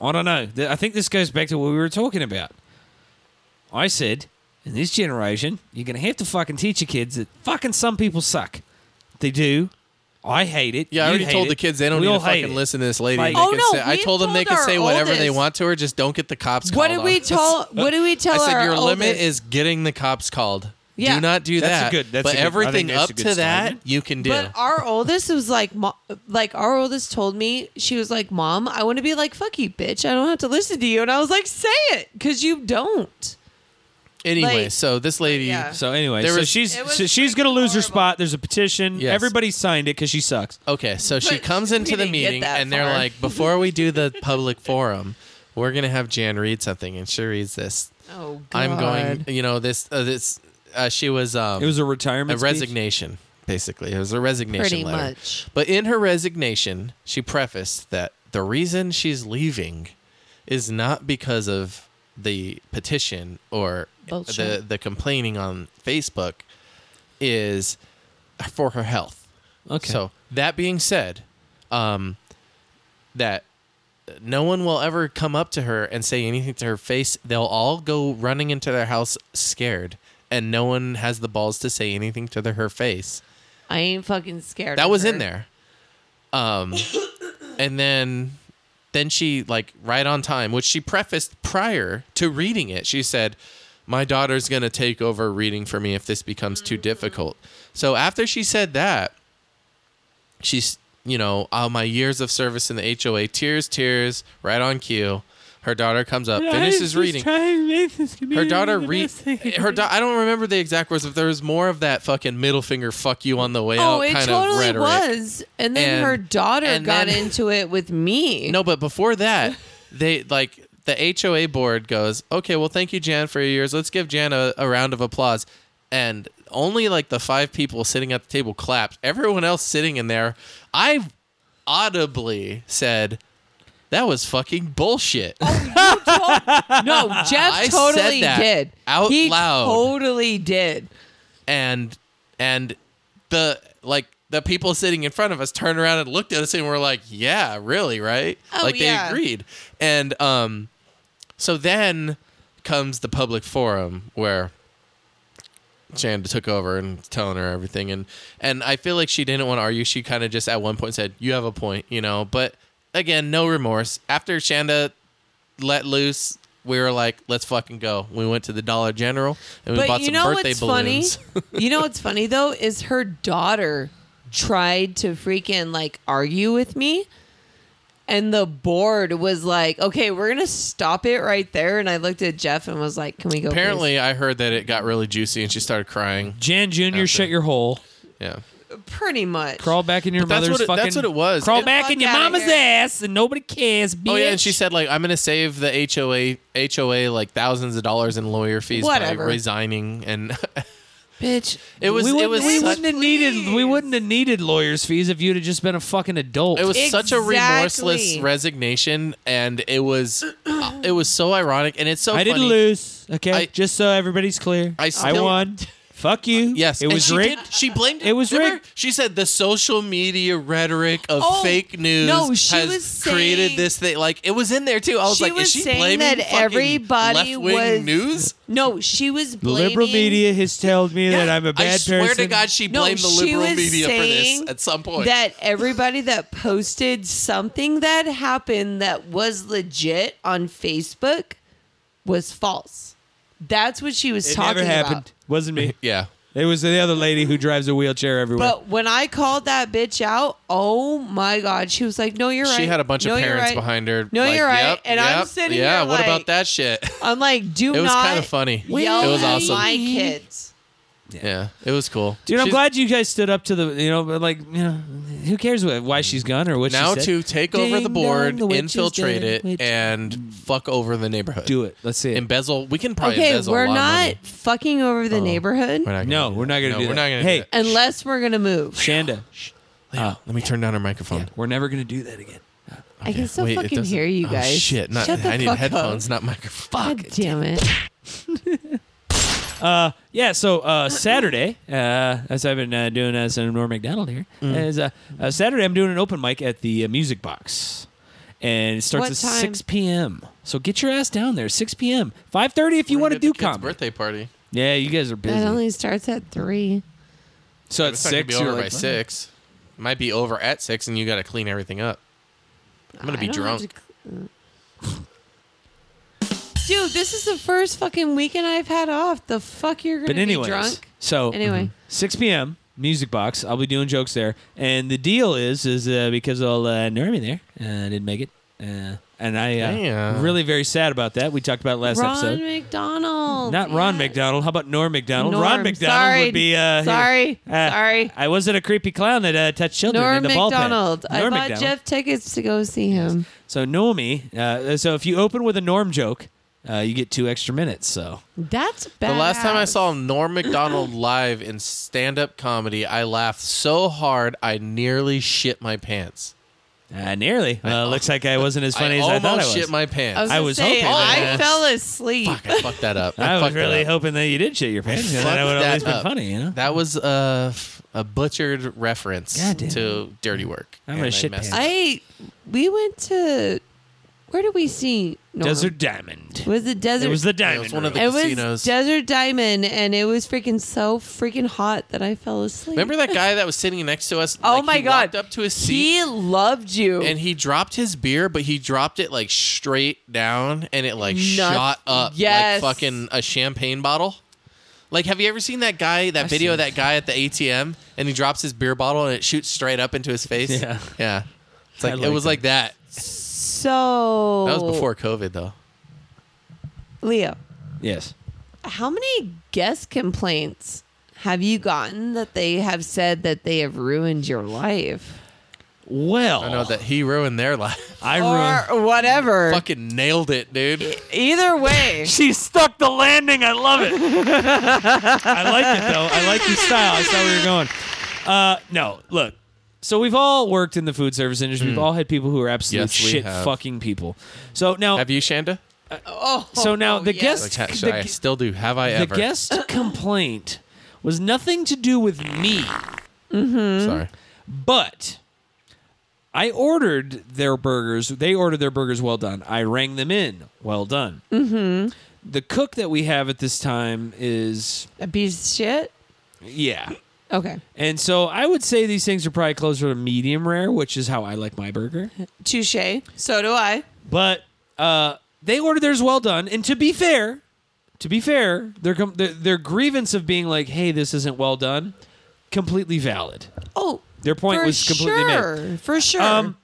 Speaker 1: I don't know. Th- I think this goes back to what we were talking about. I said, in this generation, you're going to have to fucking teach your kids that fucking some people suck. They do. I hate it.
Speaker 2: Yeah, I
Speaker 1: You
Speaker 2: already
Speaker 1: hate
Speaker 2: told
Speaker 1: it.
Speaker 2: the kids they don't
Speaker 1: We
Speaker 2: need
Speaker 1: all
Speaker 2: to
Speaker 1: hate
Speaker 2: fucking
Speaker 1: it.
Speaker 2: listen to this lady.
Speaker 1: Like-
Speaker 2: They
Speaker 3: Oh,
Speaker 2: can
Speaker 3: no,
Speaker 2: say- I
Speaker 3: we
Speaker 2: told them they
Speaker 3: told
Speaker 2: can
Speaker 3: our
Speaker 2: say whatever they
Speaker 3: oldest-
Speaker 2: want to her, just don't get the cops
Speaker 3: what
Speaker 2: called.
Speaker 3: did we
Speaker 2: on us.
Speaker 3: tell? What did we tell
Speaker 2: I said
Speaker 3: our
Speaker 2: your limit
Speaker 3: oldest?
Speaker 2: is getting the cops called.
Speaker 3: Yeah.
Speaker 2: Do not do
Speaker 1: That's a
Speaker 2: that.
Speaker 1: good- that's
Speaker 2: but
Speaker 1: a good- I think
Speaker 2: everything
Speaker 1: that's
Speaker 2: up
Speaker 1: a
Speaker 2: to
Speaker 1: good
Speaker 2: that,
Speaker 1: statement.
Speaker 2: you can do.
Speaker 3: But our oldest was like, mo- like our oldest told me she was like, "Mom, I want to be like fuck you, bitch. I don't have to listen to you." And I was like, "Say it, because you don't."
Speaker 2: anyway,
Speaker 3: like-
Speaker 2: so this lady,
Speaker 3: Yeah.
Speaker 1: So anyway,
Speaker 2: There
Speaker 1: so
Speaker 2: was-
Speaker 1: she's
Speaker 3: It was
Speaker 1: so she's going to lose her
Speaker 3: horrible.
Speaker 1: spot. There's a petition.
Speaker 2: Yes.
Speaker 1: Everybody signed it because she sucks.
Speaker 2: okay, so she
Speaker 3: But
Speaker 2: comes
Speaker 3: we
Speaker 2: into the
Speaker 3: didn't get
Speaker 2: meeting
Speaker 3: that
Speaker 2: and they're
Speaker 3: far.
Speaker 2: like, before we do the public forum, we're gonna have Jan read something, and she reads this.
Speaker 3: Oh,
Speaker 2: I'm going. You know this. Uh, this. Uh, she was. Um,
Speaker 1: It was a
Speaker 2: a
Speaker 1: retirement. speech.
Speaker 2: resignation basically it was a resignation
Speaker 3: Pretty
Speaker 2: letter.
Speaker 3: much.
Speaker 2: but in her resignation she prefaced that the reason she's leaving is not because of the petition or the
Speaker 3: Bullshit.
Speaker 2: the complaining on facebook is for her health
Speaker 1: Okay.
Speaker 2: so that being said um that no one will ever come up to her and say anything to her face. They'll all go running into their house scared, and no one has the balls to say anything to the, her face.
Speaker 3: I ain't fucking scared.
Speaker 2: That
Speaker 3: of
Speaker 2: was
Speaker 3: her.
Speaker 2: in there. Um, and then, then she like right on time, which she prefaced prior to reading it. She said, "My daughter's gonna take over reading for me if this becomes too difficult." So after she said that, she's you know all my years of service in the HOA, tears, tears, right on cue. Her daughter comes up, finishes reading her daughter read her da- I don't remember the exact words, but there was more of that fucking middle finger "fuck you" on the way
Speaker 3: Oh,
Speaker 2: out
Speaker 3: it
Speaker 2: kind of
Speaker 3: totally
Speaker 2: rhetoric.
Speaker 3: was. And then
Speaker 2: And-
Speaker 3: her daughter
Speaker 2: and
Speaker 3: got
Speaker 2: then-
Speaker 3: into it with me.
Speaker 2: No, but before that, they like the HOA board goes, "Okay, well, thank you, Jan, for your years. Let's give Jan a, a round of applause." and only like the five people sitting at the table clapped. Everyone else sitting in there, I audibly said, "That was fucking bullshit."
Speaker 3: No, Jeff
Speaker 2: I said
Speaker 3: totally
Speaker 2: that
Speaker 3: did.
Speaker 2: out
Speaker 3: he
Speaker 2: loud.
Speaker 3: totally did.
Speaker 2: and and the like the people sitting in front of us turned around and looked at us and were like, "Yeah, really, right?"
Speaker 3: Oh,
Speaker 2: like
Speaker 3: yeah.
Speaker 2: they agreed. And um so then comes the public forum where Jan took over and telling her everything and and I feel like she didn't want to argue. She kind of just at one point said, "You have a point," you know, but again, no remorse. After Shanda let loose, we were like, "Let's fucking go." We went to the Dollar General and we bought
Speaker 3: you
Speaker 2: some
Speaker 3: know
Speaker 2: birthday
Speaker 3: what's
Speaker 2: balloons.
Speaker 3: funny? you know what's funny though is her daughter tried to freaking like argue with me, and the board was like, "Okay, we're gonna stop it right there." And I looked at Jeff and was like, "Can we go?" please?"
Speaker 2: Apparently, I heard that it got really juicy and she started crying.
Speaker 1: Jan Jr., shut your hole.
Speaker 2: Yeah.
Speaker 3: pretty much.
Speaker 1: Crawl back in your
Speaker 2: But that's
Speaker 1: mother's
Speaker 2: what it-
Speaker 1: fucking.
Speaker 2: that's what it was.
Speaker 1: Crawl
Speaker 2: It-
Speaker 1: back
Speaker 3: Fuck
Speaker 1: in your
Speaker 3: outta
Speaker 1: mama's
Speaker 3: here.
Speaker 1: ass and nobody cares, bitch.
Speaker 2: Oh yeah, and she said like I'm gonna save the HOA HOA like thousands of dollars in lawyer fees
Speaker 3: Whatever.
Speaker 2: by resigning and
Speaker 3: bitch.
Speaker 2: it was
Speaker 1: we
Speaker 2: it
Speaker 1: wouldn't,
Speaker 2: was
Speaker 1: we
Speaker 2: such,
Speaker 1: wouldn't have needed we wouldn't have needed lawyers' fees if you'd have just been a fucking adult.
Speaker 2: it was such a remorseless
Speaker 3: Exactly.
Speaker 2: resignation and it was uh, it was so ironic and it's so
Speaker 1: I didn't
Speaker 2: funny.
Speaker 1: lose. Okay,
Speaker 2: I-
Speaker 1: just so everybody's clear,
Speaker 2: I
Speaker 1: I,
Speaker 2: still- Uh,
Speaker 1: won. Fuck you.
Speaker 2: Yes,
Speaker 1: it
Speaker 2: and
Speaker 1: was
Speaker 2: she
Speaker 1: rigged.
Speaker 2: did- she blamed
Speaker 1: It was
Speaker 2: remember?
Speaker 1: rigged.
Speaker 2: She said the social media rhetoric of
Speaker 3: Oh,
Speaker 2: fake news
Speaker 3: no, she
Speaker 2: has
Speaker 3: was
Speaker 2: created
Speaker 3: saying-
Speaker 2: this thing. Like it was in there too. I was
Speaker 3: She
Speaker 2: like,
Speaker 3: was
Speaker 2: is she
Speaker 3: saying
Speaker 2: blaming
Speaker 3: that
Speaker 2: fucking
Speaker 3: everybody
Speaker 2: left-wing
Speaker 3: was-
Speaker 2: news?
Speaker 3: No, she was
Speaker 1: The
Speaker 3: blaming
Speaker 1: liberal media has told me that
Speaker 2: Yeah,
Speaker 1: I'm a bad
Speaker 2: I swear
Speaker 1: person.
Speaker 2: to God, she
Speaker 3: No,
Speaker 2: blamed the
Speaker 3: she
Speaker 2: liberal
Speaker 3: was
Speaker 2: media for
Speaker 3: saying
Speaker 2: this at some point.
Speaker 3: that everybody that posted something that happened that was legit on Facebook was false. That's what she was
Speaker 1: it
Speaker 3: talking
Speaker 1: never happened.
Speaker 3: about.
Speaker 1: Wasn't me.
Speaker 2: yeah.
Speaker 1: It was the other lady who drives a wheelchair everywhere.
Speaker 3: But when I called that bitch out, oh my god, she was like, "No, you're right."
Speaker 2: She had a bunch
Speaker 3: No,
Speaker 2: of
Speaker 3: you're
Speaker 2: parents
Speaker 3: right."
Speaker 2: behind her.
Speaker 3: No,
Speaker 2: like,
Speaker 3: you're right.
Speaker 2: yep,
Speaker 3: And I'm
Speaker 2: yep,
Speaker 3: sitting
Speaker 2: Yeah,
Speaker 3: here
Speaker 2: what
Speaker 3: like-
Speaker 2: about that shit?
Speaker 3: I'm like, "Do
Speaker 2: It was
Speaker 3: not."
Speaker 2: kind of funny.
Speaker 3: Yell
Speaker 2: it was
Speaker 3: at
Speaker 2: awesome.
Speaker 3: My kids.
Speaker 2: yeah, it was cool.
Speaker 1: Dude, I'm
Speaker 2: She's-
Speaker 1: glad you guys stood up to the, you know, but like, you know, who cares what, why she's gone or what
Speaker 2: Now
Speaker 1: she said?
Speaker 2: to take over
Speaker 1: Ding
Speaker 2: the
Speaker 1: dong,
Speaker 2: board,
Speaker 1: the witch is
Speaker 2: infiltrate
Speaker 1: dead,
Speaker 2: it,
Speaker 1: witch-
Speaker 2: and fuck over the neighborhood.
Speaker 1: do it. Let's see it.
Speaker 2: Embezzle. We can probably
Speaker 3: Okay,
Speaker 2: embezzle a
Speaker 3: we're
Speaker 2: lot of
Speaker 3: not
Speaker 2: money.
Speaker 3: fucking over the neighborhood
Speaker 2: Oh. We're not gonna
Speaker 1: No,
Speaker 2: do
Speaker 1: we're not
Speaker 2: that.
Speaker 1: gonna
Speaker 2: No,
Speaker 1: do
Speaker 2: We're
Speaker 1: that.
Speaker 2: not gonna.
Speaker 1: Hey.
Speaker 2: do that.
Speaker 3: unless we're gonna move.
Speaker 1: Shanda, shh,
Speaker 2: Leah, let me turn down her microphone.
Speaker 1: we're never going to do that again.
Speaker 3: I can still
Speaker 2: Wait, it
Speaker 3: fucking
Speaker 2: doesn't-
Speaker 3: hear you
Speaker 2: oh,
Speaker 3: guys.
Speaker 2: shit, not,
Speaker 3: Shut the
Speaker 2: I need
Speaker 3: fuck
Speaker 2: headphones,
Speaker 3: Up.
Speaker 2: not microphone.
Speaker 3: God damn it.
Speaker 1: Yeah, so uh, Saturday, uh, as I've been uh, doing as uh, Norm McDonald here, is uh, uh, Saturday I'm doing an open mic at the uh, Music Box, and it starts
Speaker 3: What
Speaker 1: at
Speaker 3: time?
Speaker 1: 6 p.m. So get your ass down there, 6 p.m. 5:30 if you want to do comedy.
Speaker 2: birthday party.
Speaker 1: Yeah, you guys are busy.
Speaker 3: That only starts at three.
Speaker 1: so at
Speaker 2: It's not gonna
Speaker 1: six,
Speaker 2: be
Speaker 1: you're
Speaker 2: over by
Speaker 1: like,
Speaker 2: six. Might be over at six, and you got to clean everything up. I'm gonna
Speaker 3: I
Speaker 2: be
Speaker 3: don't
Speaker 2: drunk.
Speaker 3: have to- Dude, this is the first fucking weekend I've had off. The fuck you're gonna
Speaker 1: But anyways,
Speaker 3: be drunk?
Speaker 1: so mm-hmm.
Speaker 3: Anyway. Mhm.
Speaker 1: 6 p.m. Music box. I'll be doing jokes there, and the deal is, is uh, because I'll uh, Normie there uh, didn't make it, uh, and I uh,
Speaker 2: Damn.
Speaker 1: really very sad about that. We talked about it last
Speaker 3: Ron
Speaker 1: episode.
Speaker 3: McDonald.
Speaker 1: Not Ron
Speaker 3: yeah.
Speaker 1: McDonald. How about Norm McDonald?
Speaker 3: Norm.
Speaker 1: Ron McDonald
Speaker 3: Sorry.
Speaker 1: would be. Uh,
Speaker 3: Sorry.
Speaker 1: uh,
Speaker 3: Sorry.
Speaker 1: I wasn't a creepy clown that uh, touched children
Speaker 3: Norm
Speaker 1: in the ball pit.
Speaker 3: McDonald. I
Speaker 1: Norm
Speaker 3: bought
Speaker 1: McDonald.
Speaker 3: Jeff tickets to go see him.
Speaker 1: So Normie. Uh, so if you open with a Norm joke, uh, you get two extra minutes. So
Speaker 3: That's bad.
Speaker 2: The last time I saw Norm Macdonald live in stand-up comedy, I laughed so hard I nearly shit my pants.
Speaker 1: uh, nearly. Uh, looks like I wasn't as funny
Speaker 2: I
Speaker 1: as I
Speaker 2: almost
Speaker 1: thought I was.
Speaker 2: shit my pants.
Speaker 3: I was, gonna
Speaker 1: was
Speaker 3: say, oh,
Speaker 1: hoping
Speaker 3: I
Speaker 2: that-
Speaker 3: fell asleep.
Speaker 2: Fuck, I fucked that up. I,
Speaker 1: I was
Speaker 2: fucked that
Speaker 1: really
Speaker 2: up.
Speaker 1: hoping that you did shit your pants. and
Speaker 2: Fucked
Speaker 1: That would have
Speaker 2: that
Speaker 1: at least been
Speaker 2: up.
Speaker 1: funny, you know.
Speaker 2: That was a, a butchered reference
Speaker 1: God damn.
Speaker 2: to dirty work.
Speaker 1: I'm gonna
Speaker 2: And I
Speaker 1: shit
Speaker 2: messed
Speaker 1: pants.
Speaker 2: up.
Speaker 3: I we went to where did we see Norm?
Speaker 1: Desert Diamond.
Speaker 3: was it desert
Speaker 1: It was the
Speaker 2: Yeah, it
Speaker 1: diamond.
Speaker 2: was one of
Speaker 1: Room.
Speaker 2: the
Speaker 3: it was
Speaker 2: casinos.
Speaker 3: desert diamond and it was freaking so freaking hot that I fell asleep.
Speaker 2: Remember that guy that was sitting next to us?
Speaker 3: Oh
Speaker 2: Like,
Speaker 3: my
Speaker 2: he
Speaker 3: god!
Speaker 2: Walked up to his seat.
Speaker 3: He loved you.
Speaker 2: and he dropped his beer, but he dropped it like straight down, and it like
Speaker 3: Nuts.
Speaker 2: shot up
Speaker 3: Yes.
Speaker 2: like fucking a champagne bottle. Like, have you ever seen that guy? That video of that guy at the ATM, and he drops his beer bottle, and it shoots straight up into his face.
Speaker 1: Yeah.
Speaker 2: yeah. It's
Speaker 1: I
Speaker 2: like, it
Speaker 1: like
Speaker 2: was like that.
Speaker 3: so
Speaker 2: That was before COVID, though.
Speaker 3: Leo.
Speaker 1: Yes.
Speaker 3: How many guest complaints have you gotten that they have said that they have ruined your life?
Speaker 1: well.
Speaker 2: I know that he ruined their life.
Speaker 1: I ruined.
Speaker 3: or whatever.
Speaker 2: Fucking nailed it, dude.
Speaker 3: Either way,
Speaker 1: She stuck the landing. I love it. I like it though. I like your style. I saw where you're going. Uh, no, look. So we've all worked in the food service industry. We've all had people who are absolute
Speaker 2: Mm. Yes, we
Speaker 1: shit
Speaker 2: have.
Speaker 1: fucking people. So now,
Speaker 2: Have you, Shanda?
Speaker 3: oh,
Speaker 1: so now the
Speaker 3: yes.
Speaker 1: guest,
Speaker 2: Like, ha-
Speaker 1: the,
Speaker 2: I still do. Have I
Speaker 1: the
Speaker 2: ever?
Speaker 1: guest complaint was nothing to do with me,
Speaker 2: Sorry.
Speaker 1: but I ordered their burgers. They ordered their burgers well done. I rang them in well done. Mm-hmm. The cook that we have at this time is
Speaker 3: a piece of shit.
Speaker 1: yeah.
Speaker 3: Okay,
Speaker 1: And so I would say these things are probably closer to medium rare, which is how I like my burger.
Speaker 3: touche. So do I.
Speaker 1: But uh, they ordered theirs well done. And to be fair, to be fair, their com- their, their grievance of being like, "Hey, this isn't well done," completely valid.
Speaker 3: Oh,
Speaker 1: Their point
Speaker 3: for
Speaker 1: was completely made.
Speaker 3: sure, for sure.
Speaker 1: Um,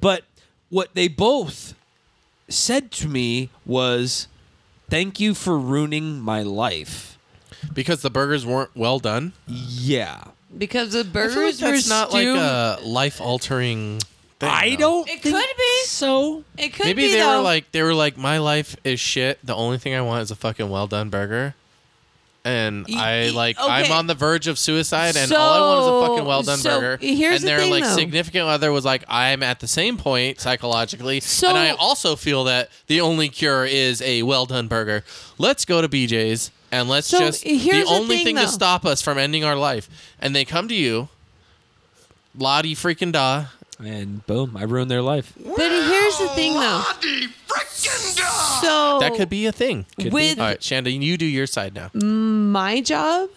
Speaker 1: But what they both said to me was, "Thank you for ruining my life."
Speaker 2: Because the burgers weren't well done.
Speaker 1: Yeah,
Speaker 3: because the
Speaker 2: I feel like
Speaker 3: burgers were
Speaker 2: that's not like
Speaker 3: stew-
Speaker 2: a life altering thing.
Speaker 1: I
Speaker 2: though.
Speaker 1: don't.
Speaker 3: It
Speaker 1: think
Speaker 3: could be.
Speaker 1: so.
Speaker 3: It could
Speaker 2: Maybe
Speaker 3: be
Speaker 2: they
Speaker 3: though.
Speaker 2: were like they were like my life is shit. The only thing I want is a fucking well done burger. And
Speaker 3: Y-
Speaker 2: I
Speaker 3: y-
Speaker 2: like
Speaker 3: okay.
Speaker 2: I'm on the verge of suicide and all I want is a fucking well done
Speaker 3: So- so
Speaker 2: burger. and
Speaker 3: here's the
Speaker 2: their
Speaker 3: thing,
Speaker 2: like
Speaker 3: though.
Speaker 2: significant other was like I'm at the same point psychologically
Speaker 3: So-
Speaker 2: and I also feel that the only cure is a well done burger. Let's go to BJ's and let's
Speaker 3: So,
Speaker 2: just the
Speaker 3: here's the
Speaker 2: only
Speaker 3: thing,
Speaker 2: thing to
Speaker 3: though.
Speaker 2: stop us from ending our life. And they come to you Lottie freaking da
Speaker 1: And boom, I ruined their life.
Speaker 3: But here's the thing, though. So
Speaker 2: That could be a thing.
Speaker 3: be. With-
Speaker 2: All right, Shanda, you do your side now.
Speaker 3: my job.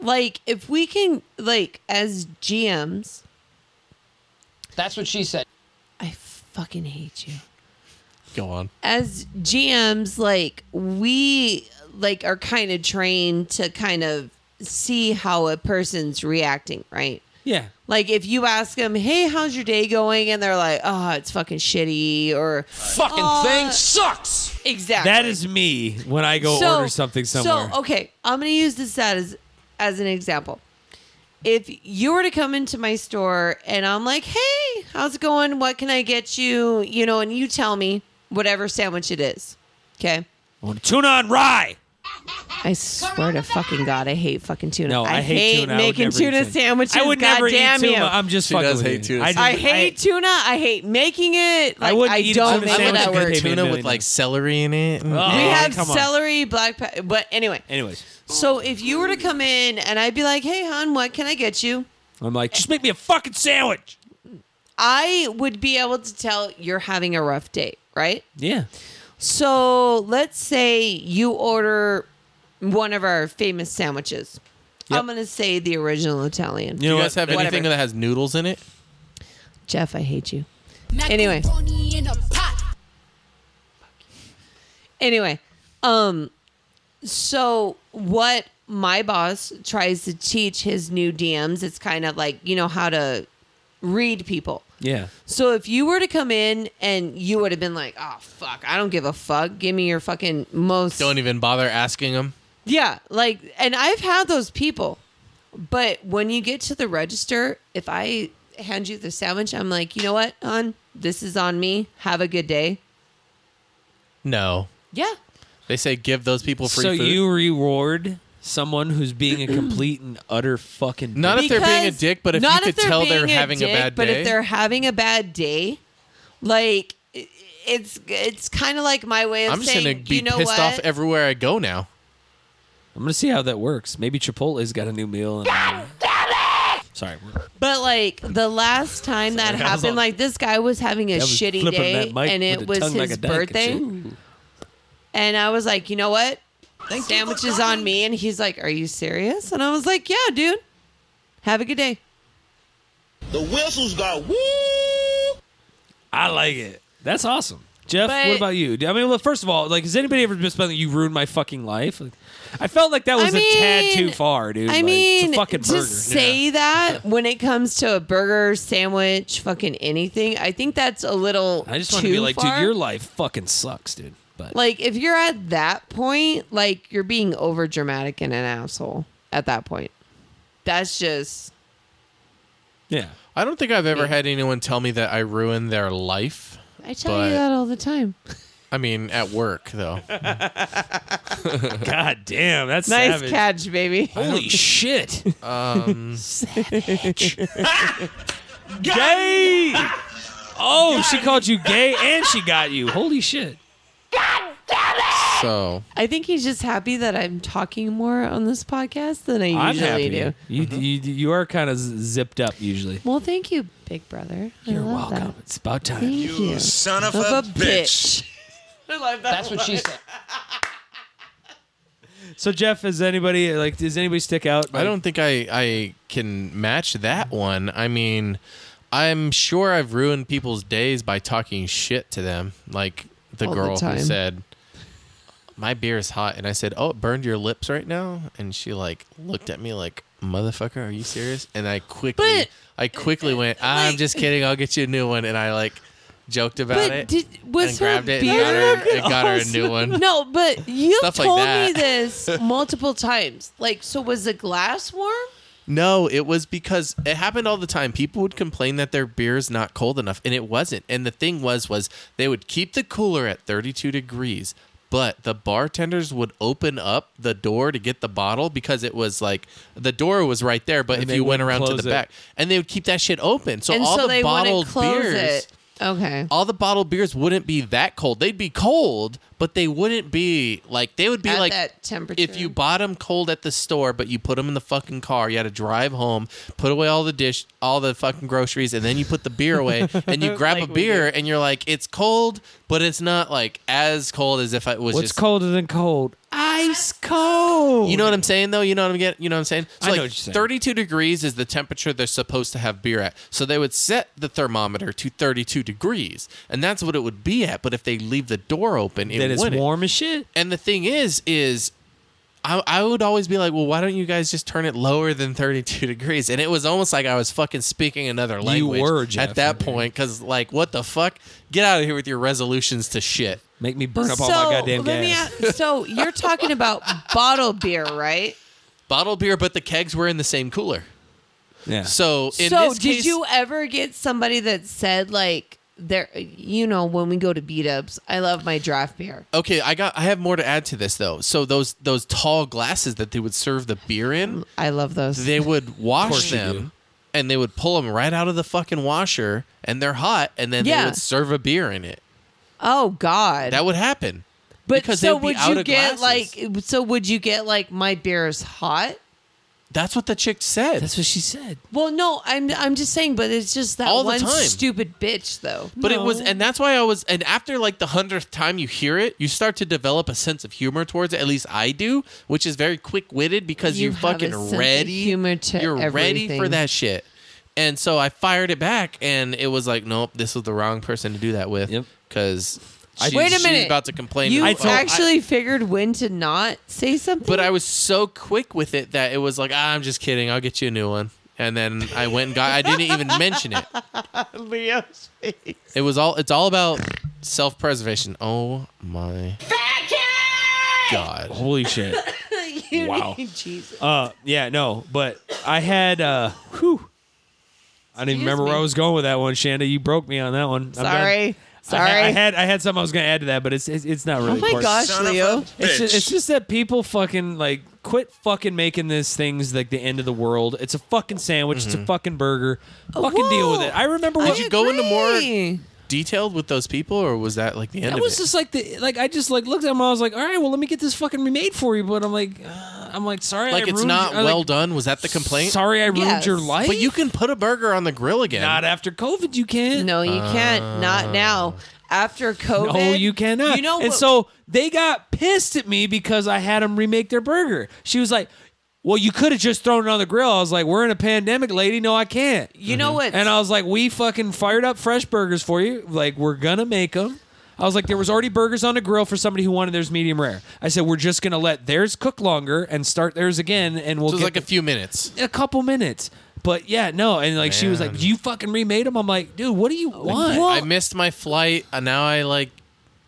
Speaker 3: Like, if we can, like, as GMs,
Speaker 9: That's what she said.
Speaker 3: I fucking hate you.
Speaker 2: Go on.
Speaker 3: as GMs, like we like are kind of trained to kind of see how a person's reacting, right?
Speaker 1: Yeah.
Speaker 3: Like if you ask them, "Hey, how's your day going?" and they're like, "Oh, it's fucking shitty," or
Speaker 9: Fucking
Speaker 3: Uh,
Speaker 9: thing sucks.
Speaker 3: exactly
Speaker 1: That is me when I go order something somewhere.
Speaker 3: So oh. okay, I'm gonna use this as as an example. If you were to come into my store and I'm like, "Hey, how's it going? What can I get you?" You know, and you tell me whatever sandwich it is, okay?
Speaker 1: I want tuna and rye.
Speaker 3: I swear to fucking god, I hate fucking tuna.
Speaker 1: No, I, hate, tuna. I would
Speaker 3: making
Speaker 1: never eat
Speaker 3: tuna sandwiches.
Speaker 1: I would
Speaker 3: god
Speaker 1: never
Speaker 3: damn
Speaker 1: eat
Speaker 3: you.
Speaker 1: tuna. I'm just
Speaker 2: She
Speaker 1: fucking
Speaker 2: does
Speaker 1: with
Speaker 2: hate
Speaker 1: you.
Speaker 2: tuna
Speaker 1: just-
Speaker 3: I hate tuna. I hate making it. Like, I,
Speaker 1: wouldn't eat a
Speaker 3: don't
Speaker 1: tuna
Speaker 3: make it
Speaker 1: sandwich
Speaker 3: at
Speaker 1: if it
Speaker 3: work.
Speaker 1: tasted made
Speaker 3: We
Speaker 2: tuna
Speaker 1: million
Speaker 2: with like
Speaker 1: dollars.
Speaker 2: celery in it. Mm-hmm.
Speaker 1: Oh,
Speaker 3: have
Speaker 1: come on.
Speaker 3: celery, black pepper. But anyway,
Speaker 1: Anyways,
Speaker 3: so if you were to come in and I'd be like, hey, hon, what can I get you?
Speaker 1: I'm like, just make me a fucking sandwich.
Speaker 3: I would be able to tell you're having a rough day, right?
Speaker 1: Yeah.
Speaker 3: So let's say you order one of our famous sandwiches. I'm going to say the original Italian.
Speaker 1: You
Speaker 2: Do
Speaker 1: know
Speaker 2: you guys
Speaker 1: what?
Speaker 2: have anything
Speaker 3: Whatever.
Speaker 2: that has noodles in it?
Speaker 3: Jeff, I hate you. Anyway.
Speaker 10: Anyway.
Speaker 3: Anyway, um so what my boss tries to teach his new DMs, it's kind of like, you know, how to read people.
Speaker 1: Yeah.
Speaker 3: So if you were to come in and you would have been like, "Oh fuck, I don't give a fuck. Give me your fucking most
Speaker 2: Don't e-" even bother asking them.
Speaker 3: Yeah, like and I've had those people. But when you get to the register, if I hand you the sandwich, I'm like, "You know what, hon? This is on me. Have a good day."
Speaker 2: No.
Speaker 3: Yeah.
Speaker 2: They say give those people free
Speaker 1: so
Speaker 2: food.
Speaker 1: you reward someone who's being a complete and utter fucking.
Speaker 2: Not
Speaker 1: dick.
Speaker 2: if they're being a
Speaker 3: Because-
Speaker 2: dick, but if
Speaker 3: not
Speaker 2: you could
Speaker 3: they're
Speaker 2: tell they're
Speaker 3: being
Speaker 2: having a
Speaker 3: dick,
Speaker 2: bad
Speaker 3: But
Speaker 2: day.
Speaker 3: if they're having a bad day, like i- it's it's kind of like my way of
Speaker 2: I'm just
Speaker 3: saying,
Speaker 2: gonna be
Speaker 3: you know
Speaker 2: pissed
Speaker 3: what?
Speaker 2: off everywhere I go now.
Speaker 1: I'm gonna see how that works. Maybe Chipotle's got a new meal. And Sorry, we're-
Speaker 3: but like the last time that
Speaker 1: I was
Speaker 3: happened,
Speaker 1: on-
Speaker 3: like this guy was having a
Speaker 1: I was
Speaker 3: shitty
Speaker 1: flipping
Speaker 3: day,
Speaker 1: that mic
Speaker 3: and
Speaker 1: with
Speaker 3: it
Speaker 1: the
Speaker 3: was
Speaker 1: tongue like
Speaker 3: his
Speaker 1: a dyke and
Speaker 3: birthday,
Speaker 1: shit.
Speaker 3: and I was like, you know what? Sandwich is on me, and he's like, "Are you serious?" And I was like, "Yeah, dude. Have a good day."
Speaker 7: The whistles got woo.
Speaker 1: I like it. That's awesome. Jeff,
Speaker 3: But-
Speaker 1: what about you? I mean, well, first of all, like, has anybody ever just been like, you ruined my fucking life? Like, I felt like that was a tad
Speaker 3: mean-
Speaker 1: too far, dude.
Speaker 3: I
Speaker 1: Like,
Speaker 3: mean,
Speaker 1: it's a fucking
Speaker 3: to
Speaker 1: burger.
Speaker 3: say that when it comes to a burger, sandwich, fucking anything, I think that's a little.
Speaker 1: I just
Speaker 3: too
Speaker 1: want to be like,
Speaker 3: far.
Speaker 1: dude, your life fucking sucks, dude. But
Speaker 3: like if you're at that point, like you're being over dramatic and an asshole at that point. That's just
Speaker 1: Yeah.
Speaker 2: I don't think I've ever had anyone tell me that I ruined their life.
Speaker 3: I tell
Speaker 2: But-
Speaker 3: you that all the time.
Speaker 2: I mean, at work though.
Speaker 1: God damn, that's
Speaker 3: Nice
Speaker 1: savage.
Speaker 3: catch, baby.
Speaker 1: Holy shit.
Speaker 2: Um,
Speaker 1: gay. Oh, she called you gay and she got you. Holy shit.
Speaker 2: so
Speaker 3: I think he's just happy that I'm talking more on this podcast than I
Speaker 1: I'm
Speaker 3: usually
Speaker 1: happy.
Speaker 3: do.
Speaker 1: You, you you are kind of zipped up usually.
Speaker 3: Well, thank you, big brother. I
Speaker 1: You're
Speaker 3: love
Speaker 1: welcome.
Speaker 3: that.
Speaker 1: It's about time.
Speaker 3: Thank you.
Speaker 7: Son of,
Speaker 3: Of a bitch. I love that.
Speaker 9: That's what she said.
Speaker 1: So Jeff, is anybody like does anybody stick out?
Speaker 2: I don't think I I can match that one. I mean, I'm sure I've ruined people's days by talking shit to them, like the
Speaker 3: All the
Speaker 2: girl who
Speaker 3: time.
Speaker 2: said. My beer is hot, and I said, "Oh, it burned your lips right now." And she like looked at me like, "Motherfucker, are you serious?" And I quickly,
Speaker 3: But-
Speaker 2: I quickly went, "I'm
Speaker 3: like-
Speaker 2: just kidding. I'll get you a new one." And I like joked about
Speaker 3: But
Speaker 2: it.
Speaker 3: did was
Speaker 2: and
Speaker 3: her
Speaker 2: grabbed it and
Speaker 3: beer-
Speaker 2: got her- and got her a new one.
Speaker 3: No, but you
Speaker 2: Stuff like
Speaker 3: told
Speaker 2: that.
Speaker 3: me this multiple times. Like, so was the glass warm?
Speaker 2: No, it was because it happened all the time. People would complain that their beer's not cold enough, and it wasn't. And the thing was, was they would keep the cooler at 32 degrees, but the bartenders would open up the door to get the bottle because it was like the door was right there, but if
Speaker 1: they
Speaker 2: you went
Speaker 1: wouldn't
Speaker 2: around to
Speaker 1: close
Speaker 2: the
Speaker 1: it.
Speaker 2: back, and they would keep that shit open, so
Speaker 3: and
Speaker 2: all
Speaker 3: so
Speaker 2: the
Speaker 3: they
Speaker 2: bottled
Speaker 3: wouldn't close
Speaker 2: beers.
Speaker 3: it. Okay.
Speaker 2: All the bottled beers wouldn't be that cold. They'd be cold, but they wouldn't be like they would be
Speaker 3: At
Speaker 2: like
Speaker 3: that temperature.
Speaker 2: if you bought them cold at the store, but you put them in the fucking car, you had to drive home, put away all the dish, all the fucking groceries, and then you put the beer away, and you grab a beer, and you're like, it's cold, but it's not like as cold as if it was
Speaker 1: What's
Speaker 2: just
Speaker 1: colder than cold? Ice cold.
Speaker 2: You know what I'm saying though. You know what I'm getting. You know what I'm saying.
Speaker 1: I
Speaker 2: So
Speaker 1: know
Speaker 2: like
Speaker 1: what you're saying.
Speaker 2: 32 degrees is the temperature they're supposed to have beer at. So they would set the thermometer to 32 degrees, and that's what it would be at. But if they leave the door open, it
Speaker 1: that it's
Speaker 2: wouldn't.
Speaker 1: warm as shit.
Speaker 2: And the thing is, is I, I would always be like, well, why don't you guys just turn it lower than 32 degrees? And it was almost like I was fucking speaking another language
Speaker 1: were,
Speaker 2: at
Speaker 1: Jeff.
Speaker 2: that point, because like, what the fuck? Get out of here with your resolutions to shit.
Speaker 1: Make me burn up
Speaker 3: so,
Speaker 1: all my goddamn
Speaker 3: let me
Speaker 1: gas.
Speaker 3: ask- so you're talking about bottled beer, right?
Speaker 2: Bottled beer, but the kegs were in the same cooler.
Speaker 1: yeah.
Speaker 2: So in
Speaker 3: so
Speaker 2: this
Speaker 3: did
Speaker 2: case,
Speaker 3: you ever get somebody that said like there you know when we go to beat ups i love my draft beer
Speaker 2: Okay, I got. I have more to add to this though. So those those tall glasses that they would serve the beer in,
Speaker 3: i love those
Speaker 2: they would wash
Speaker 1: course you do.
Speaker 2: them, and they would pull them right out of the fucking washer, and they're hot, and then
Speaker 3: Yeah.
Speaker 2: they would serve a beer in it.
Speaker 3: oh god
Speaker 2: That would happen.
Speaker 3: but
Speaker 2: because
Speaker 3: so
Speaker 2: they'd be
Speaker 3: would
Speaker 2: out
Speaker 3: you
Speaker 2: of
Speaker 3: get
Speaker 2: glasses.
Speaker 3: like so would you get like my beer is hot
Speaker 2: That's what the chick said.
Speaker 1: That's what she said.
Speaker 3: well no i'm i'm just saying but it's just that
Speaker 2: All the
Speaker 3: one
Speaker 2: time.
Speaker 3: stupid bitch though
Speaker 2: but it was, and that's why I was, and after like the hundredth time you hear it, you start to develop a sense of humor towards it. At least I do, which is very quick witted because
Speaker 3: You
Speaker 2: you are
Speaker 3: have a
Speaker 2: fucking
Speaker 3: sense of
Speaker 2: ready.
Speaker 3: humor to
Speaker 2: you're ready for
Speaker 3: everything.
Speaker 2: that shit. And so I fired it back, and it was like, nope, this was the wrong person to do that with.
Speaker 1: Yep.
Speaker 2: Because she's,
Speaker 3: Wait a
Speaker 2: she's
Speaker 3: minute.
Speaker 2: about to complain. to
Speaker 3: you
Speaker 2: the fuck-
Speaker 3: actually figured when to not say something
Speaker 2: But I was so quick with it that it was like, ah, I'm just kidding. I'll get you a new one. And then I went and got. I didn't even mention it.
Speaker 3: leo's
Speaker 2: It was all. It's all about self-preservation. Oh my god!
Speaker 1: Holy shit. Wow.
Speaker 3: jesus
Speaker 1: Uh, yeah, no, but I had. Uh, whew. I didn't
Speaker 3: Excuse
Speaker 1: remember where
Speaker 3: me.
Speaker 1: I was going with that one, Shanda. You broke me on that one. I'm done.
Speaker 3: sorry
Speaker 1: I
Speaker 3: sorry
Speaker 1: had, I had I had something I was going to add to that, but it's it's, it's not really.
Speaker 3: oh my
Speaker 1: important.
Speaker 3: gosh
Speaker 7: Son of a
Speaker 3: leo
Speaker 7: bitch.
Speaker 1: It's just, it's just that people fucking like quit fucking making these things like the end of the world. It's a fucking sandwich. It's a
Speaker 2: Mm-hmm.
Speaker 1: fucking burger. Fucking deal with
Speaker 3: Whoa.
Speaker 1: it. I remember what
Speaker 2: Did you go into more
Speaker 3: Agree.
Speaker 2: detailed with those people, or was that like the end
Speaker 1: That
Speaker 2: of
Speaker 1: was
Speaker 2: it?
Speaker 1: just like the like I just like looked at him. I was like, all right, well, let me get this fucking remade for you. But I'm like, uh, I'm like, sorry,
Speaker 2: like
Speaker 1: I
Speaker 2: it's
Speaker 1: ruined
Speaker 2: not
Speaker 1: your- I, like,
Speaker 2: well done. Was that the complaint?
Speaker 1: Sorry, I ruined
Speaker 3: Yes.
Speaker 1: your life.
Speaker 2: But you can put a burger on the grill again.
Speaker 1: not after COVID, you can't.
Speaker 3: No, you can't. Not now. After COVID.
Speaker 1: No, you cannot.
Speaker 3: You know
Speaker 1: and
Speaker 3: what?
Speaker 1: so they got pissed at me because I had them remake their burger. She was like, "Well, you could have just thrown it on the grill." I was like, "We're in a pandemic, lady. No, I can't."
Speaker 3: you know what?
Speaker 1: And I was like, "We fucking fired up fresh burgers for you. Like, we're gonna make them." I was like, "There was already burgers on the grill for somebody who wanted theirs medium rare." I said, "We're just gonna let theirs cook longer and start theirs again, and we'll
Speaker 2: So it was
Speaker 1: get
Speaker 2: like a few minutes.
Speaker 1: a couple minutes." But yeah, no, and like she was like,
Speaker 2: Man.
Speaker 1: "You fucking remade them." I'm like, "Dude, what do you want?"
Speaker 2: I missed my flight, and now I like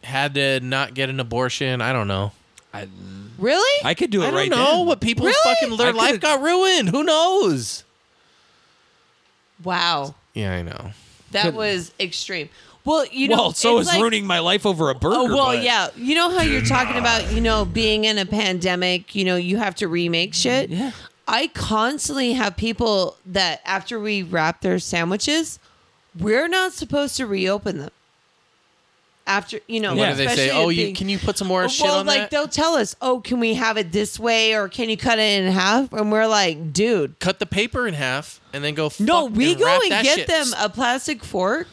Speaker 2: had to not get an abortion. I don't know.
Speaker 3: really?
Speaker 1: I could do it
Speaker 2: I don't
Speaker 1: right
Speaker 2: know
Speaker 1: then.
Speaker 2: what people's
Speaker 3: Really?
Speaker 2: fucking their
Speaker 1: I
Speaker 2: life
Speaker 1: could've-
Speaker 2: got ruined. Who knows?
Speaker 3: Wow.
Speaker 2: Yeah, I know.
Speaker 3: That was extreme. Well, you know,
Speaker 1: well, so
Speaker 3: it's
Speaker 1: is
Speaker 3: like-
Speaker 1: ruining my life over a burger.
Speaker 3: Oh well,
Speaker 1: but-
Speaker 3: yeah. You know how you're talking about, you know, being in a pandemic. You know, you have to remake shit.
Speaker 1: Yeah.
Speaker 3: I constantly have people that after we wrap their sandwiches, we're not supposed to reopen them. After you know,
Speaker 2: What do they say?
Speaker 3: especially
Speaker 2: Oh,
Speaker 3: it
Speaker 2: you
Speaker 3: being-
Speaker 2: can you put some more
Speaker 3: well,
Speaker 2: shit on
Speaker 3: like
Speaker 2: that?
Speaker 3: they'll tell us, oh, can we have it this way or can you cut it in half? And we're like, dude,
Speaker 2: Cut the paper in half and then go.
Speaker 3: no,
Speaker 2: fuck
Speaker 3: we
Speaker 2: and
Speaker 3: go
Speaker 2: wrap
Speaker 3: and
Speaker 2: that
Speaker 3: get
Speaker 2: shit.
Speaker 3: them a plastic fork,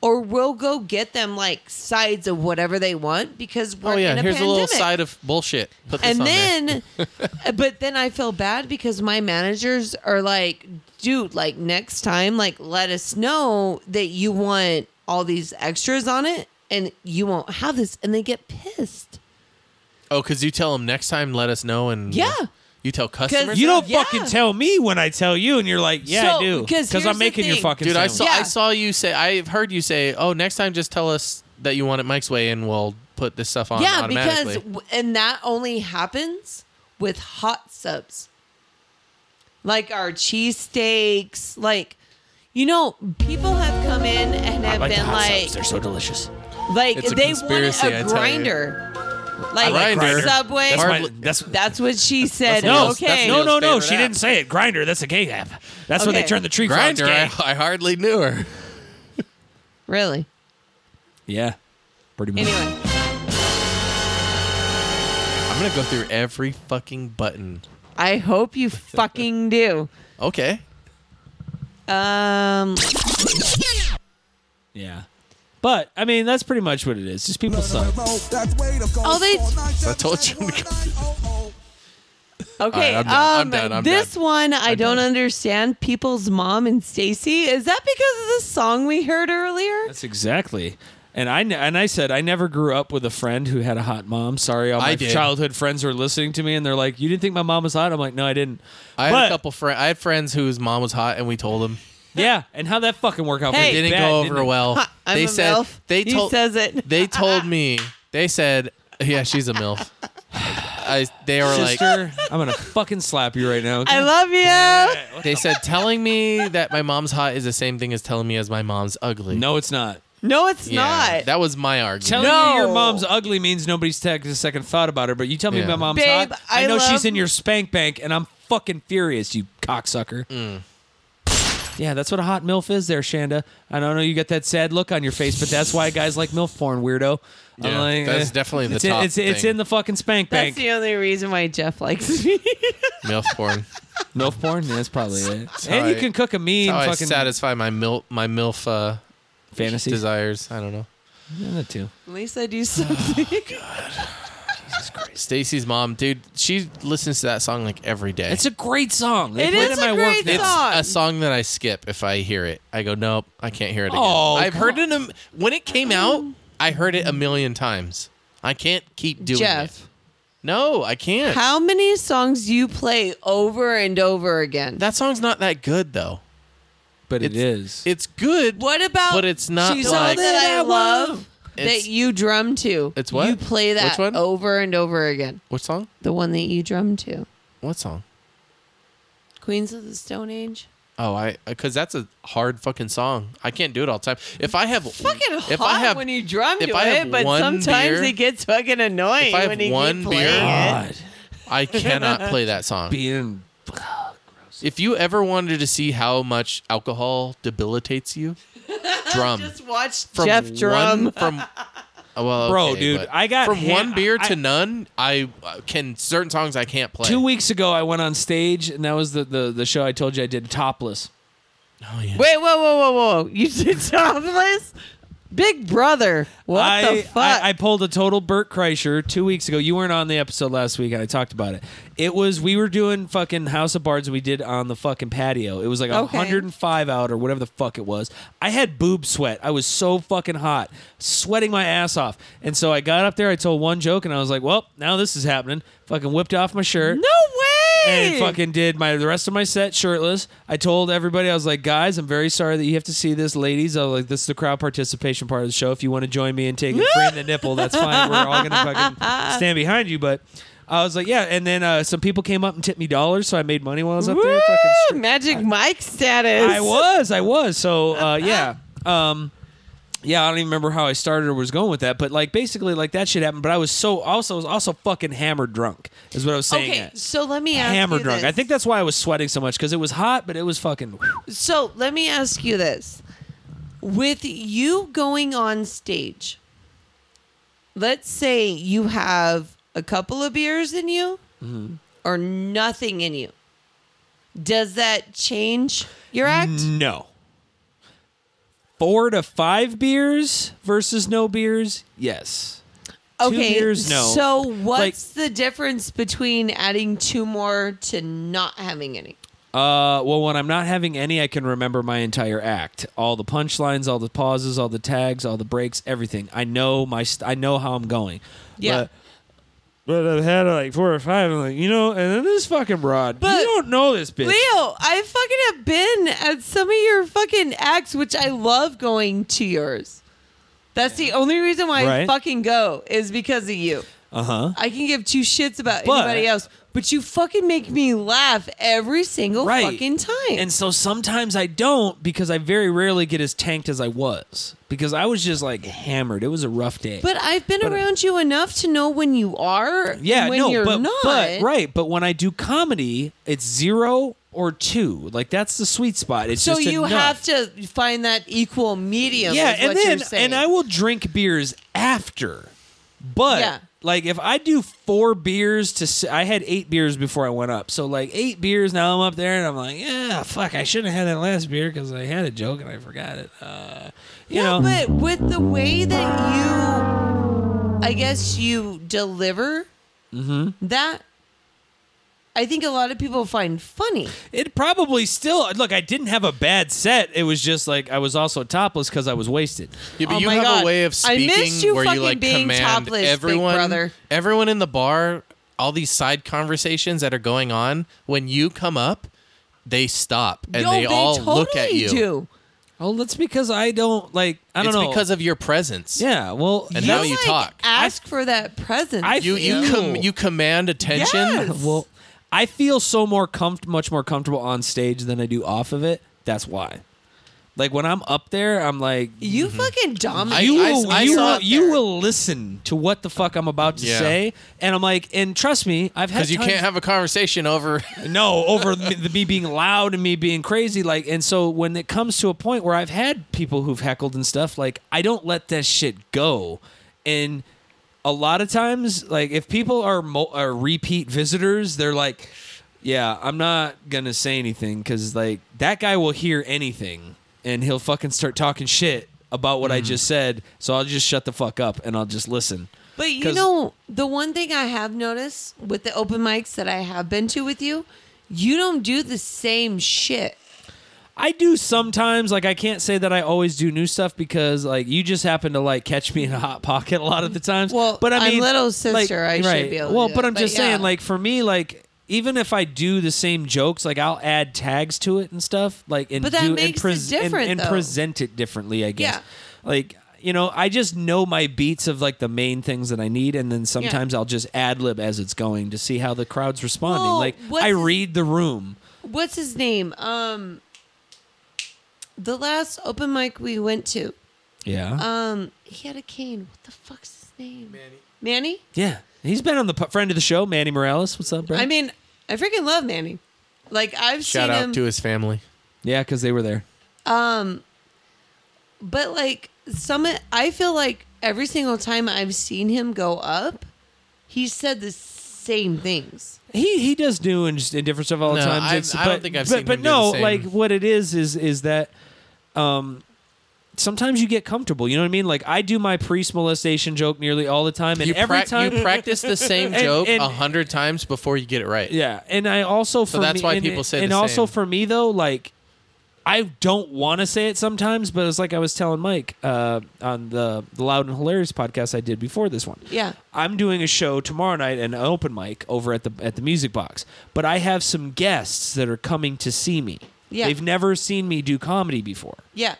Speaker 3: or we'll go get them like sides of whatever they want because we're
Speaker 2: Oh yeah,
Speaker 3: in a
Speaker 2: here's
Speaker 3: pandemic.
Speaker 2: a little side of bullshit. Put this
Speaker 3: and
Speaker 2: on there.
Speaker 3: then, uh, but then I feel bad because my managers are like, dude, like next time, like let us know that you want all these extras on it, and you won't have this, and they get pissed.
Speaker 2: Oh, because you tell them next time, let us know, and
Speaker 3: Yeah.
Speaker 2: you tell customers.
Speaker 1: You
Speaker 2: that?
Speaker 1: don't
Speaker 3: Yeah.
Speaker 1: fucking tell me when I tell you, and you're like, yeah,
Speaker 3: So,
Speaker 1: I do,
Speaker 3: because here's
Speaker 1: I'm
Speaker 3: the
Speaker 1: making your
Speaker 3: thing.
Speaker 1: fucking.
Speaker 2: dude. I
Speaker 1: sandwich.
Speaker 2: saw. I
Speaker 3: Yeah.
Speaker 2: saw you say. I've heard you say. Oh, next time, just tell us that you want it Mike's way, and we'll put this stuff on.
Speaker 3: yeah, because
Speaker 2: automatically.
Speaker 3: w- and that only happens with hot subs, like our cheesesteaks. Like, you know, people have come in and have been like,
Speaker 1: they're so delicious.
Speaker 3: like
Speaker 2: It's a
Speaker 3: they
Speaker 2: conspiracy, I
Speaker 3: wanted
Speaker 2: tell
Speaker 3: a
Speaker 2: you.
Speaker 3: grinder, like
Speaker 2: like Grindr.
Speaker 1: That's,
Speaker 3: Subway. That's,
Speaker 1: my,
Speaker 2: Hardly-
Speaker 1: that's,
Speaker 3: what she said.
Speaker 1: no,
Speaker 3: okay,
Speaker 1: no, no, no.
Speaker 2: Favorite
Speaker 1: She
Speaker 2: app.
Speaker 1: didn't say it. Grinder. That's a gay app. That's where they
Speaker 3: Okay.
Speaker 1: turn the tree frogs
Speaker 2: grinder. I,
Speaker 1: gay.
Speaker 2: I hardly knew her.
Speaker 3: really.
Speaker 1: Yeah, pretty much.
Speaker 3: Anyway,
Speaker 2: I'm gonna go through every fucking button.
Speaker 3: I hope you fucking do.
Speaker 2: Okay.
Speaker 3: Um,
Speaker 1: Yeah, but I mean, that's pretty much what it is. Just people suck.
Speaker 3: oh, they.
Speaker 2: I told you. to go-
Speaker 3: Okay.
Speaker 2: All right, I'm done. I'm
Speaker 3: um,
Speaker 2: done. I'm
Speaker 3: this
Speaker 2: done.
Speaker 3: one I don't understand. People's mom and Stacy. Is that because of the song we heard earlier?
Speaker 1: That's exactly. And I ne- and I said I never grew up with a friend who had a hot mom. Sorry, all
Speaker 2: I
Speaker 1: my
Speaker 2: did.
Speaker 1: childhood friends were listening to me, and they're like, "You didn't think my mom was hot?" I'm like, "No, I didn't."
Speaker 2: I had
Speaker 1: But-
Speaker 2: a couple friends. I had friends whose mom was hot, and we told them
Speaker 1: Yeah, and how that fucking work out? for
Speaker 3: Hey.
Speaker 1: you?
Speaker 2: it didn't
Speaker 1: Bad,
Speaker 2: go
Speaker 1: didn't
Speaker 2: over
Speaker 1: it?
Speaker 2: well.
Speaker 3: I'm
Speaker 2: they
Speaker 3: a
Speaker 2: said
Speaker 3: MILF.
Speaker 2: they
Speaker 3: He
Speaker 2: told
Speaker 3: says it.
Speaker 2: They told me. They said, "Yeah, she's a milf." I, they were like,
Speaker 1: Sister, I'm gonna fucking slap you right now.
Speaker 3: I love you.
Speaker 2: They said telling me that my mom's hot is the same thing as telling me as my mom's ugly.
Speaker 1: no, it's not.
Speaker 3: No, it's
Speaker 2: Yeah,
Speaker 3: not.
Speaker 2: That was my argument.
Speaker 1: Telling
Speaker 3: No.
Speaker 1: you your mom's ugly means nobody's taken a second thought about her. But you tell me
Speaker 2: Yeah.
Speaker 1: my mom's
Speaker 3: Babe,
Speaker 1: hot. I,
Speaker 3: I
Speaker 1: know she's
Speaker 3: love-
Speaker 1: in your spank bank, and I'm fucking furious, you cocksucker.
Speaker 2: Mm.
Speaker 1: Yeah, that's what a hot milf is, there, Shanda. I don't know you got that sad look on your face, but that's why guys like milf porn, weirdo. I'm
Speaker 2: Yeah,
Speaker 1: like,
Speaker 2: that's
Speaker 1: eh.
Speaker 2: definitely the
Speaker 1: it's
Speaker 2: top
Speaker 1: In, it's, it's
Speaker 2: thing.
Speaker 1: in the fucking spank
Speaker 3: That's
Speaker 1: bank.
Speaker 3: the only reason why Jeff likes me.
Speaker 2: milf porn.
Speaker 1: milf porn. Yeah, that's probably it.
Speaker 2: how
Speaker 1: And you
Speaker 2: I-
Speaker 1: can cook a mean
Speaker 2: How I
Speaker 1: fucking
Speaker 2: satisfy my milf my milf uh,
Speaker 1: fantasy.
Speaker 2: desires. I don't know.
Speaker 1: Yeah, that too.
Speaker 3: At least I do something.
Speaker 2: Oh, Stacy's mom, dude, she listens to that song like every day.
Speaker 1: It's a great song. They
Speaker 3: It
Speaker 1: play
Speaker 3: is
Speaker 1: at my
Speaker 3: a
Speaker 1: work
Speaker 3: great
Speaker 1: now.
Speaker 2: It's
Speaker 3: song.
Speaker 2: a song that I skip if I hear it. I go, nope, I can't hear it again.
Speaker 1: Oh,
Speaker 2: I've heard it a, when it came out. I heard it a million times. I can't keep doing it.
Speaker 3: Jeff,
Speaker 2: No, I can't.
Speaker 3: how many songs do you play over and over again?
Speaker 2: That song's not that good though.
Speaker 1: But it
Speaker 2: It's-
Speaker 1: is.
Speaker 2: It's good.
Speaker 3: what about
Speaker 2: But it's not
Speaker 3: She's
Speaker 2: like-
Speaker 3: all that I love
Speaker 2: It's-
Speaker 3: that you drum to?
Speaker 2: It's what?
Speaker 3: You play that
Speaker 2: Which one?
Speaker 3: over and over again.
Speaker 2: What song?
Speaker 3: The one that you drum to.
Speaker 2: What song?
Speaker 3: Queens of the Stone Age.
Speaker 2: Oh, I because that's a hard fucking song. I can't do it all the time. If I have
Speaker 3: fucking hot
Speaker 2: if I have
Speaker 3: when you drum
Speaker 2: if
Speaker 3: to
Speaker 2: I have
Speaker 3: it, but
Speaker 2: one
Speaker 3: sometimes
Speaker 2: beer-
Speaker 3: it gets fucking annoying
Speaker 2: if I have
Speaker 3: when you
Speaker 2: one
Speaker 3: keep
Speaker 2: beer-
Speaker 3: playing it.
Speaker 1: God,
Speaker 2: I cannot play that song.
Speaker 1: being
Speaker 2: If you ever wanted to see how much alcohol debilitates you, drum
Speaker 3: Just watch
Speaker 2: from
Speaker 3: Jeff drum.
Speaker 2: one, from. oh, Well,
Speaker 1: Bro,
Speaker 2: okay,
Speaker 1: dude,
Speaker 2: but
Speaker 1: I got
Speaker 2: from
Speaker 1: ha-
Speaker 2: one beer to
Speaker 1: I-
Speaker 2: none. I uh, can certain songs I can't play.
Speaker 1: Two weeks ago, I went on stage, and that was the, the, the show I told you I did topless.
Speaker 2: Oh, yeah.
Speaker 3: Wait, whoa, whoa, whoa, whoa! You did topless? Big Brother. What
Speaker 1: I,
Speaker 3: the fuck?
Speaker 1: I, I pulled a total Burt Kreischer two weeks ago. You weren't on the episode last week, and I talked about it. It was we were doing fucking House of Bards. We did on the fucking patio. It was like
Speaker 3: Okay.
Speaker 1: 105 out or whatever the fuck it was. I had boob sweat. I was so fucking hot, sweating my ass off. And so I got up there. I told one joke, and I was like, "Well, now this is happening." Fucking whipped off my shirt.
Speaker 3: no way!
Speaker 1: and fucking did my the rest of my set shirtless. I told everybody I was like, guys, I'm very sorry that you have to see this, ladies. I was like, this is the crowd participation part of the show. If you want to join me and take and frame the nipple, that's fine. We're all gonna fucking stand behind you, but. I was like, yeah. And then uh, some people came up and tipped me dollars, so I made money while I was up there. Fucking str-
Speaker 3: Magic Mike status.
Speaker 1: I was, I was. So uh, yeah, um, yeah. I don't even remember how I started or was going with that, but like basically, like that shit happened. But I was so also I was also fucking hammered drunk is what I was saying.
Speaker 3: Okay,
Speaker 1: at.
Speaker 3: so let me ask
Speaker 1: hammered
Speaker 3: you
Speaker 1: drunk.
Speaker 3: this.
Speaker 1: I think that's why I was sweating so much because it was hot, but it was fucking.
Speaker 3: So let me ask you this. With you going on stage, let's say you have a couple of beers in you
Speaker 1: Mm-hmm.
Speaker 3: or nothing in you. Does that change your act?
Speaker 1: No. Four to five beers versus no beers? Yes.
Speaker 3: okay.
Speaker 1: beers, no.
Speaker 3: So what's the difference between adding two more to not having any?
Speaker 1: Uh, well, when I'm not having any, I can remember my entire act, all the punchlines, all the pauses, all the tags, all the breaks, everything. I know my, st- I know how I'm going.
Speaker 3: Yeah.
Speaker 1: But, but I've had like four or five, and like you know, and then this fucking broad.
Speaker 3: But-
Speaker 1: you don't know this bitch.
Speaker 3: Leo, I fucking have been at some of your fucking acts, which I love going to yours. That's the only reason why I
Speaker 1: Right.
Speaker 3: fucking go is because of you.
Speaker 1: Uh huh.
Speaker 3: I can give two shits about
Speaker 1: But-
Speaker 3: anybody else, but you fucking make me laugh every single Oh, fucking time.
Speaker 1: And so sometimes I don't because I very rarely get as tanked as I was because I was just like hammered. It was a rough day.
Speaker 3: but I've been around you enough to know when you are, and
Speaker 1: yeah,
Speaker 3: when
Speaker 1: no,
Speaker 3: you're
Speaker 1: but,
Speaker 3: not.
Speaker 1: but right, but when I do comedy, it's zero or two. Like that's the sweet spot. It's
Speaker 3: So
Speaker 1: just
Speaker 3: you
Speaker 1: enough.
Speaker 3: have to find that equal medium.
Speaker 1: yeah,
Speaker 3: is
Speaker 1: and
Speaker 3: what
Speaker 1: then
Speaker 3: you're saying.
Speaker 1: and I will drink beers after, but
Speaker 3: Yeah.
Speaker 1: like if I do four beers to, s- I had eight beers before I went up, so like eight beers. Now I'm up there and I'm like, yeah, fuck, I shouldn't have had that last beer because I had a joke and I forgot it. Uh, you
Speaker 3: Yeah,
Speaker 1: know,
Speaker 3: but with the way that you, I guess you deliver
Speaker 2: Mm-hmm.
Speaker 3: that, I think a lot of people find funny.
Speaker 1: it probably still look. I didn't have a bad set. It was just like I was also topless because I was wasted.
Speaker 2: Yeah, but
Speaker 3: Oh
Speaker 2: you
Speaker 3: my
Speaker 2: have
Speaker 3: God.
Speaker 2: a way of
Speaker 3: I
Speaker 2: speaking
Speaker 3: missed you
Speaker 2: where
Speaker 3: fucking
Speaker 2: you like
Speaker 3: being
Speaker 2: command
Speaker 3: topless, Big
Speaker 2: everyone,
Speaker 3: Brother.
Speaker 2: everyone in the bar, all these side conversations that are going on. When you come up, they stop and
Speaker 3: Yo,
Speaker 2: they, all
Speaker 3: totally
Speaker 2: look at you.
Speaker 3: Do.
Speaker 1: Oh, that's because I don't like. I don't
Speaker 2: It's
Speaker 1: know.
Speaker 2: because of your presence.
Speaker 1: yeah. Well,
Speaker 2: And now
Speaker 3: you
Speaker 2: you
Speaker 3: like,
Speaker 2: talk.
Speaker 3: Ask for that presence.
Speaker 1: I-
Speaker 2: You you
Speaker 1: Ew.
Speaker 2: com- you command attention.
Speaker 3: Yes.
Speaker 1: well, I feel so more comf- much more comfortable on stage than I do off of it. That's why. Like when I'm up there, I'm like,
Speaker 3: you
Speaker 2: Mm-hmm.
Speaker 3: fucking dominate.
Speaker 2: I-
Speaker 1: you
Speaker 2: I-
Speaker 1: will, you,
Speaker 2: saw
Speaker 1: will,
Speaker 2: it
Speaker 1: you will listen to what the fuck I'm about to
Speaker 2: Yeah.
Speaker 1: say, and I'm like, and trust me, I've had
Speaker 2: Because you
Speaker 1: times-
Speaker 2: can't have a conversation over.
Speaker 1: no over me, the, me being loud and me being crazy like and so when it comes to a point where i've had people who've heckled and stuff like i don't let that shit go and a lot of times like if people are, mo- are repeat visitors they're like yeah i'm not gonna say anything because like that guy will hear anything and he'll fucking start talking shit about what i just said so i'll just shut the fuck up and i'll just listen
Speaker 3: But you
Speaker 1: 'Cause-
Speaker 3: know, the one thing I have noticed with the open mics that I have been to with you, you don't do the same shit.
Speaker 1: I do sometimes. Like I can't say that I always do new stuff because like you just happen to like catch me in a hot pocket a lot of the times.
Speaker 3: Well,
Speaker 1: but I
Speaker 3: I'm
Speaker 1: mean,
Speaker 3: little
Speaker 1: like,
Speaker 3: sister, I should
Speaker 1: right.
Speaker 3: be able to
Speaker 1: Well,
Speaker 3: do
Speaker 1: but
Speaker 3: it,
Speaker 1: I'm
Speaker 3: but
Speaker 1: just
Speaker 3: yeah.
Speaker 1: saying, like for me, like even if I do the same jokes, like I'll add tags to it and stuff, like and
Speaker 3: But that
Speaker 1: do
Speaker 3: makes it
Speaker 1: and, pres- and-
Speaker 3: different,
Speaker 1: and
Speaker 3: though.
Speaker 1: present it differently. I guess.
Speaker 3: Yeah.
Speaker 1: Like you know, I just know my beats of like the main things that I need, and then sometimes I'll just ad lib as it's going to see how the crowd's responding.
Speaker 3: Well,
Speaker 1: like
Speaker 3: what's
Speaker 1: I
Speaker 3: his-
Speaker 1: read the room.
Speaker 3: what's his name? Um, the last open mic we went to,
Speaker 1: Yeah.
Speaker 3: um, he had a cane. What the fuck's his name? Manny. Manny.
Speaker 1: Yeah, he's been on the po- friend of the show, Manny Morales. What's up, bro?
Speaker 3: I mean, I freaking love Manny. Like I've
Speaker 2: Shout
Speaker 3: seen
Speaker 2: out
Speaker 3: him,
Speaker 2: to his family.
Speaker 1: yeah, because they were there.
Speaker 3: but like some, I feel like every single time I've seen him go up, he said the same things.
Speaker 1: He he does do and, and different stuff all the
Speaker 2: No,
Speaker 1: time.
Speaker 2: I've-
Speaker 1: It's-
Speaker 2: I don't
Speaker 1: but-
Speaker 2: think I've
Speaker 1: but,
Speaker 2: seen
Speaker 1: But
Speaker 2: him do the
Speaker 1: no,
Speaker 2: same.
Speaker 1: like what it is is is that um sometimes you get comfortable. You know what I mean? Like I do my priest molestation joke nearly all the time, and
Speaker 2: You,
Speaker 1: every
Speaker 2: prac-
Speaker 1: time
Speaker 2: you practice the same
Speaker 1: And-
Speaker 2: joke
Speaker 1: and-
Speaker 2: a hundred times before you get it right.
Speaker 1: Yeah, and I also for
Speaker 2: that's
Speaker 1: me-
Speaker 2: why
Speaker 1: and-
Speaker 2: people say the
Speaker 1: and also
Speaker 2: same.
Speaker 1: for me though, like I don't want to say it sometimes, but it's like I was telling Mike uh, on the, the Loud and Hilarious podcast I did before this one.
Speaker 3: Yeah.
Speaker 1: I'm doing a show tomorrow night and an open mic over at the at the Music Box, but I have some guests that are coming to see me.
Speaker 3: Yeah.
Speaker 1: they've never seen me do comedy before.
Speaker 3: Yeah.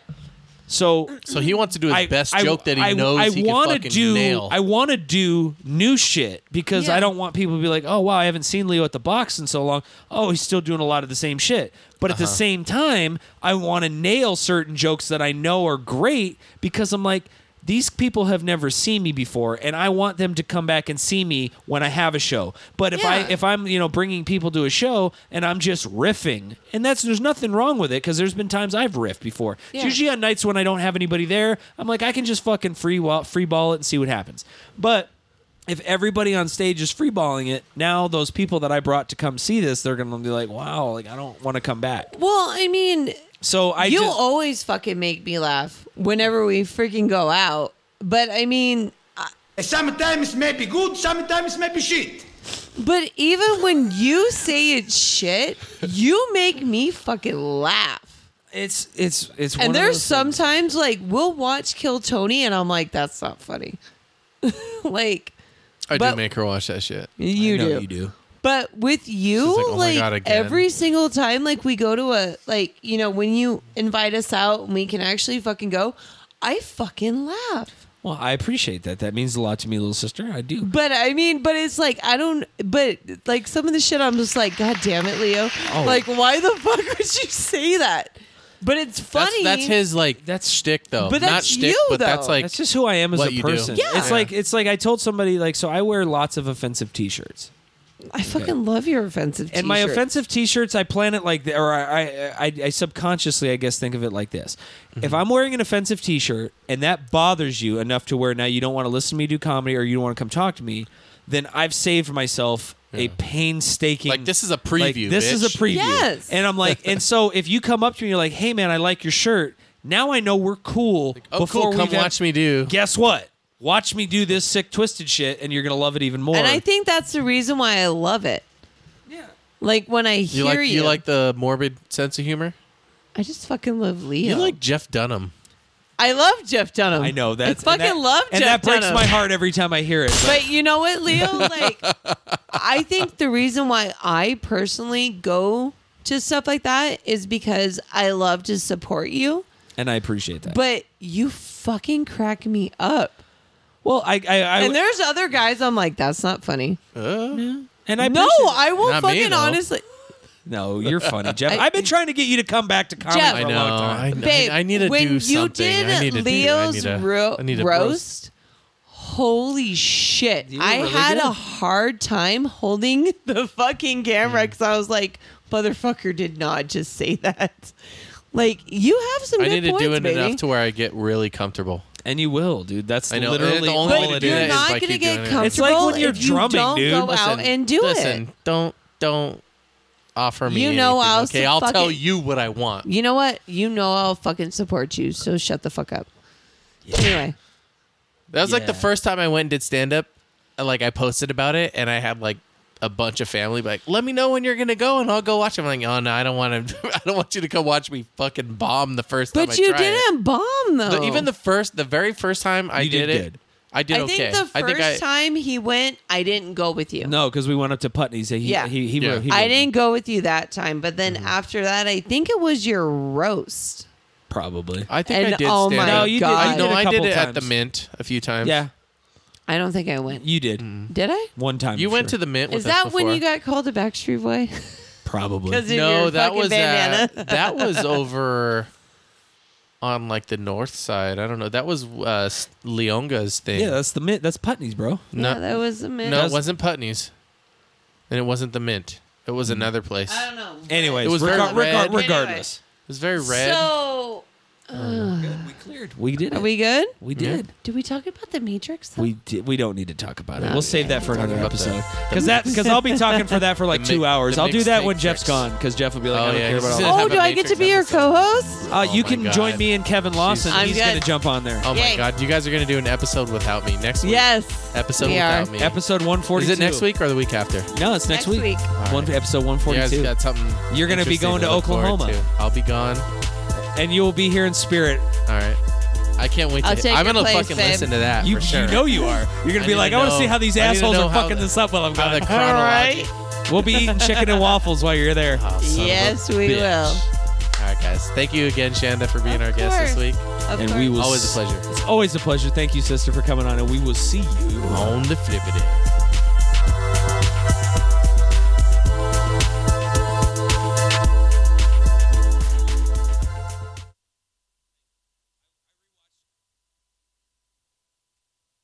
Speaker 1: So
Speaker 2: So he wants to do his
Speaker 1: I-
Speaker 2: best
Speaker 1: I-
Speaker 2: joke that he
Speaker 1: I-
Speaker 2: knows
Speaker 1: I
Speaker 2: he can
Speaker 1: wanna
Speaker 2: fucking
Speaker 1: do,
Speaker 2: nail.
Speaker 1: I want to do new shit because
Speaker 3: Yeah.
Speaker 1: I don't want people to be like, "Oh wow, I haven't seen Leo at the box in so long. Oh, he's still doing a lot of the same shit." But
Speaker 2: Uh-huh.
Speaker 1: at the same time, I want to nail certain jokes that I know are great because I'm like, these people have never seen me before, and I want them to come back and see me when I have a show. But if I
Speaker 3: Yeah.
Speaker 1: if I'm you know bringing people to a show and I'm just riffing, and that's there's nothing wrong with it because there's been times I've riffed before. It's
Speaker 3: Yeah.
Speaker 1: usually on nights when I don't have anybody there. I'm like, I can just fucking free wa- free ball it and see what happens. But if everybody on stage is free balling it, now those people that I brought to come see this, they're gonna be like, wow, like I don't want to come back.
Speaker 3: Well, I mean,
Speaker 1: So I
Speaker 3: you'll
Speaker 1: just,
Speaker 3: always fucking make me laugh whenever we freaking go out. But I mean,
Speaker 10: Sometimes may be good, sometimes may be shit.
Speaker 3: but even when you say it's shit, you make me fucking laugh.
Speaker 1: it's it's it's one
Speaker 3: and
Speaker 1: of
Speaker 3: there's
Speaker 1: those things.
Speaker 3: sometimes like we'll watch Kill Tony, and I'm like, that's not funny. like
Speaker 2: I do
Speaker 3: but-
Speaker 2: make her watch that shit.
Speaker 3: you
Speaker 1: I know
Speaker 3: do.
Speaker 1: you do.
Speaker 3: But with you,
Speaker 2: She's like,
Speaker 3: like,
Speaker 2: "Oh my God, again."
Speaker 3: every single time, like we go to a like you know when you invite us out and we can actually fucking go, I fucking laugh.
Speaker 1: Well, I appreciate that. That means a lot to me, little sister. I do.
Speaker 3: But I mean, but it's like I don't. But like some of the shit, I'm just like, God damn it, Leo! Like, why the fuck would you say that? But it's
Speaker 2: That's,
Speaker 3: funny.
Speaker 2: that's his like
Speaker 1: That's-
Speaker 2: that's shtick though.
Speaker 3: but
Speaker 2: not
Speaker 3: that's
Speaker 2: shtick,
Speaker 3: you,
Speaker 2: but that's
Speaker 3: though.
Speaker 2: like
Speaker 1: That's just who I am as
Speaker 2: what
Speaker 1: a
Speaker 2: you do.
Speaker 1: person.
Speaker 3: Yeah.
Speaker 1: It's like it's like I told somebody like so I wear lots of offensive t-shirts.
Speaker 3: I fucking love your offensive.
Speaker 1: And my
Speaker 3: t-shirt.
Speaker 1: offensive T-shirts, I plan it like, th- or I, I, I, I subconsciously, I guess, think of it like this: If
Speaker 2: Mm-hmm.
Speaker 1: I'm wearing an offensive T-shirt and that bothers you enough to where now you don't want to listen to me do comedy or you don't want to come talk to me, then I've saved myself a painstaking.
Speaker 2: Like, this is a
Speaker 1: like,
Speaker 2: preview,
Speaker 1: this is a
Speaker 2: bitch.
Speaker 1: preview.
Speaker 3: Yes.
Speaker 1: And I'm like, and so if you come up to me, you're like, "Hey, man, I like your shirt." Now I know we're cool.
Speaker 2: oh
Speaker 1: before
Speaker 2: cool, come
Speaker 1: we've had-
Speaker 2: watch me do.
Speaker 1: Guess what? Watch me do this sick, twisted shit, and you're gonna love it even more.
Speaker 3: and I think that's the reason why I love it. Yeah. Like when I
Speaker 2: You
Speaker 3: hear
Speaker 2: like you like the morbid sense of humor?
Speaker 3: I just fucking love Leo.
Speaker 2: You like Jeff Dunham.
Speaker 3: I love Jeff Dunham.
Speaker 1: I know that's
Speaker 3: I
Speaker 1: and
Speaker 3: fucking
Speaker 1: that-
Speaker 3: love Jeff
Speaker 1: and that breaks
Speaker 3: Dunham.
Speaker 1: my heart every time I hear it.
Speaker 3: But you know what, Leo? Like, I think the reason why I personally go to stuff like that is because I love to support you,
Speaker 1: and I appreciate that.
Speaker 3: but you fucking crack me up.
Speaker 1: well, I, I, I
Speaker 3: And there's other guys I'm like, that's not funny.
Speaker 1: and I
Speaker 3: No,
Speaker 1: appreciate-
Speaker 3: I won't
Speaker 2: Not me,
Speaker 3: fucking
Speaker 2: though.
Speaker 3: honestly.
Speaker 1: no, you're funny, Jeff.
Speaker 3: I-
Speaker 1: I, have been trying to get you to come back to comedy
Speaker 3: Jeff.
Speaker 1: for
Speaker 2: I
Speaker 1: a
Speaker 2: know.
Speaker 1: long
Speaker 2: I,
Speaker 1: time.
Speaker 2: I-
Speaker 3: Babe,
Speaker 2: I need to
Speaker 3: when
Speaker 2: do
Speaker 3: you
Speaker 2: something.
Speaker 3: did
Speaker 2: I need to
Speaker 3: Leo's
Speaker 2: do. I need to,
Speaker 3: ro-
Speaker 2: I need to
Speaker 3: roast, holy shit!
Speaker 1: You were
Speaker 3: I
Speaker 1: really
Speaker 3: had
Speaker 1: good.
Speaker 3: a hard time holding the fucking camera
Speaker 2: Mm.
Speaker 3: because I was like, "Motherfucker, did not just say that." Like you have some
Speaker 2: I
Speaker 3: good
Speaker 2: need to
Speaker 3: points,
Speaker 2: do it
Speaker 3: baby.
Speaker 2: enough to where I get really comfortable.
Speaker 1: And you will, dude. That's
Speaker 2: I know.
Speaker 1: literally
Speaker 2: The only way
Speaker 1: all
Speaker 2: to
Speaker 1: it
Speaker 2: do
Speaker 3: you're
Speaker 2: that
Speaker 1: is.
Speaker 2: is
Speaker 3: not
Speaker 2: by
Speaker 3: gonna
Speaker 2: keep
Speaker 3: get
Speaker 2: doing it.
Speaker 3: comfortable
Speaker 1: It's like when you're
Speaker 3: if you
Speaker 1: drumming,
Speaker 3: don't
Speaker 1: dude.
Speaker 3: go out
Speaker 2: Listen,
Speaker 3: and do
Speaker 2: listen,
Speaker 3: it.
Speaker 2: Don't don't offer me.
Speaker 3: You know
Speaker 2: anything,
Speaker 3: I'll
Speaker 2: okay.
Speaker 3: su-
Speaker 2: I'll tell
Speaker 3: fucking-
Speaker 2: you what I want.
Speaker 3: You know what? You know I'll fucking support you. So shut the fuck up. Anyway,
Speaker 2: That was like the
Speaker 1: Yeah.
Speaker 2: first time I went and did stand up. Like I posted about it, and I had like a bunch of family be like, "Let me know when you're gonna go, and I'll go watch." it." I'm like, "Oh no, I don't want to. I don't want you to come watch me fucking bomb the first time." I
Speaker 3: but you
Speaker 2: try it."
Speaker 3: didn't bomb though.
Speaker 2: The- even the first, the very first time I
Speaker 1: You did
Speaker 2: it,
Speaker 1: good.
Speaker 2: I did
Speaker 3: I
Speaker 2: okay.
Speaker 3: think the first
Speaker 2: I think I,
Speaker 3: time he went, I didn't go with you.
Speaker 1: No, because we went up to Putney. So he,
Speaker 3: Yeah.
Speaker 1: he, he,
Speaker 2: Yeah.
Speaker 1: wrote- he
Speaker 3: I
Speaker 1: wrote-
Speaker 3: didn't go with you that time, but then
Speaker 2: Mm-hmm.
Speaker 3: after that, I think it was your roast.
Speaker 1: probably.
Speaker 2: I think
Speaker 3: And
Speaker 2: I did
Speaker 3: oh
Speaker 2: stand
Speaker 3: my
Speaker 2: up.
Speaker 1: No, you did-
Speaker 3: god!
Speaker 1: I
Speaker 2: no, I did
Speaker 1: couple
Speaker 2: it at the
Speaker 1: times.
Speaker 2: Mint a few times.
Speaker 1: yeah,
Speaker 3: I don't think I went.
Speaker 1: you did
Speaker 3: Did I?
Speaker 1: one time.
Speaker 2: Mm-hmm. you
Speaker 1: for
Speaker 2: went
Speaker 1: sure.
Speaker 2: to the Mint. With
Speaker 3: Is that
Speaker 2: us
Speaker 3: when
Speaker 2: before.
Speaker 3: you got called a Backstreet Boy?
Speaker 1: probably.
Speaker 3: Because
Speaker 2: No,
Speaker 3: your
Speaker 2: that
Speaker 3: fucking
Speaker 2: was
Speaker 3: bandana.
Speaker 2: at, that was over on like the north side. I don't know. That was uh, S- Leonga's thing.
Speaker 1: Yeah, that's the mint. That's Putney's, bro.
Speaker 2: no,
Speaker 3: yeah, that was a minute.
Speaker 2: no, it wasn't Putney's, and it wasn't the Mint. It was
Speaker 1: Mm-hmm.
Speaker 2: another place.
Speaker 3: I
Speaker 2: It
Speaker 3: don't know.
Speaker 1: Anyways,
Speaker 2: It was
Speaker 1: regar-
Speaker 2: very
Speaker 1: regar-
Speaker 2: red.
Speaker 1: regardless,
Speaker 2: was very red.
Speaker 3: So,
Speaker 1: we did
Speaker 3: are
Speaker 1: it.
Speaker 3: we good?
Speaker 1: we did.
Speaker 3: Did we talk about the Matrix? Though?
Speaker 1: We did, we don't need to talk about it.
Speaker 3: No,
Speaker 1: we'll save that for another
Speaker 2: about the-
Speaker 1: episode because that because I'll be talking for that for like
Speaker 2: The
Speaker 1: two
Speaker 2: mi-
Speaker 1: hours.
Speaker 2: the
Speaker 1: I'll do
Speaker 2: mixed
Speaker 1: that when
Speaker 2: matrix.
Speaker 1: Jeff's gone because Jeff will be like,
Speaker 2: Oh,
Speaker 1: I don't
Speaker 2: yeah,
Speaker 1: care
Speaker 2: this
Speaker 1: about
Speaker 2: is
Speaker 1: all.
Speaker 3: oh,
Speaker 2: have a
Speaker 3: do I get to
Speaker 2: Matrix
Speaker 3: be your
Speaker 2: episode.
Speaker 3: co-host?
Speaker 1: Uh, you
Speaker 2: my
Speaker 1: can
Speaker 2: God.
Speaker 1: join me and Kevin Lawson.
Speaker 3: I'm
Speaker 1: He's
Speaker 3: good.
Speaker 1: gonna jump on there.
Speaker 2: oh my
Speaker 3: Yay.
Speaker 2: god, you guys are gonna do an episode without me next week.
Speaker 3: Yes.
Speaker 2: Episode
Speaker 3: we are.
Speaker 2: without me.
Speaker 1: Episode one forty
Speaker 2: Is
Speaker 1: two.
Speaker 2: it next week or the week after?
Speaker 1: No, it's next,
Speaker 3: Next week.
Speaker 1: One episode one
Speaker 2: You
Speaker 1: forty
Speaker 2: guys
Speaker 1: two,
Speaker 2: got something.
Speaker 1: You're gonna be
Speaker 2: interesting
Speaker 1: going to
Speaker 2: look forward
Speaker 1: Oklahoma.
Speaker 2: to. I'll be gone.
Speaker 1: and you will be here in spirit.
Speaker 2: All right. I can't wait. To
Speaker 3: I'll take
Speaker 2: I'm
Speaker 3: your
Speaker 2: gonna
Speaker 3: place,
Speaker 2: fucking
Speaker 3: babe.
Speaker 2: listen to that
Speaker 1: You,
Speaker 2: for sure.
Speaker 1: you know you are. You're gonna
Speaker 2: I
Speaker 1: be
Speaker 2: need
Speaker 1: like,
Speaker 2: to
Speaker 1: I want to
Speaker 2: know-
Speaker 1: see how these
Speaker 2: I need to
Speaker 1: assholes
Speaker 2: know
Speaker 1: are
Speaker 2: how
Speaker 1: fucking
Speaker 2: the-
Speaker 1: this up while I'm
Speaker 2: How
Speaker 1: gone.
Speaker 2: the chronology.
Speaker 1: We'll be eating chicken and waffles while you're there.
Speaker 2: Son of a
Speaker 3: Yes, we
Speaker 2: bitch.
Speaker 3: will.
Speaker 2: All right, guys. Thank you again, Shanda, for being
Speaker 3: Of
Speaker 2: our guest this
Speaker 3: course.
Speaker 2: week.
Speaker 3: Of
Speaker 1: And
Speaker 3: course.
Speaker 1: we will
Speaker 2: Always a pleasure.
Speaker 1: It's always a pleasure. Thank you, sister, for coming on, and we will see you
Speaker 2: On the flippity.